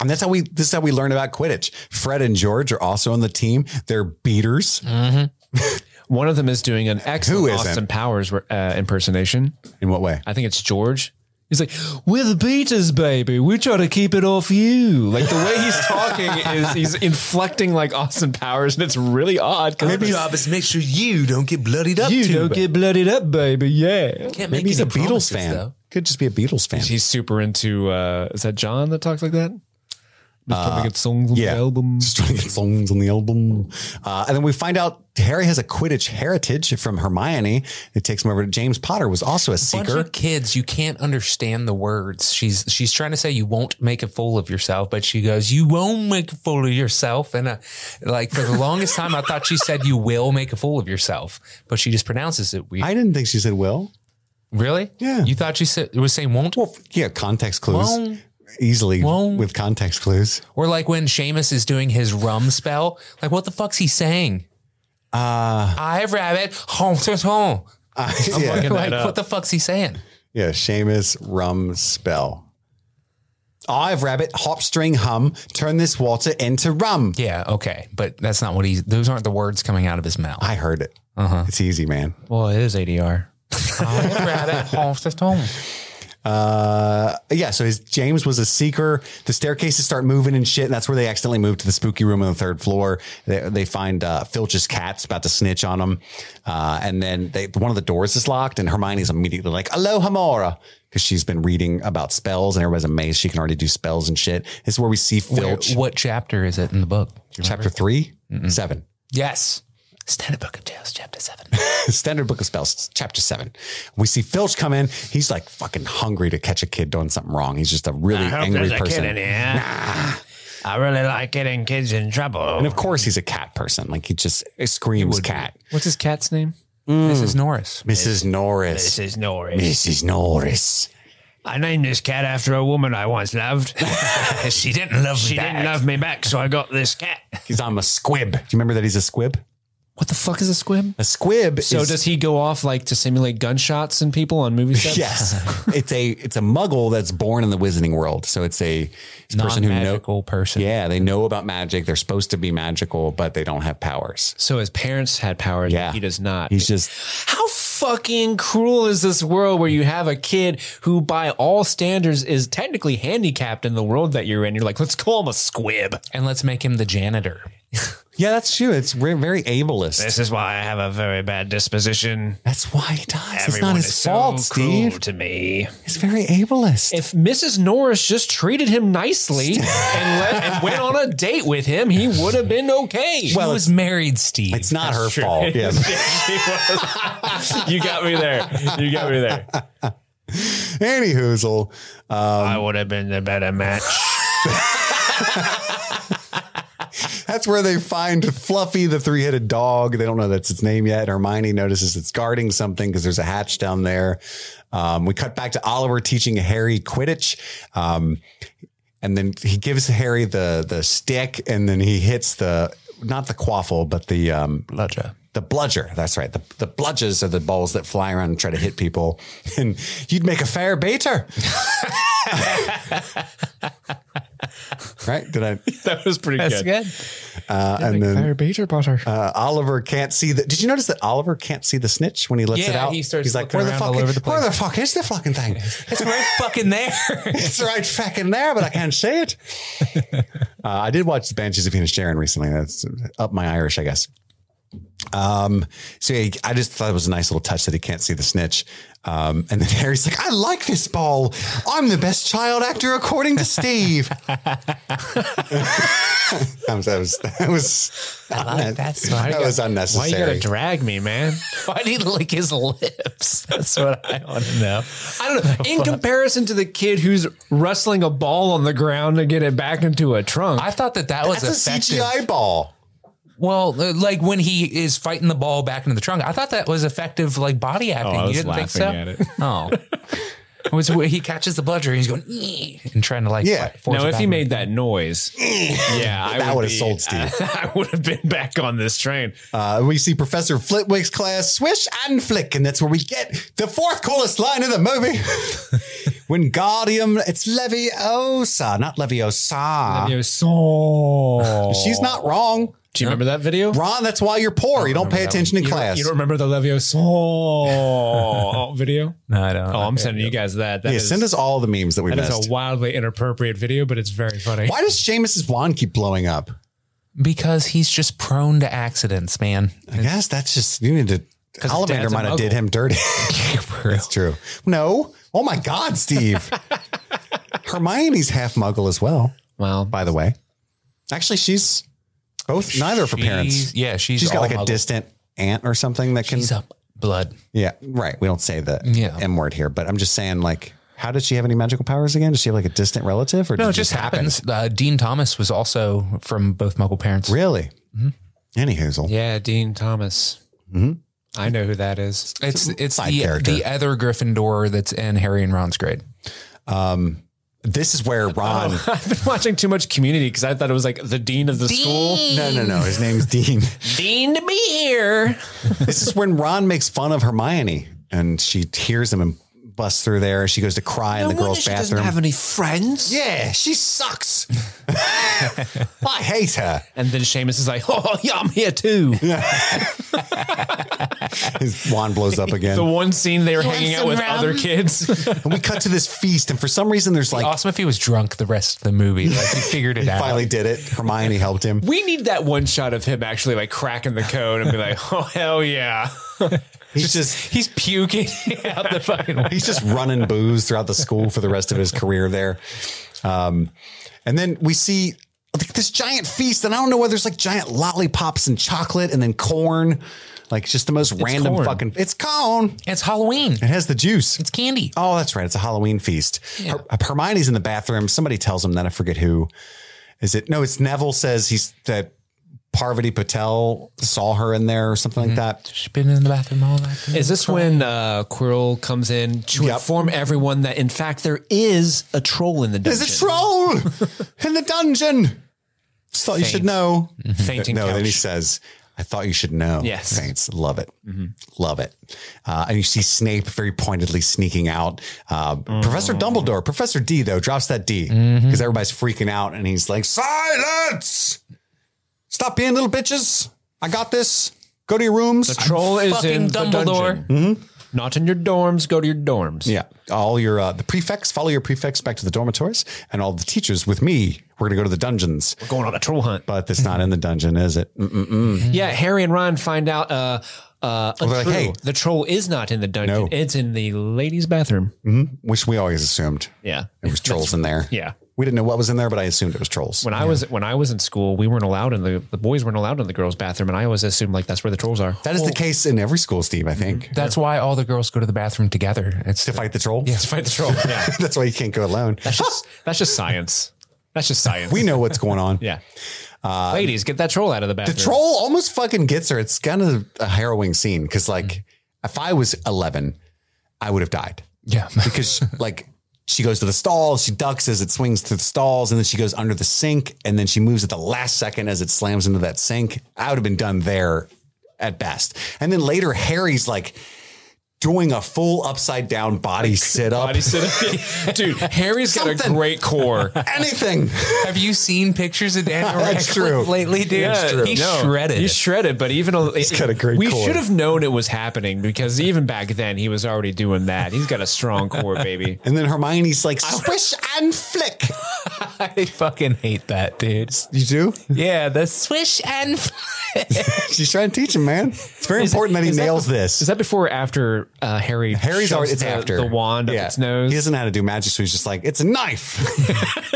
Speaker 1: And that's how we this is how we
Speaker 4: Mm.
Speaker 1: learn about Quidditch. Fred and George are also on the team. They're beaters.
Speaker 5: One of them is doing an excellent
Speaker 1: isn't?
Speaker 5: Austin Powers uh, impersonation.
Speaker 1: In what way?
Speaker 5: I think it's George. He's like, "We're the beaters, baby. We try to keep it off you." Like the way he's talking is he's inflecting like Austin Powers, and it's really odd. 'cause
Speaker 4: Your
Speaker 5: it's-
Speaker 4: job is to make sure you don't get bloodied up.
Speaker 5: you
Speaker 4: too
Speaker 5: don't
Speaker 4: bad.
Speaker 5: get blooded up, baby. Yeah,
Speaker 4: Can't make
Speaker 1: Maybe he's a
Speaker 4: any
Speaker 1: Beatles
Speaker 4: promises,
Speaker 1: fan.
Speaker 4: though.
Speaker 1: Could just be a Beatles fan.
Speaker 5: he's super into. uh Is that John that talks like that? Just trying to get songs on
Speaker 1: Uh, yeah.
Speaker 5: the album.
Speaker 1: Just trying to get songs on the album. Uh, and then we find out Harry has a Quidditch heritage from Hermione. It takes him over to James Potter, was also a
Speaker 4: bunch
Speaker 1: seeker.
Speaker 4: of kids you can't understand the words she's she's trying to say you won't make a fool of yourself but she goes you won't make a fool of yourself and uh, like for the longest time i thought she said you will make a fool of yourself but she just pronounces it weird
Speaker 1: I didn't think she said will.
Speaker 4: really
Speaker 1: Yeah.
Speaker 4: you thought she said was saying won't
Speaker 1: Well, yeah, context clues.
Speaker 4: Won't.
Speaker 1: Easily
Speaker 4: Won't.
Speaker 1: with context clues.
Speaker 4: or like when Seamus is doing his rum spell like what the fuck's he saying uh i rabbit home to home
Speaker 1: Uh, yeah.
Speaker 4: like what the fuck's he saying
Speaker 1: yeah, Seamus Rum Spell. I've rabbit, hop string hum, turn this water into rum.
Speaker 4: yeah okay but that's not what he's those aren't the words coming out of his mouth
Speaker 1: I heard it.
Speaker 4: Uh-huh.
Speaker 1: It's easy, man.
Speaker 5: Well, it is ADR.
Speaker 4: I'd rather honk the tone.
Speaker 1: Uh, yeah, so his James was a seeker. The staircases start moving and shit, and that's where they accidentally move to the spooky room on the third floor. They, they find uh, Filch's cat's about to snitch on them, uh, and then they, one of the doors is locked, and Hermione's immediately like, "Aloha, Mora," because she's been reading about spells, and everybody's amazed she can already do spells and shit. This is where we see Filch,
Speaker 4: What chapter is it in the book?
Speaker 1: chapter 3 seven.
Speaker 4: Yes. Standard Book of Tales, chapter seven.
Speaker 1: Standard Book of Spells, chapter seven. We see Filch come in. He's like fucking hungry to catch a kid doing something wrong. He's just a really
Speaker 2: I hope
Speaker 1: angry
Speaker 2: there's a
Speaker 1: person.
Speaker 2: kid in here. I really like getting kids in trouble.
Speaker 1: And of course, he's a cat person. Like he just screams cat.
Speaker 5: What's his cat's name?
Speaker 4: This is Norris.
Speaker 1: Mrs.
Speaker 2: This
Speaker 1: Norris.
Speaker 2: is Norris.
Speaker 1: Mrs. Norris.
Speaker 2: I named this cat after a woman I once loved. she didn't love me. She didn't love me back, so I got this cat.
Speaker 1: He's I'm a squib. Do you remember that he's a squib?
Speaker 5: What the fuck is a squib?
Speaker 1: A squib.
Speaker 5: So
Speaker 1: is,
Speaker 5: does he go off like to simulate gunshots and people on movie sets?
Speaker 1: yes. it's a it's a muggle that's born in the Wizarding world. So it's a it's a person who knows.
Speaker 4: Non-magical person.
Speaker 1: Yeah, they know about magic. They're supposed to be magical, but they don't have powers.
Speaker 5: So his parents had power. and
Speaker 1: Yeah.
Speaker 5: He does not.
Speaker 1: He's just
Speaker 5: How fucking cruel is this world where you have a kid who, by all standards, is technically handicapped in the world that you're in? You're like, let's call him a squib.
Speaker 4: And let's make him the janitor.
Speaker 1: yeah, that's true. It's re- very ableist.
Speaker 2: This is why I have a very bad disposition.
Speaker 1: That's why he dies. it's
Speaker 2: Everyone
Speaker 1: not his
Speaker 2: is
Speaker 1: fault,
Speaker 2: so
Speaker 1: Steve.
Speaker 2: cruel to me.
Speaker 1: It's very ableist.
Speaker 5: If Mrs. Norris just treated him nicely and, let, and went on a date with him, he would have been okay.
Speaker 4: he was married, Steve.
Speaker 1: it's not her fault. Yeah.
Speaker 5: you got me there. You got me there.
Speaker 1: Any hoozle.
Speaker 2: I would have been the better match.
Speaker 1: That's where they find Fluffy, the three headed dog. They don't know that's its name yet. Hermione notices it's guarding something because there's a hatch down there. Um, we cut back to Oliver teaching Harry Quidditch. Um, and then he gives Harry the the stick, and then he hits the not the quaffle, but the um, bludger. The bludger, that's right. The, the bludgers are the balls that fly around and try to hit people. And you'd make a fair beater. right? Did I?
Speaker 5: That was pretty
Speaker 4: That's good.
Speaker 1: Uh, and then
Speaker 5: Bater butter.
Speaker 1: uh, Oliver can't see the. Did you notice that Oliver can't see the snitch when he lets it
Speaker 4: Yeah,
Speaker 1: out?
Speaker 4: he starts
Speaker 1: He's like,
Speaker 4: looking
Speaker 1: where the
Speaker 4: around
Speaker 1: fuck?
Speaker 4: all over the
Speaker 1: Where the
Speaker 4: place."
Speaker 1: fuck is the fucking thing?
Speaker 4: It's right fucking there.
Speaker 1: it's right fucking there, but I can't see it. uh, I did watch the Banshees of Venus Sharon recently. That's up my Irish, I guess. Um, so yeah, I just thought it was a nice little touch that he can't see the snitch. Um, and then Harry's like, I like this ball. I'm the best child actor according to Steve. that was, that was, that was,
Speaker 4: like that smile.
Speaker 1: that was
Speaker 5: Why you gotta
Speaker 1: unnecessary.
Speaker 5: drag me, man?
Speaker 4: Why did he lick his lips? That's what I want to know.
Speaker 5: I don't know. In comparison to the kid who's wrestling a ball on the ground to get it back into a trunk,
Speaker 4: I thought that that was
Speaker 1: That's a
Speaker 4: effective.
Speaker 1: CGI ball.
Speaker 4: Well, uh, like when he is fighting the ball back into the trunk, I thought that was effective, like body
Speaker 1: Oh,
Speaker 4: acting.
Speaker 5: I was
Speaker 4: you didn't think so?
Speaker 5: laughing at it.
Speaker 4: Oh, it was where he catches the bludger. He's going "Ee," and trying to like
Speaker 1: Yeah.
Speaker 4: force
Speaker 5: now
Speaker 4: it
Speaker 5: if
Speaker 4: back
Speaker 5: he
Speaker 4: in.
Speaker 5: made that noise, yeah, I
Speaker 1: That would have
Speaker 5: be-
Speaker 1: sold Steve.
Speaker 5: I would have been back on this train.
Speaker 1: Uh, we see Professor Flitwick's class swish and flick, and that's where we get the fourth coolest line of the movie. when Guardium, it's Leviosa, not Leviosa.
Speaker 5: Ah. It was so.
Speaker 1: She's not wrong.
Speaker 5: Do you remember that video?
Speaker 1: Ron, that's why you're poor. You don't pay attention in
Speaker 5: You don't-
Speaker 1: class.
Speaker 5: You don't remember the Levio Sol video?
Speaker 4: No, I don't.
Speaker 5: Oh, I'm sending you guys that. That
Speaker 1: yeah,
Speaker 5: is-
Speaker 1: send us all the memes that we
Speaker 5: that is
Speaker 1: missed.
Speaker 5: a wildly inappropriate video, but it's very funny.
Speaker 1: why does Seamus's wand keep blowing up?
Speaker 4: because he's just prone to accidents, man.
Speaker 1: I guess that's just you need to.
Speaker 5: his
Speaker 1: Ollivander
Speaker 5: dad's a
Speaker 1: might have did
Speaker 5: muggle.
Speaker 1: him dirty. That's true. No. Oh my God, Steve. Hermione's half muggle as well,
Speaker 5: Well,
Speaker 1: by the way. Actually, she's both neither of her parents.
Speaker 4: She's- yeah, she's
Speaker 1: she's got
Speaker 4: all
Speaker 1: like a
Speaker 4: muggle.
Speaker 1: distant aunt or something that can.
Speaker 4: She's up blood.
Speaker 1: yeah, right. We don't say the
Speaker 4: Yeah.
Speaker 1: M word here, but I'm just saying, like, how does she have any magical powers again? Does she have like a distant relative, or did happen?
Speaker 4: Uh, Dean Thomas was also from both Muggle parents.
Speaker 1: Really?
Speaker 4: Mm-hmm.
Speaker 1: Any hoozle.
Speaker 5: yeah, Dean Thomas. I know who that is.
Speaker 4: It's it's
Speaker 1: Side
Speaker 4: the,
Speaker 1: character.
Speaker 4: the other Gryffindor that's in Harry and Ron's grade.
Speaker 1: This is where Ron.
Speaker 5: I've been watching too much Community because I thought it was like the dean of the
Speaker 4: Oh.
Speaker 5: school.
Speaker 1: No, no, no. His name's Dean.
Speaker 5: Dean to be here.
Speaker 1: this is when Ron makes fun of Hermione and she hears him and busts through there. She goes to cry in the girls' bathroom.
Speaker 5: any friends.
Speaker 1: yeah, she sucks. I hate her.
Speaker 5: And then Seamus is like, "Oh, yeah, I'm here too."
Speaker 1: His wand blows up again.
Speaker 5: The one scene they were hanging out
Speaker 4: some
Speaker 5: with
Speaker 4: rum?
Speaker 5: other kids.
Speaker 1: and we cut to this feast, and for some reason, there's like,
Speaker 4: awesome if he was drunk the rest of the movie. Like he figured it out.
Speaker 1: finally did it. Hermione helped him.
Speaker 5: we need that one shot of him actually like cracking the code and be like, "Oh hell yeah!"
Speaker 1: He's just.
Speaker 5: He's puking out the fucking.
Speaker 1: He's just running booze throughout the school for the rest of his career there. Um, and then we see like, this giant feast, and I don't know whether it's like giant lollipops and chocolate and then corn, like just the most random
Speaker 5: corn.
Speaker 1: fucking. It's corn.
Speaker 4: It's Halloween.
Speaker 1: It has the juice.
Speaker 4: It's candy.
Speaker 1: Oh, that's right. It's a Halloween feast. Her- Hermione's in the bathroom. Somebody tells him that. I forget who. Is it? No, it's Neville says he's that Parvati Patel saw her in there or something like that.
Speaker 4: She's been in the bathroom all that.
Speaker 5: Is this when uh, Quirrell comes in to
Speaker 1: Yep.
Speaker 5: inform everyone that in fact there is a troll in the dungeon?
Speaker 1: There's a troll in the dungeon. Just thought you should know.
Speaker 5: Mm-hmm. fainting
Speaker 1: no, then he
Speaker 5: couch.
Speaker 1: says, I thought you should know.
Speaker 5: Yes. Mm-hmm.
Speaker 1: Saints. Love it. Love it. Uh, and you see Snape very pointedly sneaking out. Uh, Professor
Speaker 5: Mm.
Speaker 1: Dumbledore, Professor D, though, drops that D because
Speaker 5: Mm-hmm.
Speaker 1: everybody's freaking out and he's like, Silence! Stop being little bitches. I got this. Go to your rooms.
Speaker 5: troll is
Speaker 4: fucking
Speaker 5: in the
Speaker 4: Dumbledore.
Speaker 5: dungeon. Not in your dorms. Go to your dorms.
Speaker 1: Yeah. All your uh, the prefects, follow your prefects back to the dormitories, and all the teachers with me. We're gonna go to the dungeons.
Speaker 5: Going on a troll hunt.
Speaker 1: But it's not in the dungeon, is it?
Speaker 5: Yeah, Harry and Ron find out. Uh, uh, a
Speaker 1: they're like,
Speaker 5: troll.
Speaker 1: "Hey."
Speaker 5: the troll is not in the dungeon.
Speaker 1: No.
Speaker 5: It's in the ladies' bathroom.
Speaker 1: Which we always assumed.
Speaker 5: Yeah.
Speaker 1: It was trolls in there.
Speaker 5: yeah.
Speaker 1: We didn't know what was in there, but I assumed it was trolls.
Speaker 5: When I was when I was in school, we weren't allowed in the the boys weren't allowed in the girls' bathroom, and I always assumed like that's where the trolls are.
Speaker 1: that is the case in every school, Steve, I
Speaker 5: Mm-hmm.
Speaker 1: think.
Speaker 4: That's why all the girls go to the bathroom together. It's
Speaker 1: To fight the troll.
Speaker 4: yeah, to fight the troll.
Speaker 5: yeah,
Speaker 1: That's why you can't go alone.
Speaker 5: that's just that's just science. That's just science.
Speaker 1: We know what's going on.
Speaker 5: yeah. Ladies, get that troll out of Uh, the
Speaker 1: The
Speaker 5: bathroom.
Speaker 1: troll almost fucking gets her. It's kind of a harrowing scene because, like,
Speaker 5: Mm-hmm.
Speaker 1: if I was 11, I would have died.
Speaker 4: Yeah.
Speaker 1: because like she goes to the stalls, she ducks as it swings to the stalls, and then she goes under the sink, and then she moves at the last second as it slams into that sink. I would have been done there at best. And then later, Harry's like doing a full upside down body sit up,
Speaker 5: Body sit up. Dude, Harry's got a
Speaker 1: Something.
Speaker 5: great core.
Speaker 1: anything.
Speaker 4: Have you seen pictures of Daniel
Speaker 1: That's true.
Speaker 4: Radcliffe lately, dude? He's
Speaker 5: No,
Speaker 4: shredded.
Speaker 5: He's shredded, but even a, he's
Speaker 1: got a great
Speaker 5: We
Speaker 1: core.
Speaker 5: should have known it was happening because even back then he was already doing that. He's got a strong core, baby.
Speaker 1: And then Hermione's like swish and flick.
Speaker 4: I fucking hate that, dude.
Speaker 1: You do?
Speaker 4: Yeah, the swish and
Speaker 1: She's trying to teach him, man. It's very important that he nails this.
Speaker 5: Is that before or after uh, Harry?
Speaker 1: Harry's
Speaker 5: shoves
Speaker 1: already, it's
Speaker 5: the,
Speaker 1: after
Speaker 5: the wand up its nose.
Speaker 1: He doesn't know how to do magic, so he's just like, it's a knife.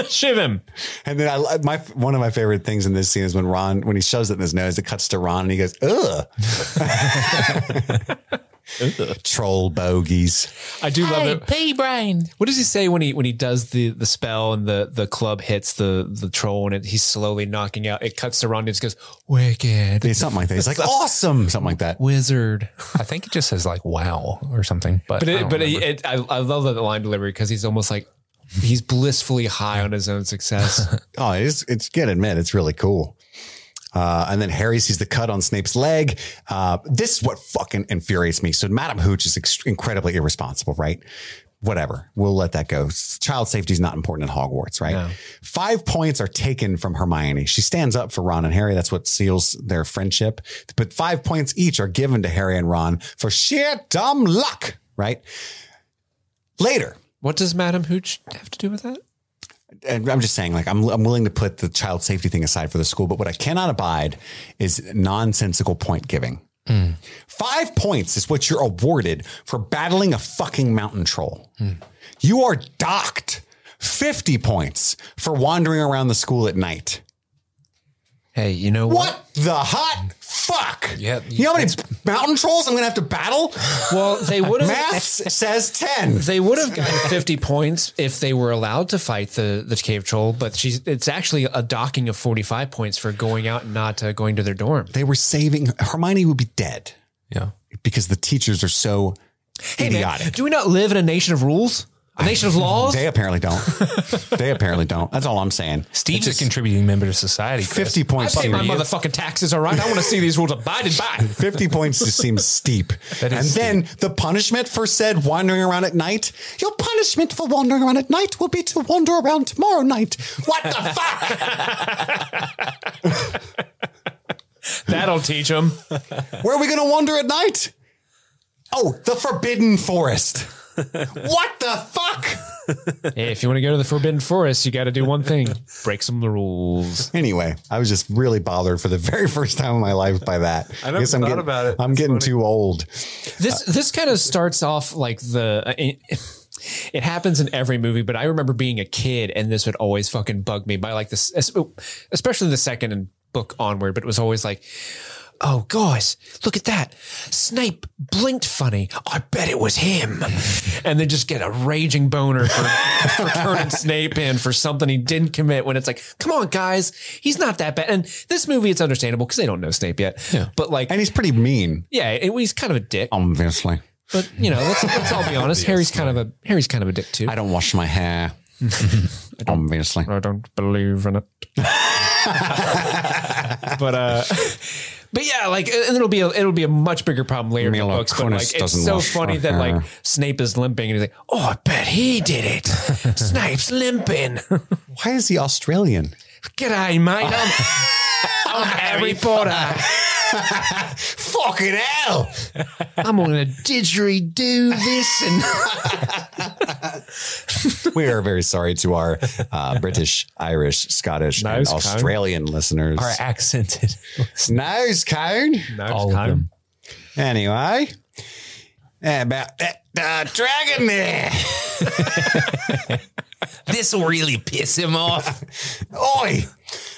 Speaker 5: Shiv him.
Speaker 1: And then I my one of my favorite things in this scene is when Ron when he shoves it in his nose, it cuts to Ron and he goes, "Ugh." Troll bogeys.
Speaker 5: I do love it.
Speaker 4: pea brain.
Speaker 5: What does he say when he when he does the the spell and the the club hits the the troll and it, he's slowly knocking out? It cuts to Ron and he just goes wicked
Speaker 1: It's something like that. He's like, "Awesome," something like that.
Speaker 5: wizard.
Speaker 4: I think it just says like wow or something. But
Speaker 5: But
Speaker 4: I
Speaker 5: it,
Speaker 4: don't
Speaker 5: but
Speaker 4: remember.
Speaker 5: it, it, I I love that line delivery because he's almost like he's blissfully high on his own success.
Speaker 1: Oh, it's it's good. Admit it's really cool. Uh, and then Harry sees the cut on Snape's leg. Uh, this is what fucking infuriates me. So Madame Hooch is ex- incredibly irresponsible, right? whatever. We'll let that go. S- Child safety is not important in Hogwarts, right? Five points are taken from Hermione. She stands up for Ron and Harry. That's what seals their friendship. But five points each are given to Harry and Ron for sheer dumb luck, right? Later,
Speaker 5: What does Madam Hooch have to do with that?
Speaker 1: and I'm just saying, like, I'm, I'm willing to put the child safety thing aside for the school, but what I cannot abide is nonsensical point giving. Five points is what you're awarded for battling a fucking mountain troll. You are docked 50 points for wandering around the school at night.
Speaker 5: Hey, you know what?
Speaker 1: What the hot fuck?
Speaker 4: Yep.
Speaker 1: You know how many mountain trolls I'm going to have to battle?
Speaker 5: Well, they would have
Speaker 1: Maths says 10.
Speaker 5: they would have gotten 50 points if they were allowed to fight the the cave troll, but she's it's actually a docking of 45 points for going out and not uh, going to their dorm.
Speaker 1: They were saving Hermione would be dead
Speaker 4: Yeah.
Speaker 1: because the teachers are so
Speaker 5: man,
Speaker 1: idiotic.
Speaker 5: do we not live in a nation of rules? A nation of laws?
Speaker 1: They apparently don't. they apparently don't. That's all I'm saying.
Speaker 4: Steve's a contributing member to society. Chris.
Speaker 1: 50 points.
Speaker 5: I pay
Speaker 1: seems-
Speaker 5: my motherfucking taxes, all right? I want to see these rules abided by.
Speaker 1: 50 points just seems steep.
Speaker 4: That
Speaker 1: and
Speaker 4: is
Speaker 1: then the punishment for said wandering around at night. Your punishment for wandering around at night will be to wander around tomorrow night. What the fuck?
Speaker 5: That'll teach them.
Speaker 1: Where are we going to wander at night? Oh, the forbidden forest. what the fuck?
Speaker 5: Hey, if you want to go to the Forbidden Forest, you got to do one thing break some rules.
Speaker 1: Anyway, I was just really bothered for the very first time in my life by that. I
Speaker 4: never
Speaker 1: I'm
Speaker 4: thought
Speaker 1: getting,
Speaker 4: about it.
Speaker 1: I'm getting too old.
Speaker 5: This this kind of starts off like the. uh, It, it happens in every movie, but I remember being a kid and this would always fucking bug me by like this, es- oh, especially the second and book onward. But it was always like, oh guys, look at that! Snape blinked funny. I bet it was him. And then just get a raging boner for, for turning Snape in for something he didn't commit. When it's like, come on guys, he's not that bad. And this movie, it's understandable because they don't know Snape yet. But like,
Speaker 1: And he's pretty mean,
Speaker 5: yeah, it, he's kind of a dick.
Speaker 1: obviously.
Speaker 5: But you know, let's, let's all be honest. Harry's kind of a Harry's kind of a dick too.
Speaker 1: I don't wash my hair. Obviously.
Speaker 5: I don't believe in it. but uh, but yeah, like and it'll be a, it'll be a much bigger problem later in
Speaker 1: Milo
Speaker 5: the books. But
Speaker 1: Kunis
Speaker 5: like it's
Speaker 1: doesn't
Speaker 5: so
Speaker 1: wash
Speaker 5: funny
Speaker 1: her
Speaker 5: that like
Speaker 1: hair.
Speaker 5: Snape is limping and he's like, oh, I bet he did it. Snape's limping.
Speaker 1: Why is he Australian?
Speaker 5: G'day, mate. I'm, I'm Harry Potter.
Speaker 1: Fucking hell!
Speaker 5: I'm gonna didgeridoo this and.
Speaker 1: We are very sorry to our uh, British, Irish, Scottish, and
Speaker 5: Nose cone.
Speaker 1: Australian listeners.
Speaker 4: Are accented.
Speaker 1: Nose cone.
Speaker 4: All of them.
Speaker 1: Anyway, about that uh, dragon there.
Speaker 4: This will really piss him off.
Speaker 1: Oi.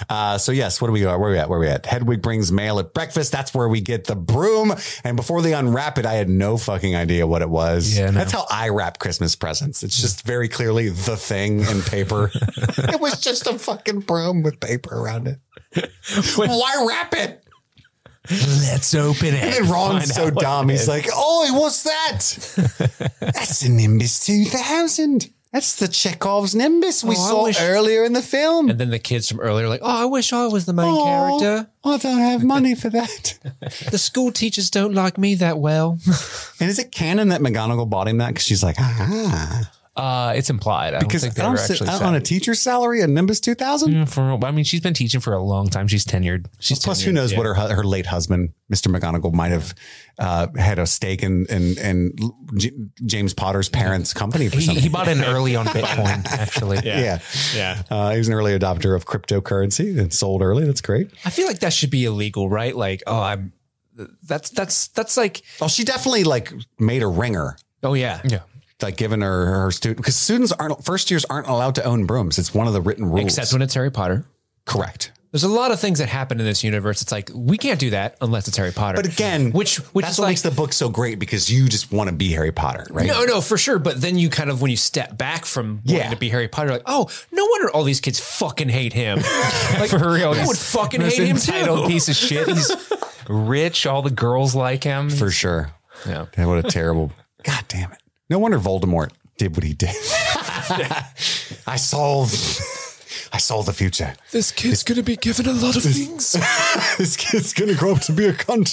Speaker 1: Uh, so yes, what do we go? Where we at? Where we at? Hedwig brings mail at breakfast. That's where we get the broom. And before they unwrap it, I had no fucking idea what it was.
Speaker 4: Yeah, no.
Speaker 1: that's how I wrap Christmas presents. It's just very clearly the thing in paper. it was just a fucking broom with paper around it. Why wrap it?
Speaker 4: Let's open it.
Speaker 1: And Ron's so dumb. He's like, "Oi, what's that? That's a Nimbus 2000. That's the Chekhov's Nimbus we
Speaker 5: Oh, I
Speaker 1: saw
Speaker 5: wish-
Speaker 1: earlier in the film."
Speaker 5: And then the kids from earlier are like, oh, I wish I was the main
Speaker 1: Aw,
Speaker 5: character.
Speaker 1: Oh, I don't have money for that.
Speaker 5: The school teachers don't like me that well.
Speaker 1: and is it canon that McGonagall bought him that? Because she's like, ah,
Speaker 4: Uh, it's implied. I
Speaker 1: because
Speaker 4: don't think they were actually
Speaker 1: on a teacher's salary, a Nimbus 2000?
Speaker 4: said. For- I mean, she's been teaching for a long time. She's tenured. She's
Speaker 1: Plus,
Speaker 4: tenured.
Speaker 1: who knows
Speaker 4: Yeah.
Speaker 1: what her hu- her late husband, Mr. McGonagall, might have uh, had a stake in in, in J- James Potter's parents' company for
Speaker 4: He,
Speaker 1: something.
Speaker 4: he bought in early on Bitcoin, actually.
Speaker 1: yeah, yeah. Uh, he was an early adopter of cryptocurrency that sold early. That's great.
Speaker 5: I feel like that should be illegal, right? Like, oh, I'm. That's that's that's like.
Speaker 1: Oh, she definitely like made a ringer.
Speaker 5: Oh yeah.
Speaker 4: Yeah.
Speaker 1: Like giving her her student because students aren't first years aren't allowed to own brooms. It's one of the written rules.
Speaker 5: Except when it's Harry Potter.
Speaker 1: correct.
Speaker 5: There's a lot of things that happen in this universe. It's like we can't do that unless it's Harry Potter.
Speaker 1: But again,
Speaker 5: which which
Speaker 1: that's
Speaker 5: is
Speaker 1: what
Speaker 5: like
Speaker 1: makes the book so great because you just want to be Harry Potter, right?
Speaker 5: no, no, for sure. But then you kind of when you step back from wanting
Speaker 1: Yeah.
Speaker 5: to be Harry Potter, like, oh, no wonder all these kids fucking hate him. like, for real, I would fucking
Speaker 4: Most
Speaker 5: hate him
Speaker 4: entitled
Speaker 5: too.
Speaker 4: piece of shit. He's rich. All the girls like him.
Speaker 1: for sure.
Speaker 4: Yeah.
Speaker 1: Yeah, What a terrible. God damn it! No wonder Voldemort did what he did. I saw. I saw the future.
Speaker 5: This kid's gonna be given a lot of things.
Speaker 1: this kid's gonna grow up to be a cunt.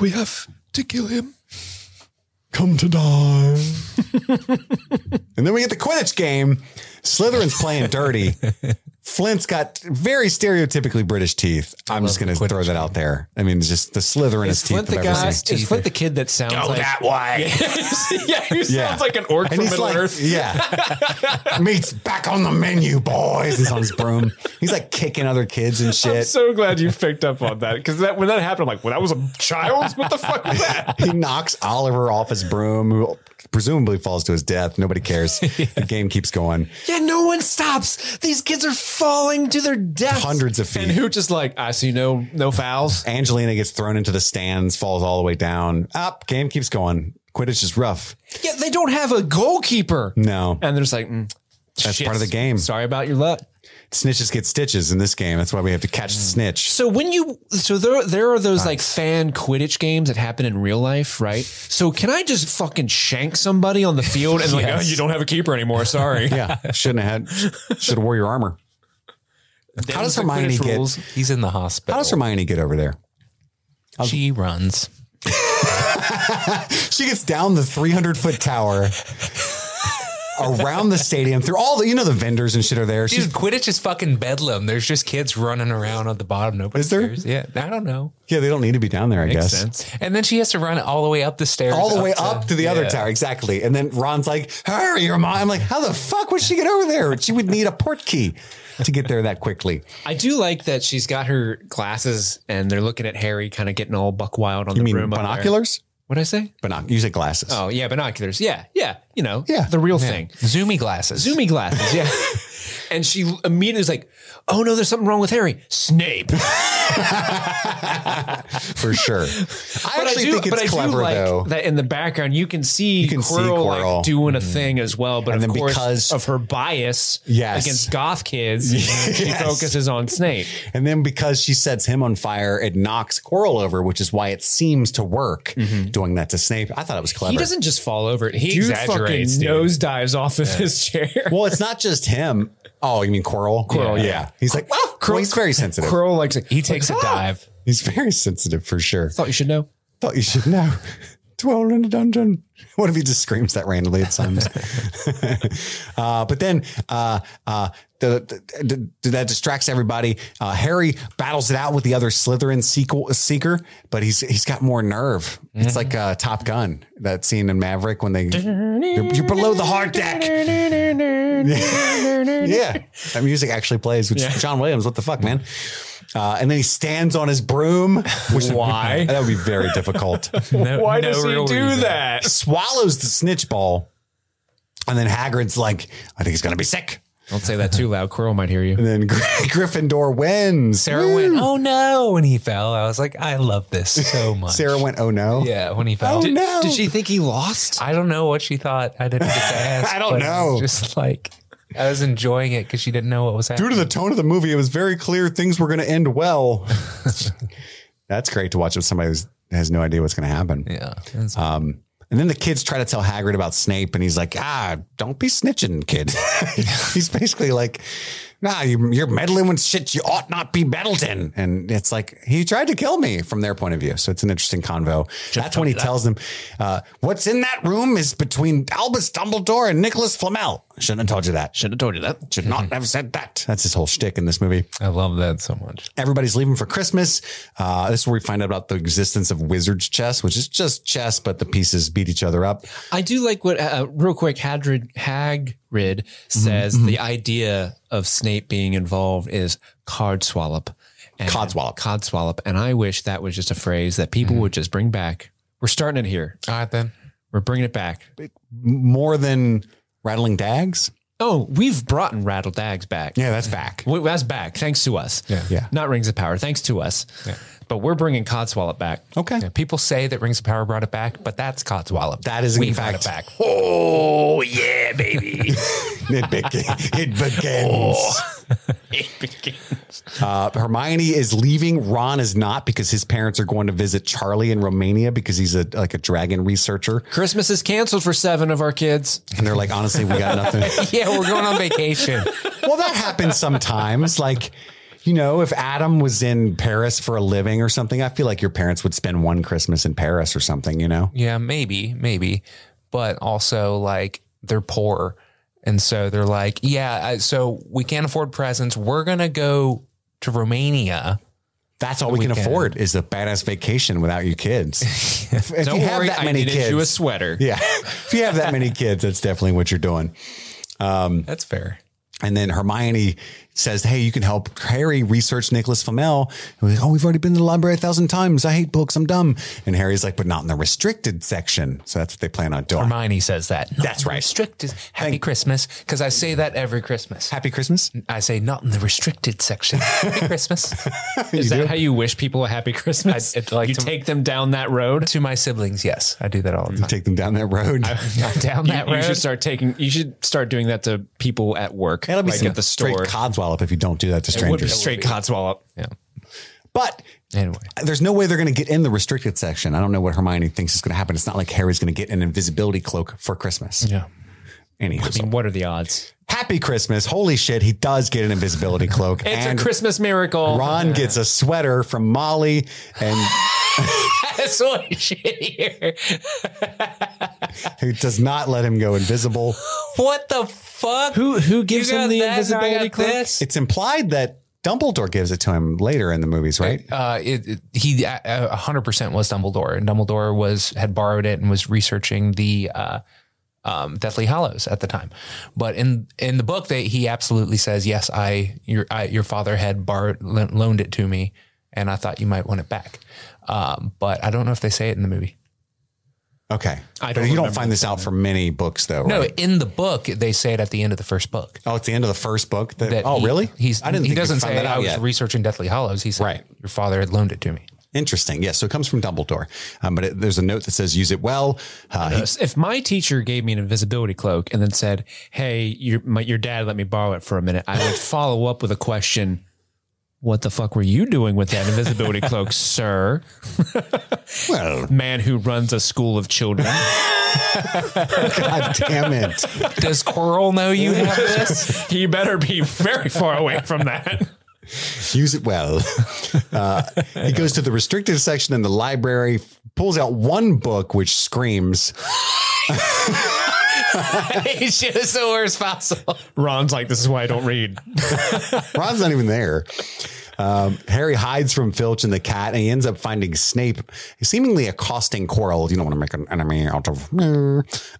Speaker 5: We have to kill him.
Speaker 1: come to die. and then we get the Quidditch game. Slytherin's playing dirty. Flint's got very stereotypically British teeth. I'm just going to throw that out there. I mean, it's just the Slytherinest
Speaker 5: Flint
Speaker 1: teeth
Speaker 5: the
Speaker 1: I've
Speaker 5: guy?
Speaker 1: ever
Speaker 5: Is
Speaker 1: seen.
Speaker 5: Flint the kid Oh, that sounds like
Speaker 1: way.
Speaker 5: yeah, he sounds
Speaker 1: Yeah.
Speaker 5: like an orc
Speaker 1: And
Speaker 5: from
Speaker 1: he's
Speaker 5: Middle
Speaker 1: like,
Speaker 5: Earth.
Speaker 1: Yeah. Meat's back on the menu, boys. He's on his broom. He's like kicking other kids and
Speaker 5: I'm
Speaker 1: shit.
Speaker 5: so glad you picked up on that because that when that happened, I'm like, well, that was a child. What the fuck was that?
Speaker 1: he knocks Oliver off his broom, who presumably falls to his death. Nobody cares. The game keeps going.
Speaker 5: Yeah, no one stops. These kids are falling to their death.
Speaker 1: Hundreds of feet.
Speaker 5: And Hooch is like, I see no no fouls.
Speaker 1: Angelina gets thrown into the stands, falls all the way down. Up, game keeps going. Quidditch is rough.
Speaker 5: Yeah, they don't have a goalkeeper.
Speaker 1: No.
Speaker 5: And they're just like, mm,
Speaker 1: That's
Speaker 5: shit.
Speaker 1: part of the game.
Speaker 5: Sorry about your luck.
Speaker 1: Snitches get stitches in this game. That's why we have to catch the
Speaker 5: Mm.
Speaker 1: snitch.
Speaker 5: So when you so there there are those like fan Quidditch games that happen in real life, right? So can I just fucking shank somebody on the field and like, oh, you don't have a keeper anymore. Sorry.
Speaker 1: Yeah. Shouldn't have had should have wore your armor. How does
Speaker 5: the
Speaker 1: Hermione
Speaker 5: Quidditch
Speaker 1: get
Speaker 5: rules.
Speaker 4: He's in the hospital.
Speaker 1: how does Hermione get over there?
Speaker 4: she runs.
Speaker 1: She gets down the 300 foot tower around the stadium through all the, you know, the vendors and shit are there.
Speaker 4: Dude,
Speaker 1: She's,
Speaker 4: Quidditch is fucking bedlam. There's just kids running around at the bottom. Nobody
Speaker 1: Is there?
Speaker 4: cares. Yeah, I don't know.
Speaker 1: yeah, they don't need to be down there, I guess.
Speaker 4: And then she has to run all the way up the stairs.
Speaker 1: All the way up to the other
Speaker 4: yeah.
Speaker 1: tower, exactly. And then Ron's like, "Hurry, your mom!" I'm like, "How the fuck would she get over there? She would need a port key to get there that quickly."
Speaker 5: I do like that she's got her glasses and they're looking at Harry kind of getting all buck wild on
Speaker 1: You
Speaker 5: the
Speaker 1: mean
Speaker 5: room. up there.
Speaker 1: binoculars?
Speaker 5: What'd I say?
Speaker 1: Binoc- you said glasses.
Speaker 5: Oh yeah, binoculars. Yeah, yeah. You know,
Speaker 1: Yeah.
Speaker 5: the real thing.
Speaker 4: Zoomy glasses.
Speaker 5: Zoomy glasses. Yeah. and she immediately is like, "Oh no, there's something wrong with Harry." Snape.
Speaker 1: for sure. I actually think it's clever
Speaker 5: like
Speaker 1: though.
Speaker 5: that in the background you can see
Speaker 1: can see
Speaker 5: Quirrell, like,
Speaker 1: Quirrell.
Speaker 5: doing a thing as well, but
Speaker 1: And
Speaker 5: of
Speaker 1: then
Speaker 5: course
Speaker 1: because-
Speaker 5: of her bias
Speaker 1: Yes.
Speaker 5: against goth kids, she
Speaker 1: Yes.
Speaker 5: focuses on Snape.
Speaker 1: And then because she sets him on fire, it knocks Quirrell over, which is why it seems to work doing that to Snape. I thought it was clever.
Speaker 5: Mm-hmm. He doesn't just fall over; he dude
Speaker 4: exaggerates,
Speaker 5: fucking
Speaker 4: dude.
Speaker 5: nosedives off of his chair.
Speaker 1: well, it's not just him. Oh, you mean Quirrell?
Speaker 5: Quirrell,
Speaker 1: yeah.
Speaker 5: yeah.
Speaker 1: He's like, well, he's very sensitive.
Speaker 5: Quirrell likes it.
Speaker 4: He takes a dive.
Speaker 1: He's very sensitive for sure.
Speaker 5: Thought you should know.
Speaker 1: Thought you should know. Dwell in a dungeon. What if he just screams that randomly at times? uh, but then uh, uh, the, the- the- that distracts everybody. Uh, Harry battles it out with the other Slytherin sequel, seeker, but he's he's got more nerve. It's like uh, Top Gun, that scene in Maverick when they you're, you're below the hard deck. yeah, that music actually plays. Which John Williams, what the fuck, man? Uh, and then he stands on his broom. Which
Speaker 5: Why?
Speaker 1: that would be very difficult.
Speaker 4: No-
Speaker 5: Why
Speaker 4: no
Speaker 5: does he
Speaker 4: real
Speaker 5: do
Speaker 4: reason.
Speaker 5: that?
Speaker 1: Swallows the snitch ball, and then Hagrid's like, "I think he's gonna be sick."
Speaker 5: Don't say that too loud. Quirrell might hear you.
Speaker 1: And then Gry- Gryffindor wins.
Speaker 4: Sarah went, oh no, when he fell. I was like, I love this so much.
Speaker 1: Sarah went, "Oh no!"
Speaker 4: yeah, when he
Speaker 1: Oh,
Speaker 4: fell.
Speaker 1: no.
Speaker 5: Did she think he lost?
Speaker 4: I don't know what she thought. I didn't get to ask.
Speaker 1: I don't
Speaker 4: but it was
Speaker 1: know.
Speaker 4: Just like I was enjoying it because she didn't know what was
Speaker 1: Due
Speaker 4: happening.
Speaker 1: to the tone of the movie, it was very clear things were going to end well. That's great to watch with somebody who has no idea what's going to happen.
Speaker 4: yeah, It's-
Speaker 1: Um, and then the kids try to tell Hagrid about Snape, and he's like, "Ah, don't be snitching, kid." he's basically like, "Nah, you, you're meddling with shit you ought not be meddled in." And it's like he tried to kill me from their point of view. So it's an interesting convo. That's when he tells them, uh, "What's in that room is between Albus Dumbledore and Nicholas Flamel." Shouldn't have told you that. Should
Speaker 5: have told you that.
Speaker 1: should not have said that. That's his whole shtick in this movie
Speaker 4: I love that so much.
Speaker 1: everybody's leaving for Christmas. Uh, this is where we find out about the existence of wizard's chess, which is just chess, but the pieces beat each other up.
Speaker 5: I do like what uh, real quick Hadrid, Hagrid says
Speaker 1: Mm-hmm.
Speaker 5: the idea of Snape being involved is codswallop. And
Speaker 1: Codswallop.
Speaker 5: Codswallop. And I wish that was just a phrase that people
Speaker 1: Mm-hmm.
Speaker 5: would just bring back. We're starting it here.
Speaker 4: All right then.
Speaker 5: We're bringing it back.
Speaker 1: More than rattling dags.
Speaker 5: Oh, we've brought in Rattle Dags back.
Speaker 1: Yeah, that's back.
Speaker 5: We- That's back. Thanks to us.
Speaker 4: Yeah.
Speaker 1: Yeah.
Speaker 5: Not Rings of Power. Thanks to us. But we're bringing Codswallop back.
Speaker 1: Okay.
Speaker 4: Yeah, people say that Rings of Power brought it back, but that's Codswallop.
Speaker 1: That is in
Speaker 4: we
Speaker 1: fact
Speaker 4: brought it back.
Speaker 6: Oh, yeah, baby.
Speaker 1: It, beca- it begins.
Speaker 5: Oh.
Speaker 6: it begins.
Speaker 1: Uh, Hermione is leaving. Ron is not because his parents are going to visit Charlie in Romania because he's a like a dragon researcher.
Speaker 5: Christmas is canceled for seven of our kids.
Speaker 1: And they're like, honestly, we got nothing.
Speaker 4: Yeah, we're going on vacation.
Speaker 1: well, that happens sometimes. Like, you know, if Adam was in Paris for a living or something, I feel like your parents would spend one Christmas in Paris or something, you know?
Speaker 4: Yeah, maybe, maybe. But also, like, they're poor. And so they're like, yeah, I- so we can't afford presents. We're going to go to Romania.
Speaker 1: That's all we, can,
Speaker 4: can.
Speaker 1: afford is a badass vacation without your kids. if if
Speaker 5: Don't
Speaker 1: you
Speaker 5: worry,
Speaker 1: have that
Speaker 5: I
Speaker 1: many
Speaker 5: knitted you a
Speaker 1: kids.
Speaker 5: sweater.
Speaker 1: Yeah. if you have that many kids, that's definitely what you're doing.
Speaker 4: That's fair.
Speaker 1: And then Hermione says, Hey, you can help Harry research Nicholas Flamel. And we're like, oh, we've already been to the library a thousand times. I hate books. I'm dumb. And Harry's like, But not in the restricted section. So that's what they plan on doing.
Speaker 4: Hermione says that. Not
Speaker 1: That's
Speaker 4: in the
Speaker 1: right.
Speaker 4: Restricted. Happy Christmas. Because I say that every Christmas.
Speaker 1: Happy Christmas.
Speaker 5: Mm-hmm.
Speaker 4: I say, not in the restricted section. Happy Christmas.
Speaker 5: Is that how you wish people a happy Christmas?
Speaker 4: I'd- I'd like
Speaker 5: you
Speaker 4: to-
Speaker 5: take them down that road.
Speaker 4: to my siblings, yes. I do that all the time.
Speaker 1: Take them down that road.
Speaker 4: Down
Speaker 5: You,
Speaker 4: that
Speaker 5: you
Speaker 4: road.
Speaker 5: should start taking. You should start doing that to people at work,
Speaker 1: That'll be
Speaker 5: like
Speaker 1: some
Speaker 5: at the
Speaker 1: straight
Speaker 5: store.
Speaker 1: codswallop if you don't do that to
Speaker 5: Would be
Speaker 1: strangers.
Speaker 5: straight codswallop.
Speaker 4: yeah.
Speaker 1: But
Speaker 4: Anyway.
Speaker 1: there's no way they're going to get in the restricted section. I don't know what Hermione thinks is going to happen. It's not like Harry's going to get an invisibility cloak for Christmas.
Speaker 4: Yeah.
Speaker 1: Anyhow,
Speaker 5: I mean, what are the odds?
Speaker 1: happy Christmas. Holy shit, he does get an invisibility cloak.
Speaker 5: It's a Christmas miracle.
Speaker 1: Ron gets a sweater from Molly and
Speaker 4: That's what shit here.
Speaker 1: who does not let him go invisible.
Speaker 4: What the fuck?
Speaker 5: Who who gives
Speaker 4: You got
Speaker 5: him the
Speaker 4: that, now I
Speaker 5: invisibility
Speaker 4: got
Speaker 5: cloak?
Speaker 4: this?
Speaker 1: It's implied that Dumbledore gives it to him later in the movies, right?
Speaker 4: Uh, it, it, he a hundred percent was Dumbledore, and Dumbledore was had borrowed it and was researching the uh, um, Deathly Hollows at the time. But in in the book, they, he absolutely says, "Yes, I your I, your father had borrowed lo- loaned it to me, and I thought you might want it back." Um, but I don't know if they say it in the movie.
Speaker 1: Okay.
Speaker 5: I
Speaker 1: but
Speaker 5: don't
Speaker 1: you don't
Speaker 5: remember
Speaker 1: find this out for many books, though,
Speaker 4: No,
Speaker 1: right?
Speaker 4: in the book, they say it at the end of the first book.
Speaker 1: Oh, it's the end of the first book. That,
Speaker 4: that
Speaker 1: oh,
Speaker 4: he-
Speaker 1: really?
Speaker 4: He's
Speaker 1: I didn't.
Speaker 4: he
Speaker 1: think you
Speaker 4: doesn't
Speaker 1: found
Speaker 4: say
Speaker 1: that
Speaker 4: I
Speaker 1: out
Speaker 4: was
Speaker 1: yet.
Speaker 4: researching Deathly Hollows. He said
Speaker 1: Right.
Speaker 4: your father had loaned it to me.
Speaker 1: Interesting. Yes. So it comes from Dumbledore, um, but it, there's a note that says use it well. Uh, he-
Speaker 5: If my teacher gave me an invisibility cloak and then said, "Hey, your my, your dad let me borrow it for a minute," I would follow up with a question. What the fuck were you doing with that invisibility cloak, sir?
Speaker 1: well,
Speaker 5: Man who runs a school of children.
Speaker 1: God damn it.
Speaker 4: Does Quirrell know you have this?
Speaker 5: he better be very far away from that.
Speaker 1: Use it well. Uh, he goes to the restricted section in the library, f- pulls out one book which screams.
Speaker 4: He's just the worst possible.
Speaker 5: Ron's like, this is why I don't read.
Speaker 1: Ron's not even there. Um, Harry hides from Filch and the cat, and he ends up finding Snape, seemingly accosting Quirrell. You don't want to make an enemy out of me.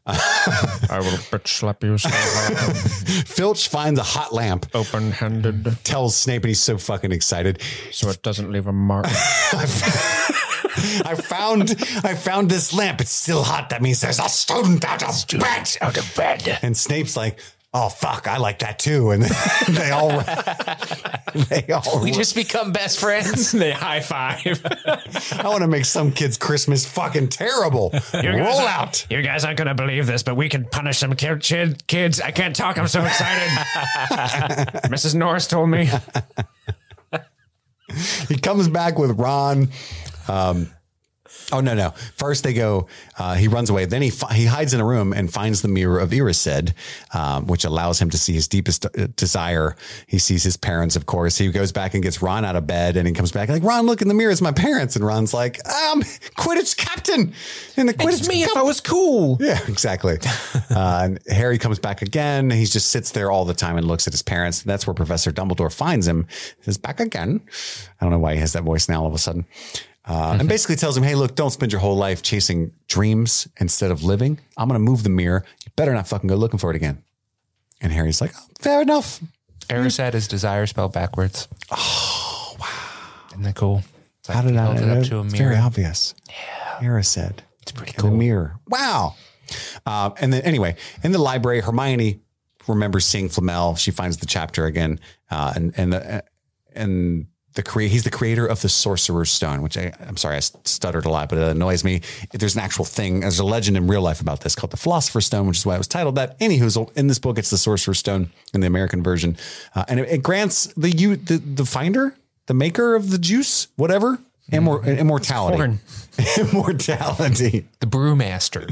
Speaker 5: I will bitch slap you so hard,
Speaker 1: Filch finds a hot lamp,
Speaker 5: Oh. open-handed,
Speaker 1: tells Snape, and he's so fucking excited.
Speaker 5: so it doesn't leave a mark.
Speaker 1: I found I found this lamp. It's still hot. That means there's a student out of bed. Out of bed. And Snape's like, oh fuck, I like that too. And they all they all
Speaker 4: We just become best friends.
Speaker 5: they high five.
Speaker 1: I want to make some kid's Christmas fucking terrible. Roll out.
Speaker 2: You guys aren't gonna believe this, but we can punish some kid, kid, kids. I can't talk. I'm so excited. Mrs. Norris told me.
Speaker 1: He comes back with Ron. Um, oh no no! First they go. Uh, he runs away. Then he fi- he hides in a room and finds the mirror of Erised, um, which allows him to see his deepest uh, desire. He sees his parents, of course. He goes back and gets Ron out of bed, and he comes back like Ron, look in the mirror, it's my parents. And Ron's like, I'm Quidditch captain, and the Quidditch
Speaker 5: if I was cool.
Speaker 1: yeah, exactly. uh, and Harry comes back again. He just sits there all the time and looks at his parents. And that's where Professor Dumbledore finds him. He says, back again. I don't know why he has that voice now all of a sudden. Uh, and basically tells him, hey, look, don't spend your whole life chasing dreams instead of living. I'm going to move the mirror. You better not fucking go looking for it again. And Harry's like, oh, fair enough.
Speaker 4: Eris had his desire spelled backwards. Oh wow! Isn't that cool? It's like
Speaker 1: How did I
Speaker 4: held it
Speaker 1: know?
Speaker 4: up to a
Speaker 1: It's
Speaker 4: mirror?
Speaker 1: very obvious. Yeah. Hera said. It's pretty cool. The mirror. Wow. Uh, and then anyway, in the library, Hermione remembers seeing Flamel. She finds the chapter again, uh, and and the and the crea- he's the creator of the Sorcerer's Stone, which I, I'm sorry I stuttered a lot, but it annoys me. There's an actual thing, there's a legend in real life about this called the Philosopher's Stone, which is why it was titled that. Anywho, in this book, it's the Sorcerer's Stone in the American version, uh, and it, it grants the you the the finder, the maker of the juice, whatever Immor- immortality.
Speaker 5: porn.
Speaker 1: immortality.
Speaker 4: The brewmaster.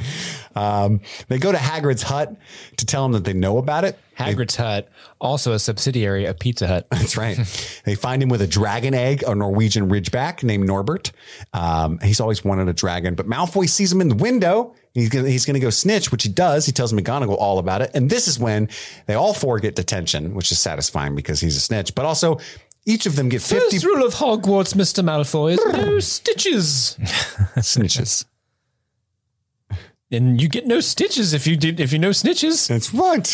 Speaker 1: Um, they go to Hagrid's hut to tell him that they know about it.
Speaker 5: Hagrid's Hut, also a subsidiary of Pizza Hut.
Speaker 1: That's right. they find him with a dragon egg, a Norwegian Ridgeback named Norbert. Um, he's always wanted a dragon, but Malfoy sees him in the window. He's gonna, he's gonna go snitch, which he does. He tells McGonagall all about it, and this is when they all four get detention, which is satisfying because he's a snitch. But also, each of them get fifty
Speaker 5: First rule of Hogwarts, Mr. Malfoy, is no stitches.
Speaker 1: snitches.
Speaker 5: And you get no stitches if you did if you know snitches.
Speaker 1: That's right.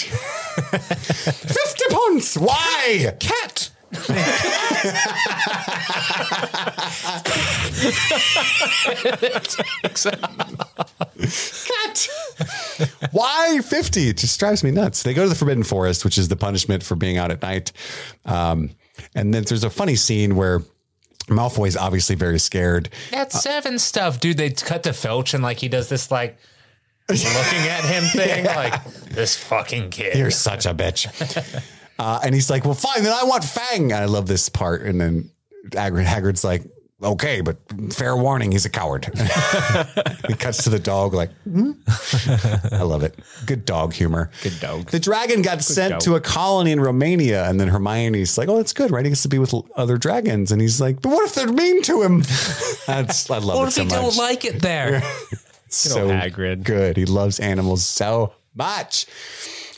Speaker 1: fifty points. Why?
Speaker 5: Cat.
Speaker 1: Cat. Why 50? It just drives me nuts. They go to the Forbidden Forest, which is the punishment for being out at night. Um, and then there's a funny scene where Malfoy's obviously very scared.
Speaker 4: That seven stuff, dude. They cut to Filch and like he does this like looking at him thing, like this fucking kid.
Speaker 1: You're such a bitch. Uh, and he's like, well, fine, then I want Fang. I love this part. And then Hagrid, Hagrid's like, okay, but fair warning, he's a coward. he cuts to the dog like, hmm? I love it. Good dog humor. Good
Speaker 5: dog.
Speaker 1: The dragon got sent to a colony in Romania. And then Hermione's like, oh, that's good, right? He gets to be with l- other dragons. And he's like, but what if they're mean to him? that's, I love
Speaker 4: What
Speaker 1: it
Speaker 4: if
Speaker 1: so
Speaker 4: he
Speaker 1: much.
Speaker 4: don't like it there?
Speaker 1: so
Speaker 5: Hagrid.
Speaker 1: good. He loves animals so much.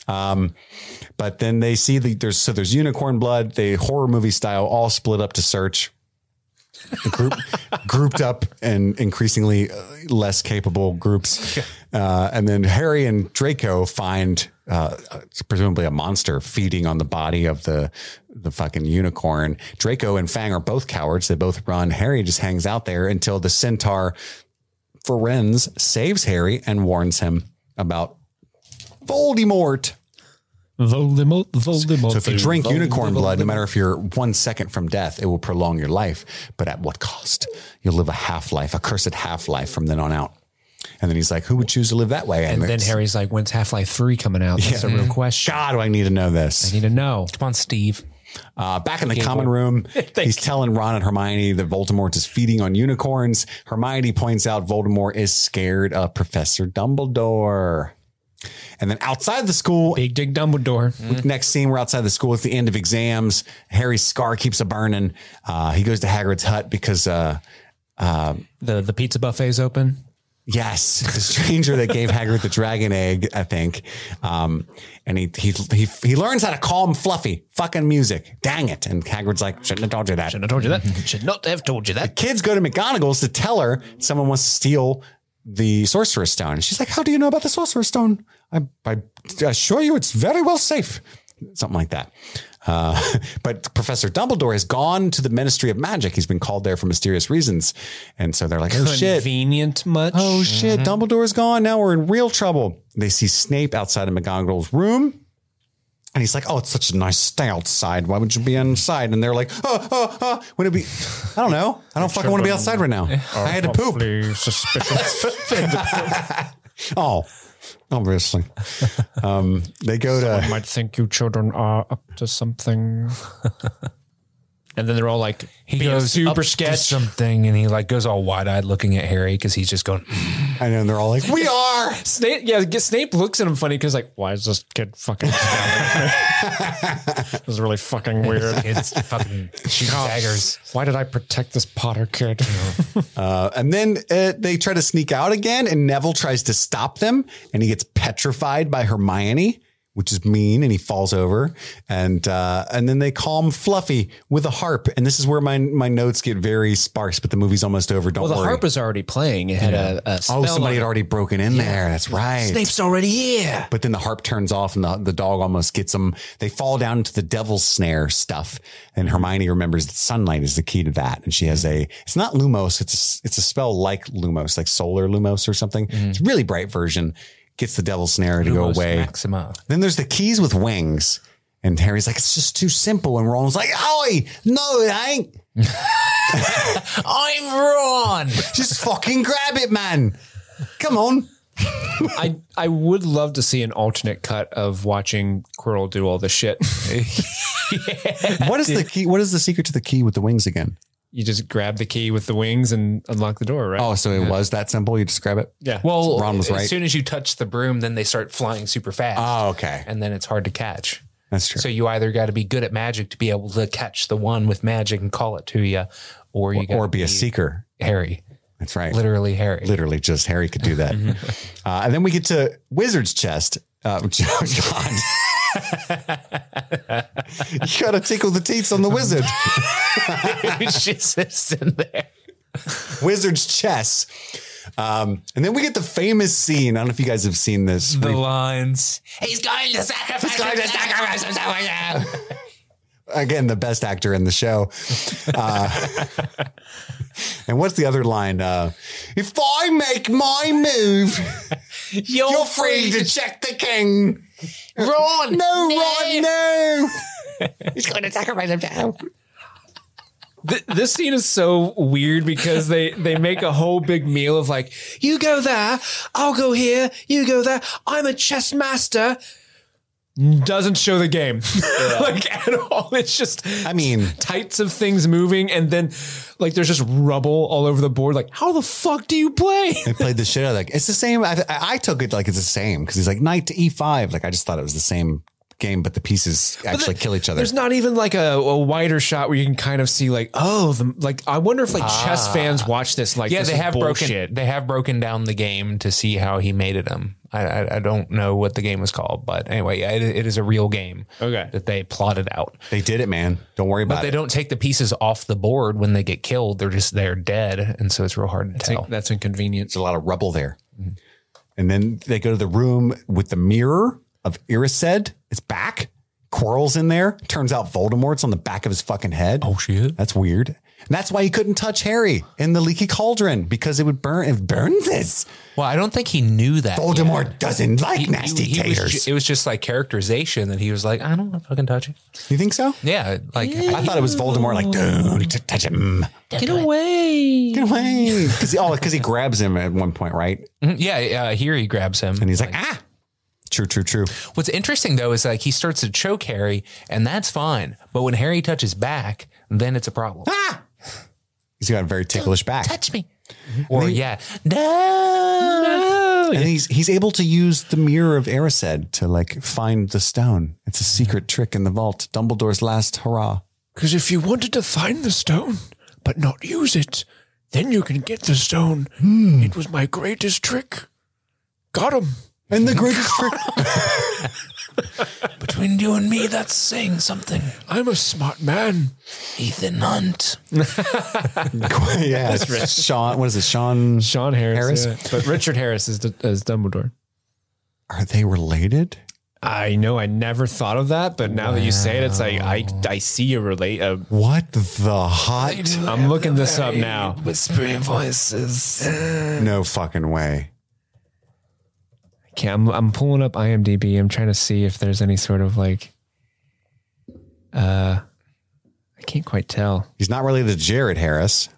Speaker 1: Um, but then they see the there's so there's unicorn blood. They horror movie style all split up to search, group, grouped up and increasingly uh, less capable groups. Uh, and then Harry and Draco find uh, presumably a monster feeding on the body of the the fucking unicorn. Draco and Fang are both cowards. They both run. Harry just hangs out there until the centaur Ferenz saves Harry and warns him about Voldemort.
Speaker 5: Voldemort. Voldemort.
Speaker 1: So if you drink unicorn blood, no matter if you're one second from death, it will prolong your life. But at what cost? You'll live a half life, a cursed half life from then on out. And then he's like, "Who would choose to live that way?"
Speaker 5: And then
Speaker 1: it's,
Speaker 5: Harry's like, when's Half Life 3 coming out? That's a real question.
Speaker 1: God, do I need to know this?
Speaker 5: I need to know.
Speaker 4: Come on, Steve.
Speaker 1: Uh, back in the common room, he's telling Ron and Hermione that Voldemort is feeding on unicorns. Hermione points out Voldemort is scared of Professor Dumbledore. And then outside the school,
Speaker 5: Big Dig Dumbledore.
Speaker 1: Next scene, we're outside the school. It's the end of exams. Harry's scar keeps a burning. Uh, he goes to Hagrid's hut because, uh,
Speaker 5: The the pizza buffet's open.
Speaker 1: yes, the stranger that gave Hagrid the dragon egg, I think. Um, and he, he he he learns how to call him Fluffy. Fucking music, dang it! And Hagrid's like, shouldn't have told you that.
Speaker 5: I told you that. Should not have told you that.
Speaker 1: Kids go to McGonagall's to tell her someone wants to steal the Sorcerer's Stone. And She's like, how do you know about the Sorcerer's Stone? I, I assure you, it's very well safe. Something like that. Uh, but Professor Dumbledore has gone to the Ministry of Magic. He's been called there for mysterious reasons. And so they're like, oh shit.
Speaker 5: Convenient much.
Speaker 1: Oh shit, Dumbledore's gone. Now we're in real trouble. They see Snape outside of McGonagall's room. And he's like, "Oh, it's such a nice day outside. Why would you be inside?" And they're like, "Oh, oh, oh, would it be? I don't know. I don't fucking want to be outside right now. I had to poop. Oh, obviously. Um, they go to
Speaker 5: might think you children are up to something. and then they're all like,
Speaker 4: He
Speaker 5: being
Speaker 4: goes
Speaker 5: super
Speaker 4: super sketch
Speaker 5: sketch.
Speaker 4: something, and he like goes all wide eyed looking at Harry because he's just going. "Mm,
Speaker 1: and then they're all like, "We are."
Speaker 5: Snape, yeah, get- Snape looks at him funny because like, why is this kid fucking? staring at me? this is really fucking weird.
Speaker 4: It's fucking shooting daggers.
Speaker 5: Why did I protect this Potter kid?
Speaker 1: Uh, and then uh, they try to sneak out again, and Neville tries to stop them, and he gets petrified by Hermione, which is mean, and he falls over. And uh, and then they calm Fluffy with a harp, and this is where my my notes get very sparse. But the movie's almost over. Don't
Speaker 5: well, the
Speaker 1: worry.
Speaker 5: harp was already playing. It had a, a spell.
Speaker 1: oh, somebody
Speaker 5: on
Speaker 1: had
Speaker 5: it.
Speaker 1: already broken in there. That's right.
Speaker 2: Snape's already here.
Speaker 1: But then the harp turns off and the, the dog almost gets them. They fall down into the devil's snare stuff. And Hermione remembers that sunlight is the key to that. And she has a, it's not Lumos. It's, a, it's a spell like Lumos, like solar Lumos or something. It's a really bright version. Gets the devil's snare to go away.
Speaker 4: Maxima.
Speaker 1: Then there's the keys with wings. And Harry's like, it's just too simple. And Ron's like, oi, no, it ain't.
Speaker 4: I'm Ron.
Speaker 1: Just fucking grab it, man. Come on.
Speaker 5: I I would love to see an alternate cut of watching Quirrell do all this shit.
Speaker 1: What is the key? What is the secret to the key with the wings again?
Speaker 5: you just grab the key with the wings and unlock the door, right?
Speaker 1: Oh, so it was that simple? You just grab it?
Speaker 5: yeah.
Speaker 4: Well,
Speaker 1: Ron was
Speaker 4: as
Speaker 1: right.
Speaker 4: soon as you touch the broom, then they start flying super fast.
Speaker 1: Oh, okay.
Speaker 4: And then it's hard to catch.
Speaker 1: That's true.
Speaker 4: So you either got to be good at magic to be able to catch the one with magic and call it to you, or you
Speaker 1: or
Speaker 4: gotta
Speaker 1: be a seeker.
Speaker 4: Harry,
Speaker 1: That's right.
Speaker 4: literally Harry.
Speaker 1: Literally, just Harry could do that. uh, and then we get to Wizard's chest. Uh, God. you gotta tickle the teeth on the wizard.
Speaker 4: she sits in there.
Speaker 1: Wizard's chest. Um, and then we get the famous scene. I don't know if you guys have seen this.
Speaker 4: The lines. He's going to sacrifice. He's going to sacrifice himself again.
Speaker 1: Again, the best actor in the show. Uh, and what's the other line? Uh, if I make my move,
Speaker 4: You're,
Speaker 1: you're free to check the king. Ron! No, Ron, no!
Speaker 6: He's going to sacrifice himself.
Speaker 5: Th- this scene is so weird because they they make a whole big meal of like you go there i'll go here you go there i'm a chess master doesn't show the game like at all it's just
Speaker 1: I mean,
Speaker 5: types of things moving and then like there's just rubble all over the board like how the fuck do you play
Speaker 1: They played the shit out of that. It's the same. I, I I took it like it's the same because he's like knight to e5. Like I just thought it was the same game, but the pieces actually kill each other.
Speaker 5: there's not even like a, a wider shot where you can kind of see like oh the, like i wonder if like chess fans watch this like
Speaker 4: yeah,
Speaker 5: this
Speaker 4: they
Speaker 5: is
Speaker 4: have
Speaker 5: bullshit.
Speaker 4: broken. They have broken down the game to see how he made it. Him. I, I I don't know what the game was called, but anyway, yeah, it, it is a real game.
Speaker 5: Okay.
Speaker 4: that they plotted out.
Speaker 1: they did it, man. Don't worry
Speaker 4: But
Speaker 1: about
Speaker 4: they
Speaker 1: it.
Speaker 4: don't take the pieces off the board when they get killed. They're just they're dead, and so it's real hard to
Speaker 5: I think
Speaker 4: tell.
Speaker 5: that's inconvenient
Speaker 1: There's a lot of rubble there.
Speaker 4: Mm-hmm.
Speaker 1: And then they go to the room with the mirror of Irised. It's back. Quarrel's in there. Turns out Voldemort's on the back of his fucking head. Oh
Speaker 4: shit.
Speaker 1: That's weird. And that's why he couldn't touch Harry in the leaky cauldron because it would burn. It burns us.
Speaker 4: Well, I don't think he knew that. yet.
Speaker 1: Voldemort doesn't like
Speaker 4: He-
Speaker 1: nasty
Speaker 4: he was
Speaker 1: taters.
Speaker 4: ju- it was just like characterization that he was like, I don't want to fucking touch it.
Speaker 1: you think so?
Speaker 4: Yeah, like
Speaker 1: I thought it was Voldemort. Like, don't t- touch him.
Speaker 4: get away.
Speaker 1: Get away. Because he, oh, 'cause he grabs him at one point, right?
Speaker 4: Yeah, uh, here he grabs him.
Speaker 1: And he's like, ah. True, true, true.
Speaker 4: What's interesting though is like he starts to choke Harry, and that's fine. But when Harry touches back, then it's a problem.
Speaker 1: Ah. He's got a very ticklish back.
Speaker 4: Touch me. Or yeah, no.
Speaker 1: And he's he's able to use the mirror of Erised to like find the stone. It's a secret trick in the vault. Dumbledore's last hurrah.
Speaker 2: Because if you wanted to find the stone, but not use it, then you can get the stone.
Speaker 4: Hmm.
Speaker 2: It was my greatest trick. Got him.
Speaker 1: And the greatest trick.
Speaker 4: Between you and me, that's saying something.
Speaker 2: I'm a smart man.
Speaker 4: Ethan Hunt.
Speaker 1: yeah, it's Sean. What is it? Sean.
Speaker 5: sean harris,
Speaker 1: Harris?
Speaker 5: yeah. but richard harris is, is dumbledore
Speaker 1: Are they related?
Speaker 5: I know I never thought of that, but now that you say it, it's like I I see a relate. A,
Speaker 1: What the hot?
Speaker 5: I'm looking this up now.
Speaker 4: Whispering voices.
Speaker 1: No fucking way.
Speaker 5: Okay, I'm I'm pulling up IMDb. I'm trying to see if there's any sort of like. Uh, I can't quite tell.
Speaker 1: He's not related to Jared Harris.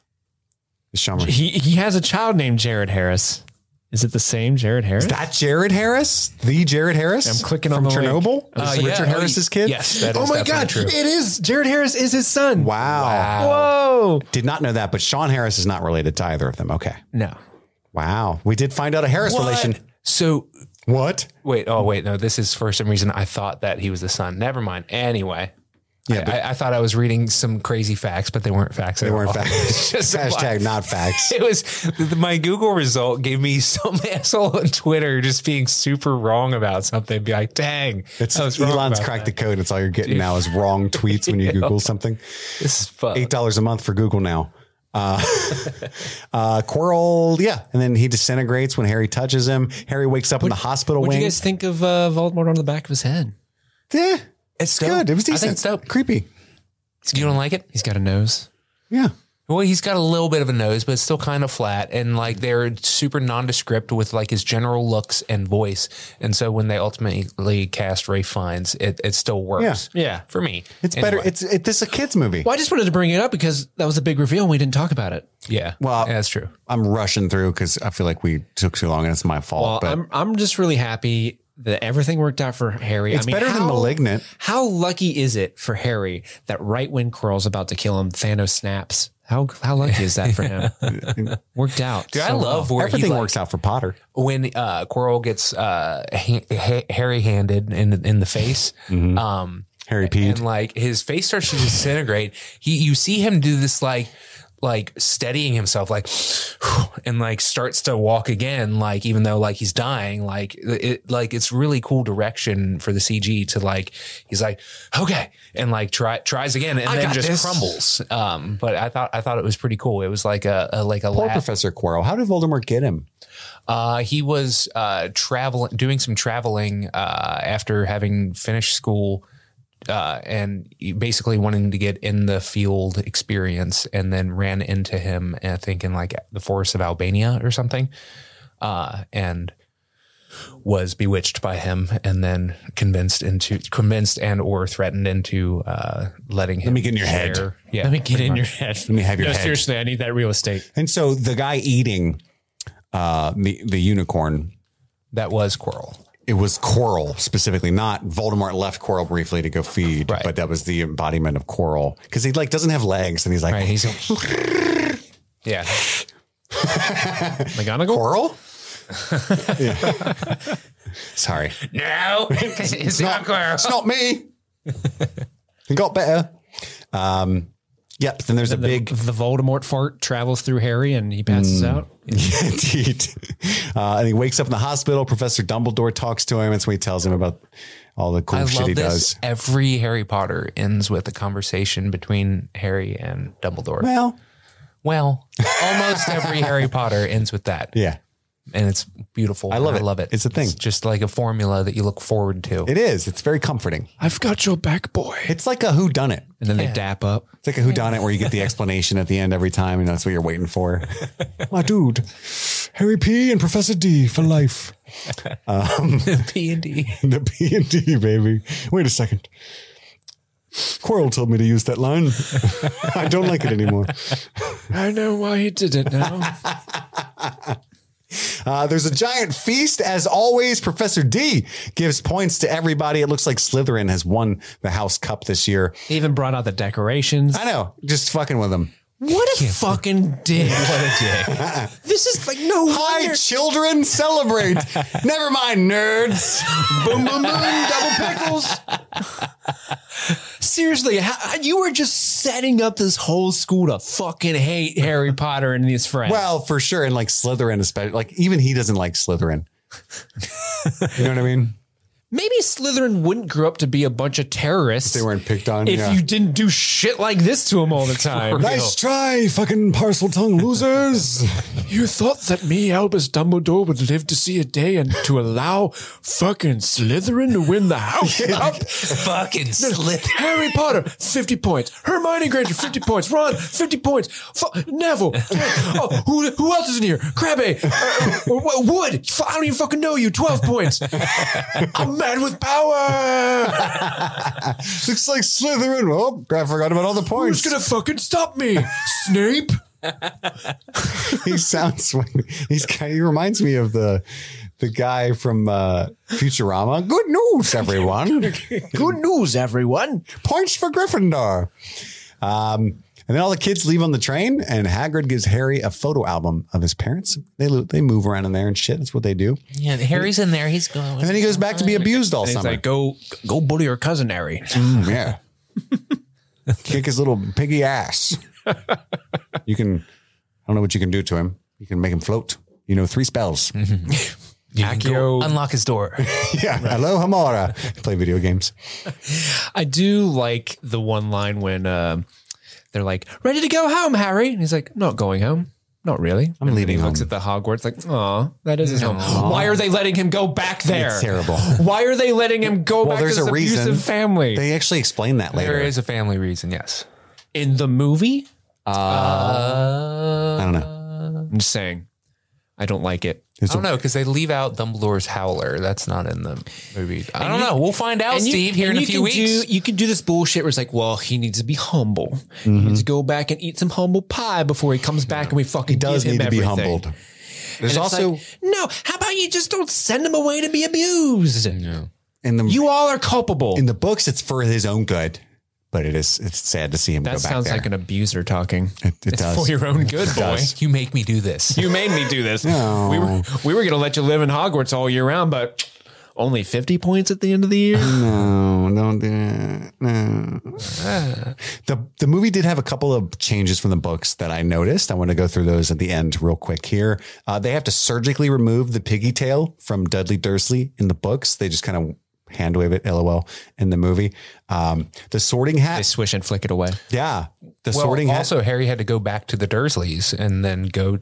Speaker 1: Is Sean
Speaker 5: He he has a child named Jared Harris. Is it the same Jared Harris?
Speaker 1: That Jared Harris, the Jared Harris.
Speaker 5: I'm clicking
Speaker 1: from
Speaker 5: on the link.
Speaker 1: Chernobyl. Is this Richard Harris's kid.
Speaker 4: Yes, that is
Speaker 5: oh my
Speaker 4: definitely
Speaker 5: god!
Speaker 4: true.
Speaker 5: It is Jared Harris is his son.
Speaker 1: Wow.
Speaker 5: Whoa!
Speaker 1: Did not know that, but Sean Harris is not related to either of them. Okay.
Speaker 5: No,
Speaker 1: Wow. We did find out a Harris relation.
Speaker 4: So
Speaker 1: What?
Speaker 4: wait, oh wait, no, this is for some reason I thought that he was the son. Never mind. Anyway. Yeah, I, I, I thought I was reading some crazy facts, but they weren't facts.
Speaker 1: They weren't
Speaker 4: facts.
Speaker 1: facts.
Speaker 4: Just a
Speaker 1: Hashtag not facts.
Speaker 4: It was my Google result gave me some asshole on Twitter just being super wrong about something. Be like, dang,
Speaker 1: It's
Speaker 4: I was wrong
Speaker 1: Elon's
Speaker 4: about
Speaker 1: cracked the code. It's all you're getting now is wrong tweets when you Google something.
Speaker 4: that. This is fuck.
Speaker 1: Eight dollars a month for Google now. Uh, uh, Quirrell, yeah, and then he disintegrates when Harry touches him. Harry wakes up in the hospital
Speaker 5: what do
Speaker 1: wing.
Speaker 5: you guys think of uh, Voldemort on the back of his head?
Speaker 1: yeah, it's good. It was
Speaker 4: I think
Speaker 1: decent.
Speaker 4: it's dope.
Speaker 1: Creepy.
Speaker 4: You don't like it?
Speaker 5: He's got a nose.
Speaker 1: Yeah.
Speaker 4: Well, he's got a little bit of a nose, but it's still kind of flat. And like they're super nondescript with like his general looks and voice. And so when they ultimately cast Ray Fiennes, it, it still works.
Speaker 5: Yeah. Yeah.
Speaker 4: For me.
Speaker 1: It's better. It's it, this is a kids movie.
Speaker 5: Well, I just wanted to bring it up because that was a big reveal and we didn't talk about it.
Speaker 4: Yeah.
Speaker 1: Well,
Speaker 4: yeah, that's true.
Speaker 1: I'm rushing through because I feel like we took too long and it's my fault.
Speaker 5: Well,
Speaker 1: but
Speaker 5: I'm I'm just really happy that everything worked out for Harry.
Speaker 1: It's better than Malignant.
Speaker 5: How lucky is it for Harry that right when Quirrell's about to kill him, Thanos snaps? How how lucky is that for him? Worked out.
Speaker 4: Dude, I love where
Speaker 1: Everything
Speaker 4: he, like,
Speaker 1: works out for Potter.
Speaker 4: when uh, Quirrell gets uh, ha- ha- hairy-handed in the, in the face.
Speaker 1: Mm-hmm.
Speaker 4: Um,
Speaker 1: Harry Pete.
Speaker 4: and like his face starts to disintegrate. He you see him do this like like steadying himself like and like starts to walk again like even though like he's dying like it like it's really cool direction for the CG to like he's like okay and like try tries again and then
Speaker 5: got
Speaker 4: just
Speaker 5: this.
Speaker 4: crumbles um but I thought I thought it was pretty cool it was like a, a like a
Speaker 1: Poor
Speaker 4: laugh.
Speaker 1: Professor Quirrell. How did Voldemort get him?
Speaker 4: Uh, he was uh, traveling, doing some traveling uh, after having finished school, uh, and he basically wanting to get in the field experience, and then ran into him, and I think in like the forest of Albania or something, uh, and was bewitched by him, and then convinced into convinced and or threatened into uh, letting him.
Speaker 1: me get in your head.
Speaker 4: share- Yeah,
Speaker 5: Let me get in your head. Let
Speaker 1: me have your
Speaker 5: no,
Speaker 1: head.
Speaker 5: seriously, I need that real estate.
Speaker 1: And so the guy eating uh, the the unicorn,
Speaker 4: that was Quirrell.
Speaker 1: it was Quirrell specifically, not Voldemort left Quirrell briefly to go feed,
Speaker 4: Right.
Speaker 1: but that was the embodiment of Quirrell because he like doesn't have legs and he's like
Speaker 4: Right, he's yeah.
Speaker 5: McGonagall?
Speaker 1: Quirrell. Yeah. Sorry,
Speaker 4: No, it's not Quirrell.
Speaker 1: it's not me. it got better. Um, yep. Then there's a big
Speaker 5: The Voldemort fart travels through Harry and he passes out.
Speaker 1: Indeed. Uh, and he wakes up in the hospital. Professor Dumbledore talks to him. That's when he tells him about all the cool
Speaker 4: I
Speaker 1: shit
Speaker 4: love
Speaker 1: he
Speaker 4: this.
Speaker 1: does.
Speaker 4: Every Harry Potter ends with a conversation between Harry and Dumbledore. Well,
Speaker 1: Well,
Speaker 4: almost every Harry Potter ends with that.
Speaker 1: yeah,
Speaker 4: And it's beautiful. I
Speaker 1: love
Speaker 4: I
Speaker 1: it.
Speaker 4: love it.
Speaker 1: It's a thing.
Speaker 4: just like a formula that you look forward to.
Speaker 1: it is. It's very comforting.
Speaker 5: I've got your back, boy.
Speaker 1: It's like a whodunit.
Speaker 5: And then they dap up.
Speaker 1: It's like a whodunit where you get the explanation at the end every time, and that's what you're waiting for. My dude, Harry P. and Professor D for life.
Speaker 4: P and D.
Speaker 1: The P and D, baby. Wait a second. Quirrell told me to use that line. I don't like it anymore.
Speaker 5: I know why he did it now.
Speaker 1: Uh, there's a giant feast. As always, Professor D gives points to everybody. It looks like Slytherin has won the House Cup this year.
Speaker 5: they even brought out the decorations.
Speaker 1: I know, just fucking with them.
Speaker 5: What a fucking dick. what a dick. this is like no
Speaker 1: Hi, children, celebrate. Never mind, nerds.
Speaker 5: boom, boom, boom, double pickles. Seriously, how, you were just setting up this whole school to fucking hate Harry Potter and his friends.
Speaker 1: Well, for sure. And like Slytherin, especially, like even he doesn't like Slytherin. you know what I mean?
Speaker 5: maybe Slytherin wouldn't grow up to be a bunch of terrorists
Speaker 1: They weren't picked on.
Speaker 5: if
Speaker 1: yeah.
Speaker 5: you didn't do shit like this to him all the time.
Speaker 1: Nice try, fucking parcel tongue losers.
Speaker 5: You thought that me, Albus Dumbledore, would live to see a day and to allow fucking Slytherin to win the house up?
Speaker 4: Fucking slip.
Speaker 5: Harry Potter, 50 points. Hermione Granger, 50 points. Ron, 50 points. F- Neville. Oh, who, who else is in here? Crabbe. Uh, Wo- Wood. F- I don't even fucking know you. 12 points. I'm mad with power.
Speaker 1: Looks like Slytherin. Oh, I forgot about all the points.
Speaker 5: Who's going to fucking stop me? Snape?
Speaker 1: he sounds he's kind he reminds me of the the guy from uh Futurama. Good news, everyone.
Speaker 2: Good news, everyone.
Speaker 1: Points for Gryffindor. Um and then all the kids leave on the train, and Hagrid gives Harry a photo album of his parents. They lo- they move around in there and shit. That's what they do.
Speaker 4: Yeah, Harry's in there. He's going.
Speaker 1: And then he goes back to be abused all summer.
Speaker 5: go, go bully your cousin, Harry.
Speaker 1: Mm, yeah, kick his little piggy ass. You can, I don't know what you can do to him. You can make him float. You know, three spells.
Speaker 5: Accio.
Speaker 4: Unlock his door.
Speaker 1: Yeah. Hello, Hamara. Play video games.
Speaker 5: I do like the one line when um they're like, "Ready to go home, Harry?" And he's like, "Not going home." Not really. I'm
Speaker 1: leaving
Speaker 5: He looks
Speaker 1: home.
Speaker 5: at the Hogwarts like, "Aw, that is his home." Why are they letting him go back there?
Speaker 1: It's terrible.
Speaker 5: Why are they letting him go
Speaker 1: Well,
Speaker 5: back
Speaker 1: there's
Speaker 5: to his
Speaker 1: a reason.
Speaker 5: abusive family
Speaker 1: They actually explain that later.
Speaker 4: There is a family reason. Yes.
Speaker 5: in the movie?
Speaker 1: I don't know.
Speaker 5: I'm just saying, I don't like it.
Speaker 1: It's
Speaker 4: I don't know because they leave out Dumbledore's howler. That's not in the movie. I don't know. We'll find out, Steve, here in
Speaker 5: and
Speaker 4: a
Speaker 5: you
Speaker 4: few
Speaker 5: can
Speaker 4: weeks.
Speaker 5: Do, you can do this bullshit where it's like, well, he needs to be humble. He
Speaker 1: Mm-hmm.
Speaker 5: needs to go back and eat some humble pie before he comes back and we fucking
Speaker 1: He does
Speaker 5: give him
Speaker 1: need to be
Speaker 5: everything.
Speaker 1: humbled. There's
Speaker 5: And it's
Speaker 1: also
Speaker 5: like, no. How about you just don't send him away to be abused?
Speaker 1: in the
Speaker 5: You all are culpable.
Speaker 1: in the books, it's for his own good. but it is it's sad to see him
Speaker 5: That
Speaker 1: go back
Speaker 5: sounds
Speaker 1: there.
Speaker 5: like an abuser talking.
Speaker 1: it, it
Speaker 5: it's
Speaker 1: does.
Speaker 5: for your own good, boy.
Speaker 1: does. Mm.
Speaker 6: You make me do this.
Speaker 5: You made me do this.
Speaker 1: No.
Speaker 5: We were we were gonna let you live in Hogwarts all year round, but only fifty points at the end of the
Speaker 1: Mm.
Speaker 5: year.
Speaker 1: Oh, No, don't do that. No. the the movie did have a couple of changes from the books that I noticed. I want to go through those at the end real quick here. Uh, they have to surgically remove the piggy tail from Dudley Dursley in the books. They just kind of hand wave it, lol, in the movie. Um, the sorting
Speaker 5: I
Speaker 1: hat,
Speaker 5: swish and flick it away.
Speaker 1: yeah, the
Speaker 6: Well,
Speaker 1: sorting hat.
Speaker 6: also Harry had to go back to the Dursleys and then go.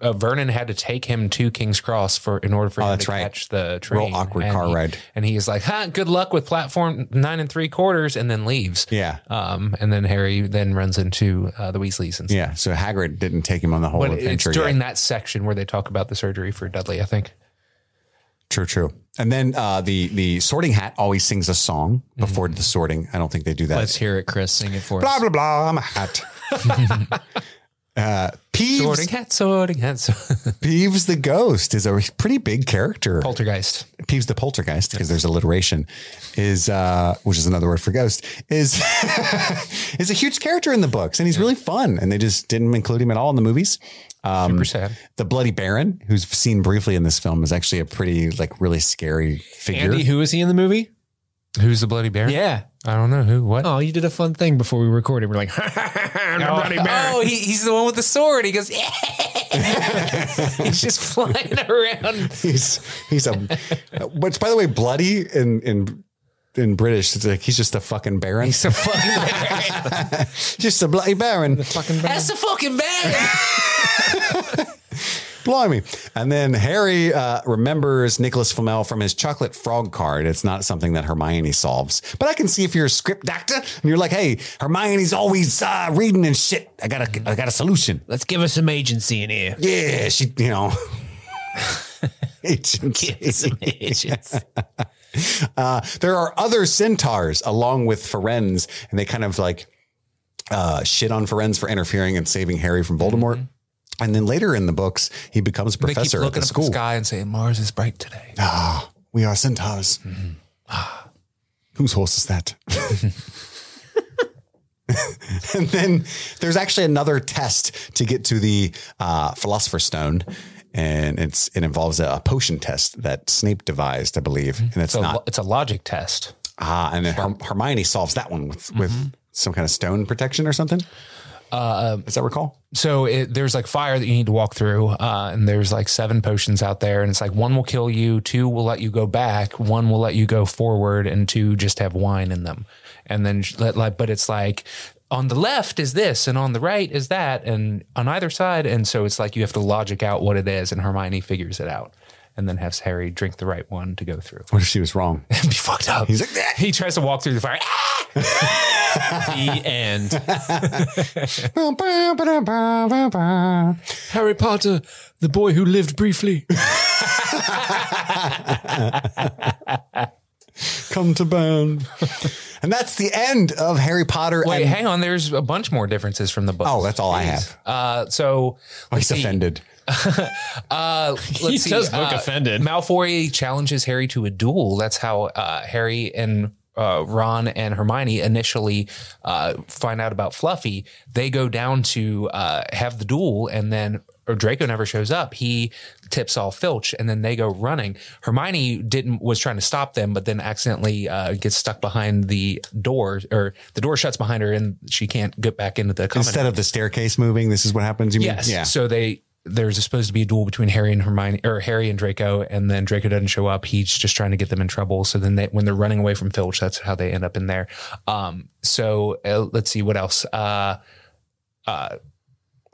Speaker 6: Uh, Vernon had to take him to King's Cross for in order for him
Speaker 1: Oh, that's
Speaker 6: to
Speaker 1: right.
Speaker 6: catch the train.
Speaker 1: awkward
Speaker 6: And
Speaker 1: car
Speaker 6: he-
Speaker 1: ride.
Speaker 6: And he is like, "Ha, good luck with platform nine and three quarters," and then leaves.
Speaker 1: Yeah.
Speaker 6: Um, and then Harry then runs into uh, the Weasleys and stuff.
Speaker 1: Yeah, so Hagrid didn't take him on the whole
Speaker 6: But it's
Speaker 1: adventure. yet.
Speaker 6: during that section where they talk about the surgery for Dudley, I think.
Speaker 1: True, true. And then uh, the the sorting hat always sings a song before
Speaker 6: Mm-hmm.
Speaker 1: the sorting. I don't think they do that.
Speaker 5: Let's hear it, Chris. Sing it for
Speaker 1: blah
Speaker 5: us.
Speaker 1: blah blah. I'm a hat. uh, Peeves,
Speaker 6: Sorting hat, sorting hat, so-
Speaker 1: Peeves the ghost is a pretty big character.
Speaker 6: poltergeist.
Speaker 1: Peeves the poltergeist, because there's alliteration, is uh, which is another word for ghost, is is a huge character in the books, and he's really fun. And they just didn't include him at all in the movies. Um,
Speaker 6: Super sad.
Speaker 1: The Bloody Baron, who's seen briefly in this film, is actually a pretty like really scary figure.
Speaker 5: Andy, who is he in the movie?
Speaker 6: Who's the bloody bear?
Speaker 5: Yeah.
Speaker 6: I don't know who. What?
Speaker 5: Oh, you did a fun thing before we recorded. We're like, ha, ha, ha, ha, bloody bear.
Speaker 6: Oh, he, he's the one with the sword. He goes, he's just flying around.
Speaker 1: he's he's a which by the way bloody in in in british it's like he's just a fucking baron
Speaker 6: He's a fucking bear.
Speaker 1: just a bloody baron
Speaker 6: That's a fucking bear.
Speaker 1: blimey and then harry uh, remembers nicholas flamel from his chocolate frog card it's not something that hermione solves but i can see if you're a script doctor and you're like hey hermione's always uh, reading and shit i got a i got a solution
Speaker 5: Let's give us some agency in here.
Speaker 1: yeah she you know agency. Uh, there are other centaurs along with Ferenz, and they kind of like uh, shit on Ferenz for interfering and saving Harry from Voldemort. And then later in the books, he becomes a
Speaker 6: Mm-hmm. They keep
Speaker 1: professor at
Speaker 6: looking
Speaker 1: the
Speaker 6: up at the
Speaker 1: school.
Speaker 6: sky and saying, Mars is bright today.
Speaker 1: ah, we are centaurs. Ah, Whose horse is that? and then there's actually another test to get to the uh, Philosopher's Stone. And it's it involves a, potion test that Snape devised, I believe, and it's
Speaker 6: It's a,
Speaker 1: not
Speaker 6: lo- it's a logic test.
Speaker 1: Ah, and then Her- Hermione solves that one with with some kind of stone protection or something. Mm-hmm. Uh, Is that recall?
Speaker 6: so it, there's like fire that you need to walk through, uh, and there's like seven potions out there, and it's like one will kill you, two will let you go back, one will let you go forward, and two just have wine in them, and then sh- let like, but it's like on the left is this, and on the right is that, and on either side, and so it's like you have to logic out what it is, and Hermione figures it out, and then has Harry drink the right one to go through.
Speaker 1: What if she was wrong?
Speaker 6: It'd be fucked up.
Speaker 1: He's like, "Ah."
Speaker 6: he tries to walk through the fire. Ah!
Speaker 5: The end.
Speaker 1: Harry
Speaker 5: Harry Potter, the boy who lived briefly.
Speaker 1: come to bound, and that's the end of Harry Potter.
Speaker 6: Wait,
Speaker 1: and,
Speaker 6: hang on. There's a bunch more differences from the book.
Speaker 1: oh, that's all I have.
Speaker 6: Uh, so
Speaker 1: Oh, he's
Speaker 6: let's see.
Speaker 1: offended.
Speaker 6: Uh, let's see.
Speaker 5: does look
Speaker 6: uh,
Speaker 5: offended.
Speaker 6: Malfoy challenges Harry to a duel. That's how uh, Harry and uh, Ron and Hermione initially uh, find out about Fluffy. They go down to uh, have the duel, and then or Draco never shows up. He tips off Filch, and then they go running. Hermione didn't was trying to stop them, but then accidentally uh, gets stuck behind the door, or the door shuts behind her, and she can't get back into the. common
Speaker 1: Instead of the staircase moving, this is what happens. You mean?
Speaker 6: Yes.
Speaker 1: Yeah.
Speaker 6: So they there's supposed to be a duel between Harry and Hermione or Harry and Draco, and then Draco doesn't show up. He's just trying to get them in trouble. So then they when they're running away from Filch, that's how they end up in there. Um. So uh, let's see what else. Uh.
Speaker 1: I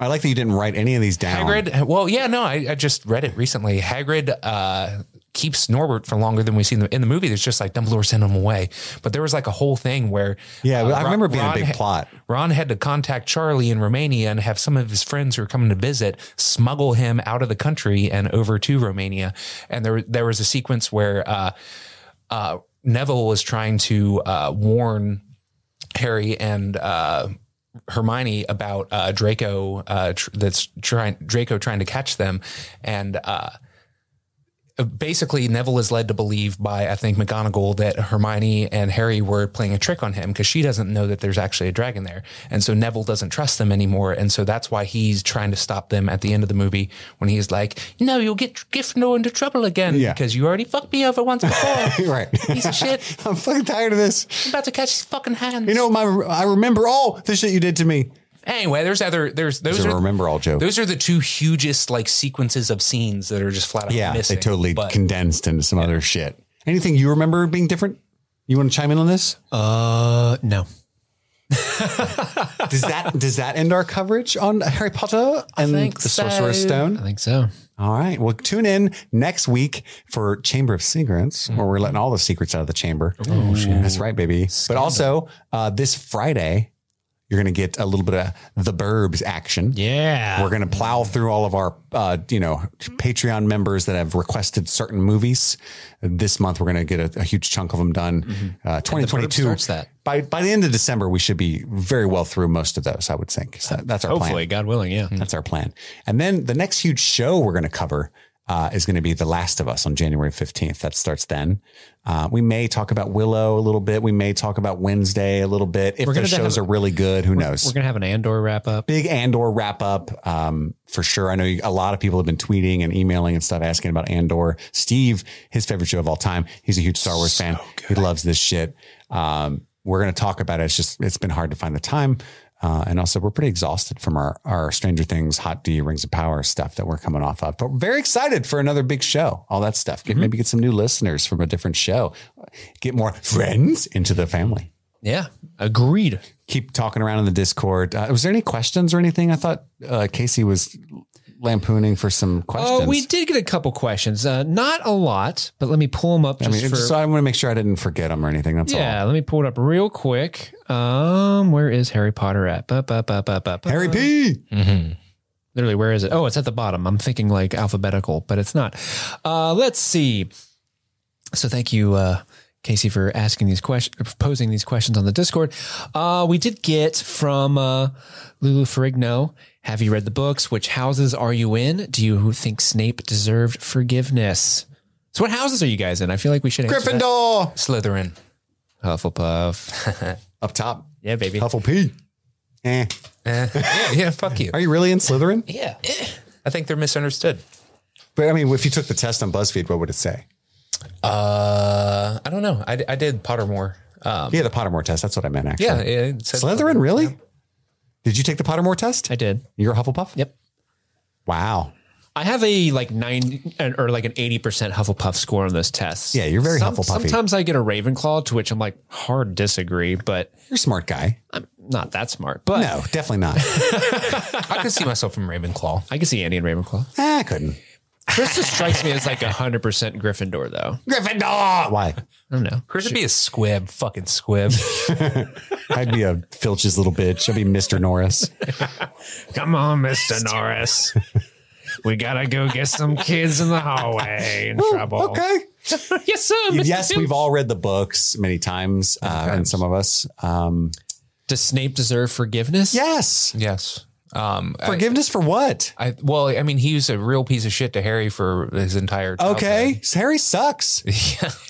Speaker 1: like that you didn't write any of these down.
Speaker 6: Hagrid. Well, yeah, no, I, I just read it recently. Hagrid uh, keeps Norbert for longer than we see in the, in the movie. There's just like Dumbledore sent him away, but there was like a whole thing where
Speaker 1: Yeah,
Speaker 6: uh,
Speaker 1: I remember being a
Speaker 6: Ron
Speaker 1: big
Speaker 6: ha-
Speaker 1: plot.
Speaker 6: Ron had to contact Charlie in Romania and have some of his friends who were coming to visit smuggle him out of the country and over to Romania. And there there was a sequence where uh, uh, Neville was trying to uh, warn Harry and uh, Hermione about uh, Draco uh, tr- that's trying Draco trying to catch them, and uh,
Speaker 4: uh, basically Neville is led to believe by I think McGonagall that Hermione and Harry were playing a trick on him because she doesn't know that there's actually a dragon there, and so Neville doesn't trust them anymore, and so that's why he's trying to stop them at the end of the movie when he's like, "No, you'll get Gryffindor into trouble again
Speaker 1: Yeah.
Speaker 4: because you already fucked me over once before."
Speaker 1: Right.
Speaker 4: piece of shit.
Speaker 1: I'm fucking tired of this.
Speaker 4: I'm about to catch his fucking hands.
Speaker 1: You know, my I remember all the shit you did to me.
Speaker 4: Anyway, there's other there's those
Speaker 1: It's a
Speaker 4: are
Speaker 1: remember all joke.
Speaker 4: Those are the two hugest like sequences of scenes that are just flat out
Speaker 1: Yeah,
Speaker 4: missing.
Speaker 1: they totally
Speaker 4: But
Speaker 1: condensed into some other shit. Anything you remember being different? You want to chime in on this?
Speaker 5: Uh, no.
Speaker 1: Does that does that end our coverage on Harry Potter and
Speaker 4: think
Speaker 1: the Sorcerer's
Speaker 4: so.
Speaker 5: I
Speaker 1: Stone?
Speaker 5: think so.
Speaker 1: All right. Well, tune in next week for Chamber of Secrets, where we're letting all the secrets out of the chamber. Oh shit! That's right, baby. But also uh, this Friday, you're gonna get a little bit of the Burbs action.
Speaker 5: Yeah.
Speaker 1: We're going to plow through all of our, uh, you know, Patreon members that have requested certain movies. This month, we're going to get a, a huge chunk of them done.
Speaker 5: Mm-hmm.
Speaker 1: Uh, 2022.
Speaker 5: starts that.
Speaker 1: By, by the end of December, we should be very well through most of those, I would think. So that's our
Speaker 5: Hopefully,
Speaker 1: plan.
Speaker 5: God willing, yeah.
Speaker 1: That's our plan. And then the next huge show we're going to cover uh, is going to be The Last of Us on January 15th. That starts then. Uh, we may talk about Willow a little bit. We may talk about Wednesday a little bit. If
Speaker 5: We're
Speaker 1: the
Speaker 5: gonna
Speaker 1: shows
Speaker 5: have-
Speaker 1: are really good, who knows?
Speaker 5: We're gonna have an Andor wrap up.
Speaker 1: big Andor wrap up um, for sure. I know you, a lot of people have been tweeting and emailing and stuff asking about Andor. Steve, his favorite show of all time. He's a huge Star Wars fan. He loves this shit. Um, we're going to talk about it. It's just it's been hard to find the time. Uh, and also, we're pretty exhausted from our, our Stranger Things, Hot D, Rings of Power stuff that we're coming off of. But we're very excited for another big show, all that stuff. Get, Maybe get some new listeners from a different show, get more friends into the family
Speaker 5: Yeah. Agreed.
Speaker 1: keep talking around in the Discord. Uh, was there any questions or anything? I thought uh, Casey was lampooning for some questions.
Speaker 5: Oh, we did get a couple questions. Uh, not a lot, but let me pull them up
Speaker 1: I
Speaker 5: just
Speaker 1: mean,
Speaker 5: for.
Speaker 1: so I want to make sure I didn't forget them or anything. That's all.
Speaker 5: yeah, let me pull it up real quick. Um, where is Harry Potter at? Ba, ba, ba, ba, ba, ba.
Speaker 1: Harry P.
Speaker 5: Mm-hmm. Literally, where is it? Oh, it's at the bottom. I'm thinking like alphabetical, but it's not. Uh, let's see. So thank you, uh, Casey, for asking these questions, posing these questions on the Discord. Uh, we did get from uh, Lulu Ferrigno. Have you read the books? Which houses are you in? Do you think Snape deserved forgiveness? So what houses are you guys in? I feel like we should answer that.
Speaker 1: Gryffindor
Speaker 4: Slytherin.
Speaker 5: Hufflepuff.
Speaker 1: up top.
Speaker 5: Yeah, baby.
Speaker 1: Hufflepuff. Eh.
Speaker 4: Eh, yeah, yeah, fuck you.
Speaker 1: Are you really in Slytherin?
Speaker 4: Yeah, I think they're misunderstood.
Speaker 1: But I mean, if you took the test on BuzzFeed, what would it say?
Speaker 4: Uh, I don't know. I, I did Pottermore. Um,
Speaker 1: Yeah, the Pottermore test. That's what I meant. Actually.
Speaker 4: yeah, it said-
Speaker 1: Slytherin, really? Did you take the Pottermore test?
Speaker 5: I did.
Speaker 1: You're a Hufflepuff.
Speaker 5: Yep.
Speaker 1: Wow.
Speaker 5: I have a like nine an- or like an eighty percent Hufflepuff score on those tests.
Speaker 1: Yeah, you're very
Speaker 5: Some-
Speaker 1: Hufflepuffy.
Speaker 5: Sometimes I get a Ravenclaw, to which I'm like hard disagree, but
Speaker 1: You're a smart guy.
Speaker 5: I'm not that smart. But
Speaker 1: No, definitely not.
Speaker 4: I could see myself from Ravenclaw.
Speaker 5: I can see Andy and Ravenclaw.
Speaker 1: Ah, I couldn't.
Speaker 5: Krista strikes me as like hundred percent Gryffindor, though.
Speaker 1: Gryffindor. Why?
Speaker 5: I don't know.
Speaker 4: Chris would be a squib, fucking squib.
Speaker 1: I'd be a Filch's little bitch. I'd be Mr. Norris.
Speaker 2: Come on, Mr. Norris. We gotta go get some kids in the hallway in trouble.
Speaker 1: Okay.
Speaker 5: yes, sir. Mr.
Speaker 1: Yes,
Speaker 5: Filch.
Speaker 1: we've all read the books many times, uh, and some of us. Um,
Speaker 5: Does Snape deserve forgiveness?
Speaker 1: yes.
Speaker 4: yes. Um, I-
Speaker 1: Forgiveness for what?
Speaker 4: I, well, I mean, he was a real piece of shit to Harry for his entire. childhood.
Speaker 1: Okay. Harry sucks.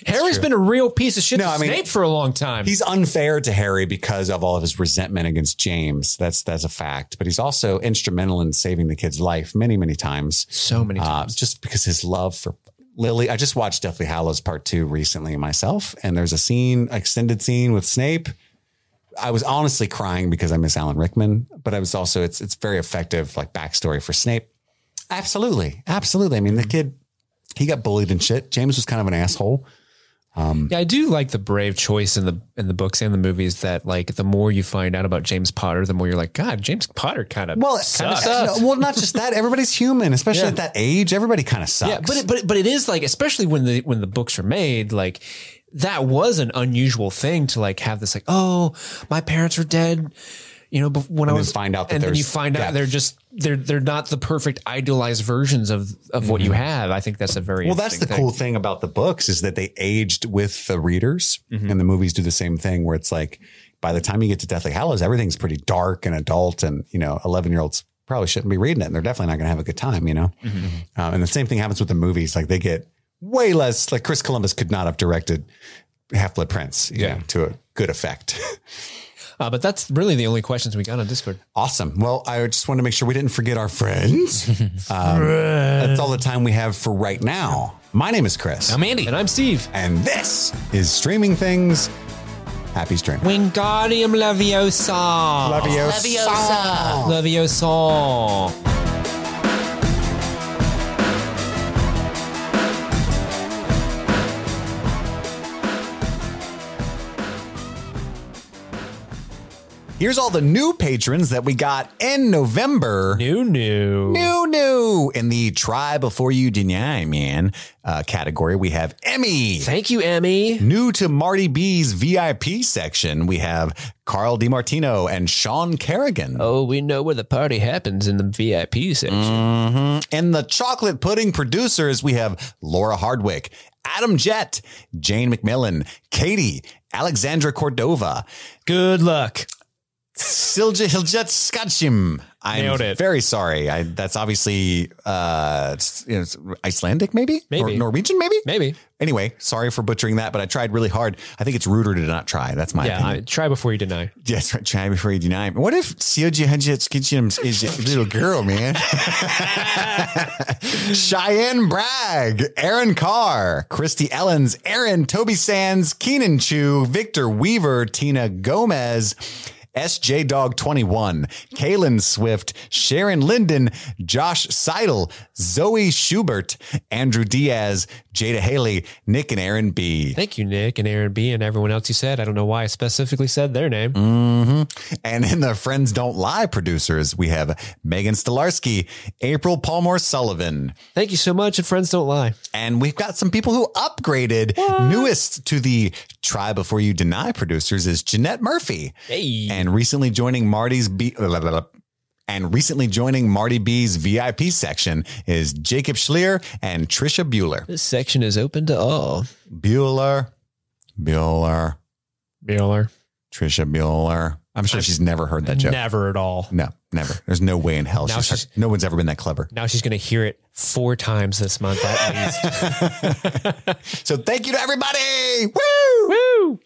Speaker 5: Harry's been a real piece of shit
Speaker 1: No,
Speaker 5: to
Speaker 1: I mean-
Speaker 5: Snape for a long time.
Speaker 1: He's unfair to Harry because of all of his resentment against James. That's that's a fact. But he's also instrumental in saving the kid's life many, many times.
Speaker 5: so many
Speaker 1: uh,
Speaker 5: times.
Speaker 1: just because his love for Lily. I just watched Deathly Hallows Part Two recently myself, and there's a scene, extended scene with Snape. I was honestly crying because I miss Alan Rickman, but I was also it's it's very effective like backstory for Snape. Absolutely, absolutely. I mean, the kid he got bullied and shit. James was kind of an asshole.
Speaker 5: Yeah, I do like the brave choice in the in the books and the movies that like the more you find out about James Potter, the more you're like, God, James Potter kind of
Speaker 1: Well, it kind of sucks. No, well, not just that. Everybody's human, especially at that age. Everybody kind of sucks.
Speaker 5: yeah, but it, but it- but it is like especially when the when the books are made like. That was an unusual thing to like have this like oh my parents are dead, you know. But when I
Speaker 1: then
Speaker 5: was
Speaker 1: find out that
Speaker 5: and then you
Speaker 1: there's
Speaker 5: find
Speaker 1: depth.
Speaker 5: out they're just they're they're not the perfect idealized versions of of what you have. I think that's a very
Speaker 1: Mm-hmm. Well, that's the
Speaker 5: interesting thing.
Speaker 1: cool thing about the books is that they aged with the readers,
Speaker 5: Mm-hmm.
Speaker 1: and the movies do the same thing. Where it's like, by the time you get to Deathly Hallows, everything's pretty dark and adult, and you know, eleven year olds
Speaker 5: Mm-hmm.
Speaker 1: probably shouldn't be reading it, and they're definitely not going to have a good time, you know. Um, and the same thing happens with the movies; like they get way less like Chris Columbus could not have directed Half Blood Prince, you
Speaker 4: Yeah.
Speaker 1: know, to a good effect.
Speaker 5: Uh, but that's really the only questions we got on Discord.
Speaker 1: awesome. Well, I just wanted to make sure we didn't forget our friends. Um, That's all the time we have for right now. My name is Chris,
Speaker 4: I'm Andy.
Speaker 5: And I'm Steve.
Speaker 1: and this is Streaming Things. Happy streaming.
Speaker 5: Wingardium Leviosa.
Speaker 1: Love you.
Speaker 5: Leviosa.
Speaker 1: Here's all the new patrons that we got in November.
Speaker 5: New, new.
Speaker 1: New, new. In the try before you deny, man uh, category, we have Emmy.
Speaker 5: Thank you, Emmy.
Speaker 1: New to Marty B's VIP section, we have Carl DiMartino and Sean Kerrigan.
Speaker 5: Oh, we know where the party happens in the VIP section.
Speaker 1: Mm. In the chocolate pudding producers, we have Laura Hardwick, Adam Jett, Jane McMillan, Katie, Alexandra Cordova,
Speaker 5: Good luck.
Speaker 1: Silja Hiljet Skatchim. I'm
Speaker 5: Nailed it.
Speaker 1: very sorry. I, that's obviously uh, it's- you know, it's Icelandic, maybe?
Speaker 5: Maybe.
Speaker 1: Or Norwegian, maybe?
Speaker 5: Maybe.
Speaker 1: Anyway, sorry for butchering that, but I tried really hard. I think it's ruder to not try. That's my
Speaker 5: Yeah,
Speaker 1: opinion.
Speaker 5: I, try before you deny.
Speaker 1: Yes, right. Try before you deny. it. What if Silja Hunjet's kitchen is a little girl, man? Cheyenne Bragg, Aaron Carr, Christy Ellens, Aaron, Toby Sands, Keenan Chu, Victor Weaver, Tina Gomez. SJ Dog 21, Kaylin Swift, Sharon Linden, Josh Seidel, Zoe Schubert, Andrew Diaz, Jada Haley, Nick and Aaron B.
Speaker 5: Thank you, Nick and Aaron B. and everyone else you said. I don't know why I specifically said their name.
Speaker 1: Mm. And in the Friends Don't Lie producers, we have Megan Stolarski, April Palmore Sullivan.
Speaker 5: Thank you so much, and friends don't lie.
Speaker 1: And we've got some people who upgraded. Newest to the Try Before You Deny producers is Jeanette Murphy.
Speaker 5: Hey.
Speaker 1: And recently joining Marty's B. blah, blah, blah, blah. And recently joining Marty B's VIP section is Jacob Schlier and Trisha Bueller.
Speaker 5: This section is open to all.
Speaker 1: Bueller, Bueller,
Speaker 5: Bueller.
Speaker 1: Trisha Bueller. I'm sure she's never heard that joke.
Speaker 5: Never at all.
Speaker 1: No, never. There's no way in hell.
Speaker 5: Now
Speaker 1: She's
Speaker 5: she's-
Speaker 1: heard- no one's ever been that clever.
Speaker 5: Now she's going to hear it four times this month at least.
Speaker 1: so thank you to everybody. Woo!
Speaker 5: Woo!